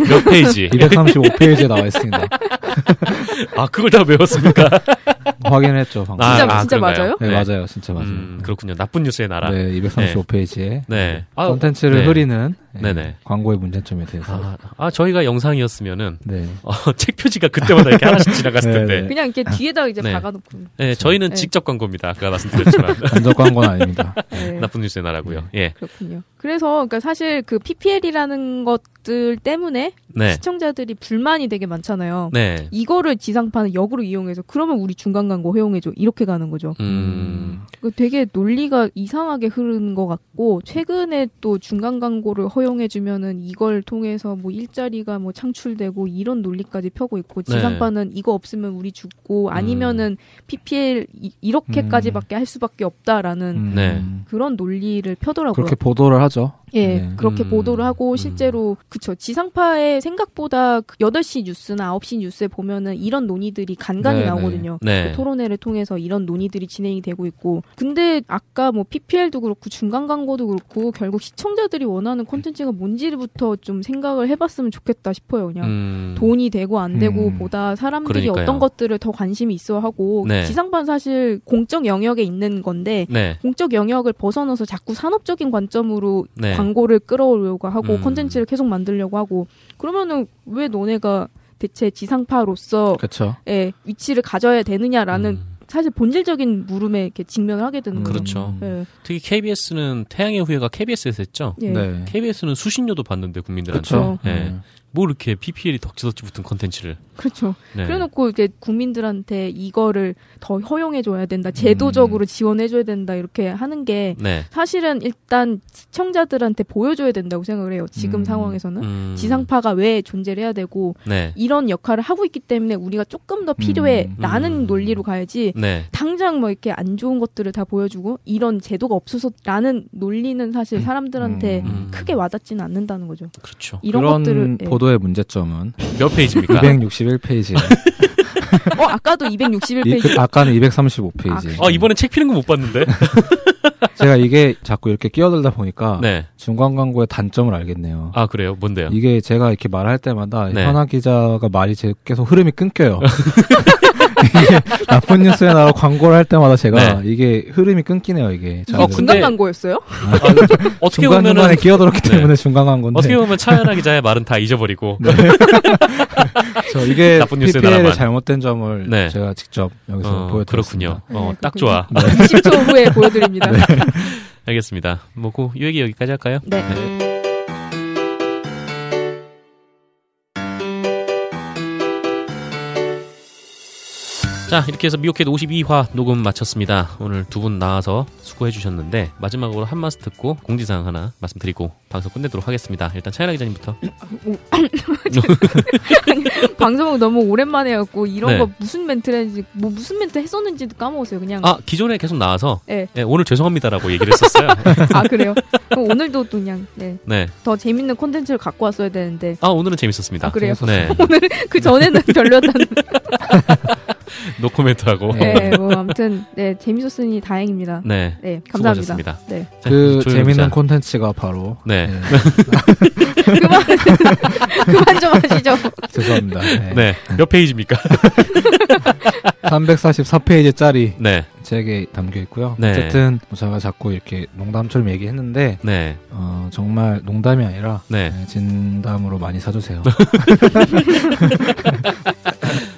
Speaker 1: 몇 페이지?
Speaker 2: 235페이지에 나와 있습니다.
Speaker 1: 아, 그걸 다 외웠습니까?
Speaker 2: 확인했죠, 방금.
Speaker 1: 아,
Speaker 3: 진짜,
Speaker 1: 아,
Speaker 3: 진짜
Speaker 1: 그런가요?
Speaker 3: 맞아요?
Speaker 2: 네, 맞아요. 진짜 맞아요.
Speaker 1: 음, 그렇군요. 나쁜 뉴스의 나라. 네.
Speaker 2: 네, 235페이지에
Speaker 1: 네. 아,
Speaker 2: 컨텐츠를
Speaker 1: 네.
Speaker 2: 흐리는 예,
Speaker 1: 네네.
Speaker 2: 광고의 문제점에 대해서.
Speaker 1: 아, 아, 저희가 영상이었으면은
Speaker 2: 네.
Speaker 1: 어, 책 표지가 그때마다 이렇게 하나씩 지나갔을
Speaker 2: 네,
Speaker 1: 텐데.
Speaker 2: 네.
Speaker 3: 그냥 이렇게 뒤에다 이제
Speaker 1: 네.
Speaker 3: 박아놓고.
Speaker 1: 네, 저희는
Speaker 3: 네.
Speaker 1: 직접 광고입니다. 아까 말씀드렸지만
Speaker 2: 간접 광고는 아닙니다.
Speaker 3: 네.
Speaker 1: 나쁜 뉴스의 나라고요. 예,
Speaker 3: 그렇군요. 그래서 그러니까 사실 그 PPL이라는 것들 때문에
Speaker 1: 네,
Speaker 3: 시청자들이 불만이 되게 많잖아요.
Speaker 1: 네,
Speaker 3: 이거를 지상파는 역으로 이용해서 그러면 우리 중간 광고 허용해줘 이렇게 가는 거죠.
Speaker 1: 음,
Speaker 3: 그 되게 논리가 이상하게 흐르는 것 같고 최근에 또 중간 광고를 허용해주면은 이걸 통해서 뭐 일자리가 뭐 창출되고 이런 논리까지 펴고 있고
Speaker 1: 네.
Speaker 3: 지상파는 이거 없으면 우리 죽고 아니면은 PPL 이- 이렇게까지밖에 할 수밖에 없다라는
Speaker 2: 음,
Speaker 1: 네.
Speaker 3: 그런 논리를 펴더라고요.
Speaker 2: 그렇게 보도를 하죠.
Speaker 3: 예,
Speaker 2: 네.
Speaker 3: 그렇게
Speaker 1: 음,
Speaker 3: 보도를 하고
Speaker 1: 음.
Speaker 3: 실제로 그쵸 지상파에 생각보다 그 8시 뉴스나 9시 뉴스에 보면은 이런 논의들이 간간히
Speaker 2: 네, 네.
Speaker 3: 나오거든요.
Speaker 1: 네,
Speaker 3: 그 토론회를 통해서 이런 논의들이 진행이 되고 있고 근데 아까 뭐 PPL도 그렇고 중간 광고도 그렇고 결국 시청자들이 원하는 콘텐츠가 뭔지부터 좀 생각을 해봤으면 좋겠다 싶어요. 그냥
Speaker 1: 음,
Speaker 3: 돈이 되고 안 되고
Speaker 2: 음.
Speaker 3: 보다 사람들이
Speaker 1: 그러니까요.
Speaker 3: 어떤 것들을 더 관심이 있어 하고
Speaker 1: 네.
Speaker 3: 지상파는 사실 공적 영역에 있는 건데
Speaker 1: 네,
Speaker 3: 공적 영역을 벗어나서 자꾸 산업적인 관점으로
Speaker 1: 네,
Speaker 3: 광고를 끌어오려고 하고
Speaker 1: 음.
Speaker 3: 콘텐츠를 계속 만들려고 하고 그러면은 왜 너네가 대체 지상파로서의 예,
Speaker 2: 그렇죠.
Speaker 3: 위치를 가져야 되느냐라는
Speaker 1: 음,
Speaker 3: 사실 본질적인 물음에 이렇게 직면을 하게 되는 거죠.
Speaker 1: 그렇죠.
Speaker 3: 예,
Speaker 1: 특히 KBS는 태양의 후예가 KBS에서 했죠.
Speaker 3: 예.
Speaker 2: 네.
Speaker 1: KBS는 수신료도 받는데 국민들한테
Speaker 2: 그렇죠.
Speaker 1: 예. 뭐 이렇게 PPL이 덕지덕지 붙은 컨텐츠를
Speaker 3: 그렇죠.
Speaker 1: 네.
Speaker 3: 그래놓고 이제 국민들한테 이거를 더 허용해줘야
Speaker 1: 음.
Speaker 3: 된다, 제도적으로 지원해줘야 된다 이렇게 하는 게
Speaker 1: 네,
Speaker 3: 사실은 일단 시청자들한테 보여줘야 된다고 생각을 해요. 지금
Speaker 2: 음.
Speaker 3: 상황에서는
Speaker 1: 음,
Speaker 3: 지상파가 왜 존재를 해야 되고
Speaker 1: 네,
Speaker 3: 이런 역할을 하고 있기 때문에 우리가 조금 더 필요해
Speaker 2: 음.
Speaker 3: 라는
Speaker 1: 음.
Speaker 3: 논리로 가야지
Speaker 1: 네,
Speaker 3: 당장 뭐 이렇게 안 좋은 것들을 다 보여주고 이런 제도가 없어서 라는 논리는 사실 사람들한테
Speaker 1: 음.
Speaker 3: 크게 와닿지는 않는다는 거죠.
Speaker 1: 그렇죠.
Speaker 3: 이런
Speaker 2: 그런
Speaker 3: 것들을 예.
Speaker 2: 보도의 문제점은
Speaker 1: 몇 페이지입니까?
Speaker 2: 261페이지.
Speaker 3: 어 아까도
Speaker 2: 그-
Speaker 3: 261페이지
Speaker 2: 아까는 235페이지. 음.
Speaker 1: 아 이번엔 책 피는 거 못 봤는데.
Speaker 2: 제가 이게 자꾸 이렇게 끼어들다 보니까
Speaker 1: 네,
Speaker 2: 중간 광고의 단점을 알겠네요.
Speaker 1: 아 그래요. 뭔데요?
Speaker 2: 아. 이게 제가 이렇게 말할 때마다
Speaker 1: 네.
Speaker 2: 현아 기자가 말이 제- 계속 흐름이 끊겨요. 이게 나쁜 뉴스에 나와 광고를 할 때마다 제가 이게 흐름이 끊기네요. 이게
Speaker 3: 이게
Speaker 1: 어,
Speaker 2: 자꾸.
Speaker 1: 근데-
Speaker 3: 중간 광고였어요?
Speaker 1: 어떻게
Speaker 2: 중간중간에
Speaker 1: 보면은
Speaker 2: 끼어들었기
Speaker 1: 네.
Speaker 2: 때문에 중간 광고인데
Speaker 1: 어떻게 보면 차연아 기자의 말은 다 잊어버리고
Speaker 2: 저 이게
Speaker 1: 나쁜 뉴스에
Speaker 2: PPL의
Speaker 1: 나라만.
Speaker 2: 잘못된 점을
Speaker 1: 네.
Speaker 2: 제가 직접
Speaker 1: 어,
Speaker 2: 여기서 보여드렸습니다.
Speaker 1: 그렇군요. 어,
Speaker 3: 네,
Speaker 1: 딱
Speaker 3: 그렇군요.
Speaker 1: 좋아.
Speaker 3: 20초 후에 보여드립니다.
Speaker 1: 알겠습니다. 뭐고 이 얘기 여기까지 할까요?
Speaker 3: 네.
Speaker 1: 자 이렇게 해서 미오캣 52화 녹음 마쳤습니다. 오늘 두 분 나와서 수고해 주셨는데 마지막으로 한 말씀 듣고 공지사항 하나 말씀드리고 방송 끝내도록 하겠습니다. 일단 차연아 기자님부터.
Speaker 3: 네. 방송을 너무 오랜만에 해갖고 이런
Speaker 1: 네.
Speaker 3: 거 무슨 멘트를 했는지 뭐 무슨 멘트 했었는지도 까먹었어요. 그냥 아,
Speaker 1: 아 기존에 계속 나와서
Speaker 3: 네.
Speaker 1: 예, 오늘 죄송합니다라고 얘기를 했었어요.
Speaker 3: 아, 그래요? 그럼 오늘도 또 그냥 네,
Speaker 1: 네.
Speaker 3: 더 재밌는 콘텐츠를 갖고 왔어야 되는데
Speaker 1: 아 오늘은 재밌었습니다.
Speaker 3: 아, 그래요?
Speaker 1: 네.
Speaker 3: 그 전에는 별로였다는
Speaker 1: 노코멘트하고. 네.
Speaker 3: 네, 뭐 아무튼 네 재밌었으니 다행입니다. 네, 감사합니다.
Speaker 1: 수고하셨습니다.
Speaker 3: 네.
Speaker 1: 자,
Speaker 2: 그
Speaker 1: 조용히
Speaker 2: 재밌는
Speaker 1: 자.
Speaker 2: 콘텐츠가 바로
Speaker 1: 네.
Speaker 2: 네,
Speaker 3: 그만 아, 그만 좀 하시죠.
Speaker 2: 죄송합니다. 네.
Speaker 1: 네. 몇 페이지입니까?
Speaker 2: 344페이지짜리
Speaker 1: 네.
Speaker 2: 책에 담겨 있고요.
Speaker 1: 네.
Speaker 2: 어쨌든 뭐 제가 자꾸 이렇게 농담처럼 얘기했는데
Speaker 1: 네.
Speaker 2: 어, 정말 농담이 아니라
Speaker 1: 네.
Speaker 2: 네, 진담으로 많이 사주세요.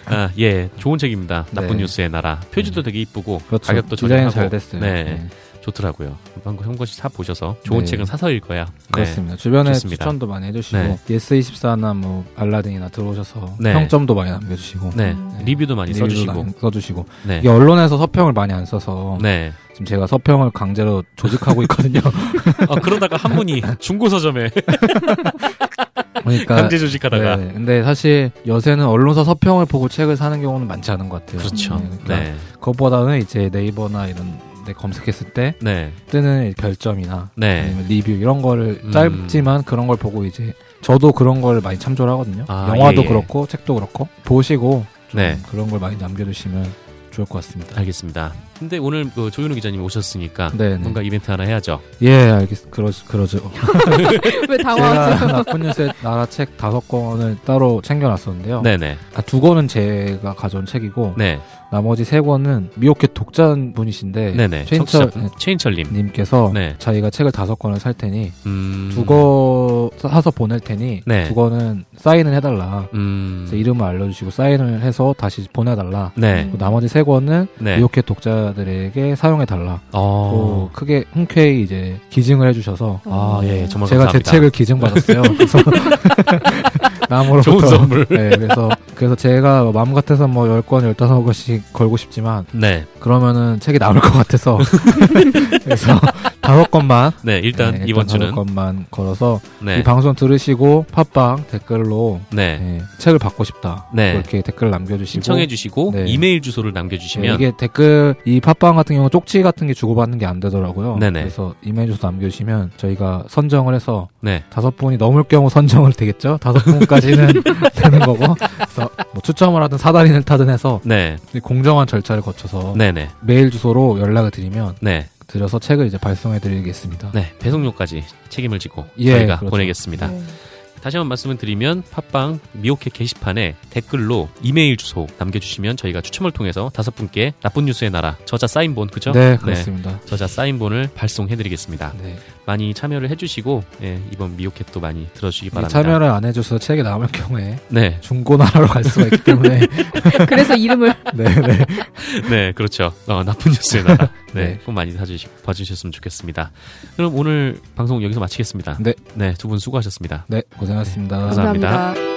Speaker 1: 아, 예, 좋은 책입니다. 나쁜
Speaker 2: 네.
Speaker 1: 뉴스의 나라. 표지도 되게 이쁘고
Speaker 2: 그렇죠.
Speaker 1: 가격도
Speaker 2: 디자인
Speaker 1: 저렴하고
Speaker 2: 잘 됐어요.
Speaker 1: 네,
Speaker 2: 네,
Speaker 1: 좋더라고요. 방금 형거시 사 보셔서 좋은
Speaker 2: 네.
Speaker 1: 책은 사서 읽어야. 네.
Speaker 2: 그렇습니다. 주변에
Speaker 1: 좋습니다.
Speaker 2: 추천도 많이 해주시고
Speaker 1: 네.
Speaker 2: 예스 24나 뭐 알라딘이나 들어오셔서
Speaker 1: 네.
Speaker 2: 평점도 많이 남겨주시고
Speaker 1: 네,
Speaker 2: 네.
Speaker 1: 리뷰도 많이
Speaker 2: 리뷰도
Speaker 1: 써주시고.
Speaker 2: 많이 써주시고
Speaker 1: 네.
Speaker 2: 이게 언론에서 서평을 많이 안 써서
Speaker 1: 네.
Speaker 2: 지금 제가 서평을 강제로 조직하고 있거든요.
Speaker 1: 아, 그러다가 한문이 중고 서점에
Speaker 2: 그러니까
Speaker 1: 강제 조직하다가.
Speaker 2: 네, 근데 사실 요새는 언론사 서평을 보고 책을 사는 경우는 많지 않은 것 같아요.
Speaker 1: 그렇죠.
Speaker 2: 네, 그러니까
Speaker 1: 네.
Speaker 2: 그것보다는 이제 네이버나 이런 네, 검색했을 때
Speaker 1: 네.
Speaker 2: 뜨는 별점이나
Speaker 1: 네.
Speaker 2: 아니면 리뷰 이런 거를
Speaker 1: 음.
Speaker 2: 짧지만 그런 걸 보고 이제 저도 그런 걸 많이 참조를 하거든요.
Speaker 1: 아,
Speaker 2: 영화도
Speaker 1: 예, 예.
Speaker 2: 그렇고 책도 그렇고 보시고 좀
Speaker 1: 네.
Speaker 2: 그런 걸 많이 남겨주시면 좋을 것 같습니다.
Speaker 1: 알겠습니다. 근데 오늘 그 조윤우 기자님 오셨으니까
Speaker 2: 네, 네.
Speaker 1: 뭔가 이벤트 하나 해야죠.
Speaker 2: 예, 알겠, 그러, 그러죠.
Speaker 3: 왜
Speaker 1: 예.
Speaker 3: 당황하세요?
Speaker 2: 제가 나쁜 뉴스에 나라 책 다섯 권을 따로 챙겨놨었는데요.
Speaker 1: 네네.
Speaker 2: 아, 두 권은 제가 가져온 책이고
Speaker 1: 네.
Speaker 2: 나머지 세 권은 미오케 독자분이신데
Speaker 1: 네네.
Speaker 2: 최인철
Speaker 1: 청취자분? 최인철님.
Speaker 2: 님께서
Speaker 1: 네.
Speaker 2: 자기가 책을 다섯 권을 살 테니
Speaker 1: 음.
Speaker 2: 두거 사서 보낼 테니
Speaker 1: 네.
Speaker 2: 두 권은 사인을 해달라.
Speaker 1: 음.
Speaker 2: 그래서 이름을 알려주시고 사인을 해서 다시 보내달라.
Speaker 1: 네.
Speaker 2: 그리고 나머지 세 권은
Speaker 1: 네.
Speaker 2: 이렇게 독자들에게 사용해달라.
Speaker 1: 어.
Speaker 2: 고 크게 흔쾌히 이제 기증을 해주셔서
Speaker 1: 아, 예, 정말
Speaker 2: 제가
Speaker 1: 감사합니다. 네.
Speaker 2: 제 책을 기증받았어요. 그래서 남으로부터
Speaker 1: 좋은 선물.
Speaker 2: 네, 그래서 그래서 제가 마음 같아서 뭐 10권, 15권씩 걸고 싶지만
Speaker 1: 네.
Speaker 2: 그러면은 책이 나올 것 같아서 그래서 다섯 권만
Speaker 1: 네. 일단
Speaker 2: 네,
Speaker 1: 이번 주는
Speaker 2: 다섯 권만 걸어서
Speaker 1: 네.
Speaker 2: 이 방송 들으시고 팟빵 댓글로
Speaker 1: 네.
Speaker 2: 네, 책을 받고 싶다
Speaker 1: 네.
Speaker 2: 이렇게 댓글 남겨주시고
Speaker 1: 신청해 주시고
Speaker 2: 네.
Speaker 1: 이메일 주소를
Speaker 2: 네,
Speaker 1: 남겨주시면
Speaker 2: 이게 댓글 이 팟빵 같은 경우 쪽지 같은 게 주고받는 게 안 되더라고요.
Speaker 1: 네네.
Speaker 2: 그래서 이메일 주소 남겨주시면 저희가 선정을 해서
Speaker 1: 네.
Speaker 2: 다섯 분이 넘을 경우 선정을 되겠죠. 다섯 분까지는 되는 거고 그래서 뭐 추첨을 하든 사다리를 타든 해서
Speaker 1: 네.
Speaker 2: 공정한 절차를 거쳐서
Speaker 1: 네네.
Speaker 2: 메일 주소로 연락을 드리면
Speaker 1: 네.
Speaker 2: 드려서 책을 이제 발송해드리겠습니다.
Speaker 1: 네. 배송료까지 책임을 지고
Speaker 2: 예,
Speaker 1: 저희가
Speaker 2: 그렇죠.
Speaker 1: 보내겠습니다.
Speaker 3: 네.
Speaker 1: 다시 한번 말씀을 드리면 팟빵 미오케 게시판에 댓글로 이메일 주소 남겨주시면 저희가 추첨을 통해서 다섯 분께 나쁜 뉴스의 나라 저자 사인본 그죠?
Speaker 2: 네, 그렇습니다.
Speaker 1: 네, 저자 사인본을 발송해드리겠습니다.
Speaker 2: 네.
Speaker 1: 많이 참여를 해주시고 예, 이번 미오캣도 많이 들어주시기
Speaker 2: 이
Speaker 1: 바랍니다.
Speaker 2: 네, 참여를 안 해줘서 책이 남을 경우에
Speaker 1: 네,
Speaker 2: 중고나라로 갈 수가 있기 때문에
Speaker 3: 네. 그래서 이름을
Speaker 2: 네네
Speaker 1: 네, 그렇죠. 어, 나쁜 뉴스의 나라. 네,
Speaker 2: 네.
Speaker 1: 꼭 많이 사주시, 봐주셨으면 좋겠습니다. 그럼 오늘 방송 여기서 마치겠습니다.
Speaker 2: 네.
Speaker 1: 네, 두 분 수고하셨습니다.
Speaker 2: 네 고생하셨습니다.
Speaker 1: 감사합니다.
Speaker 3: 감사합니다.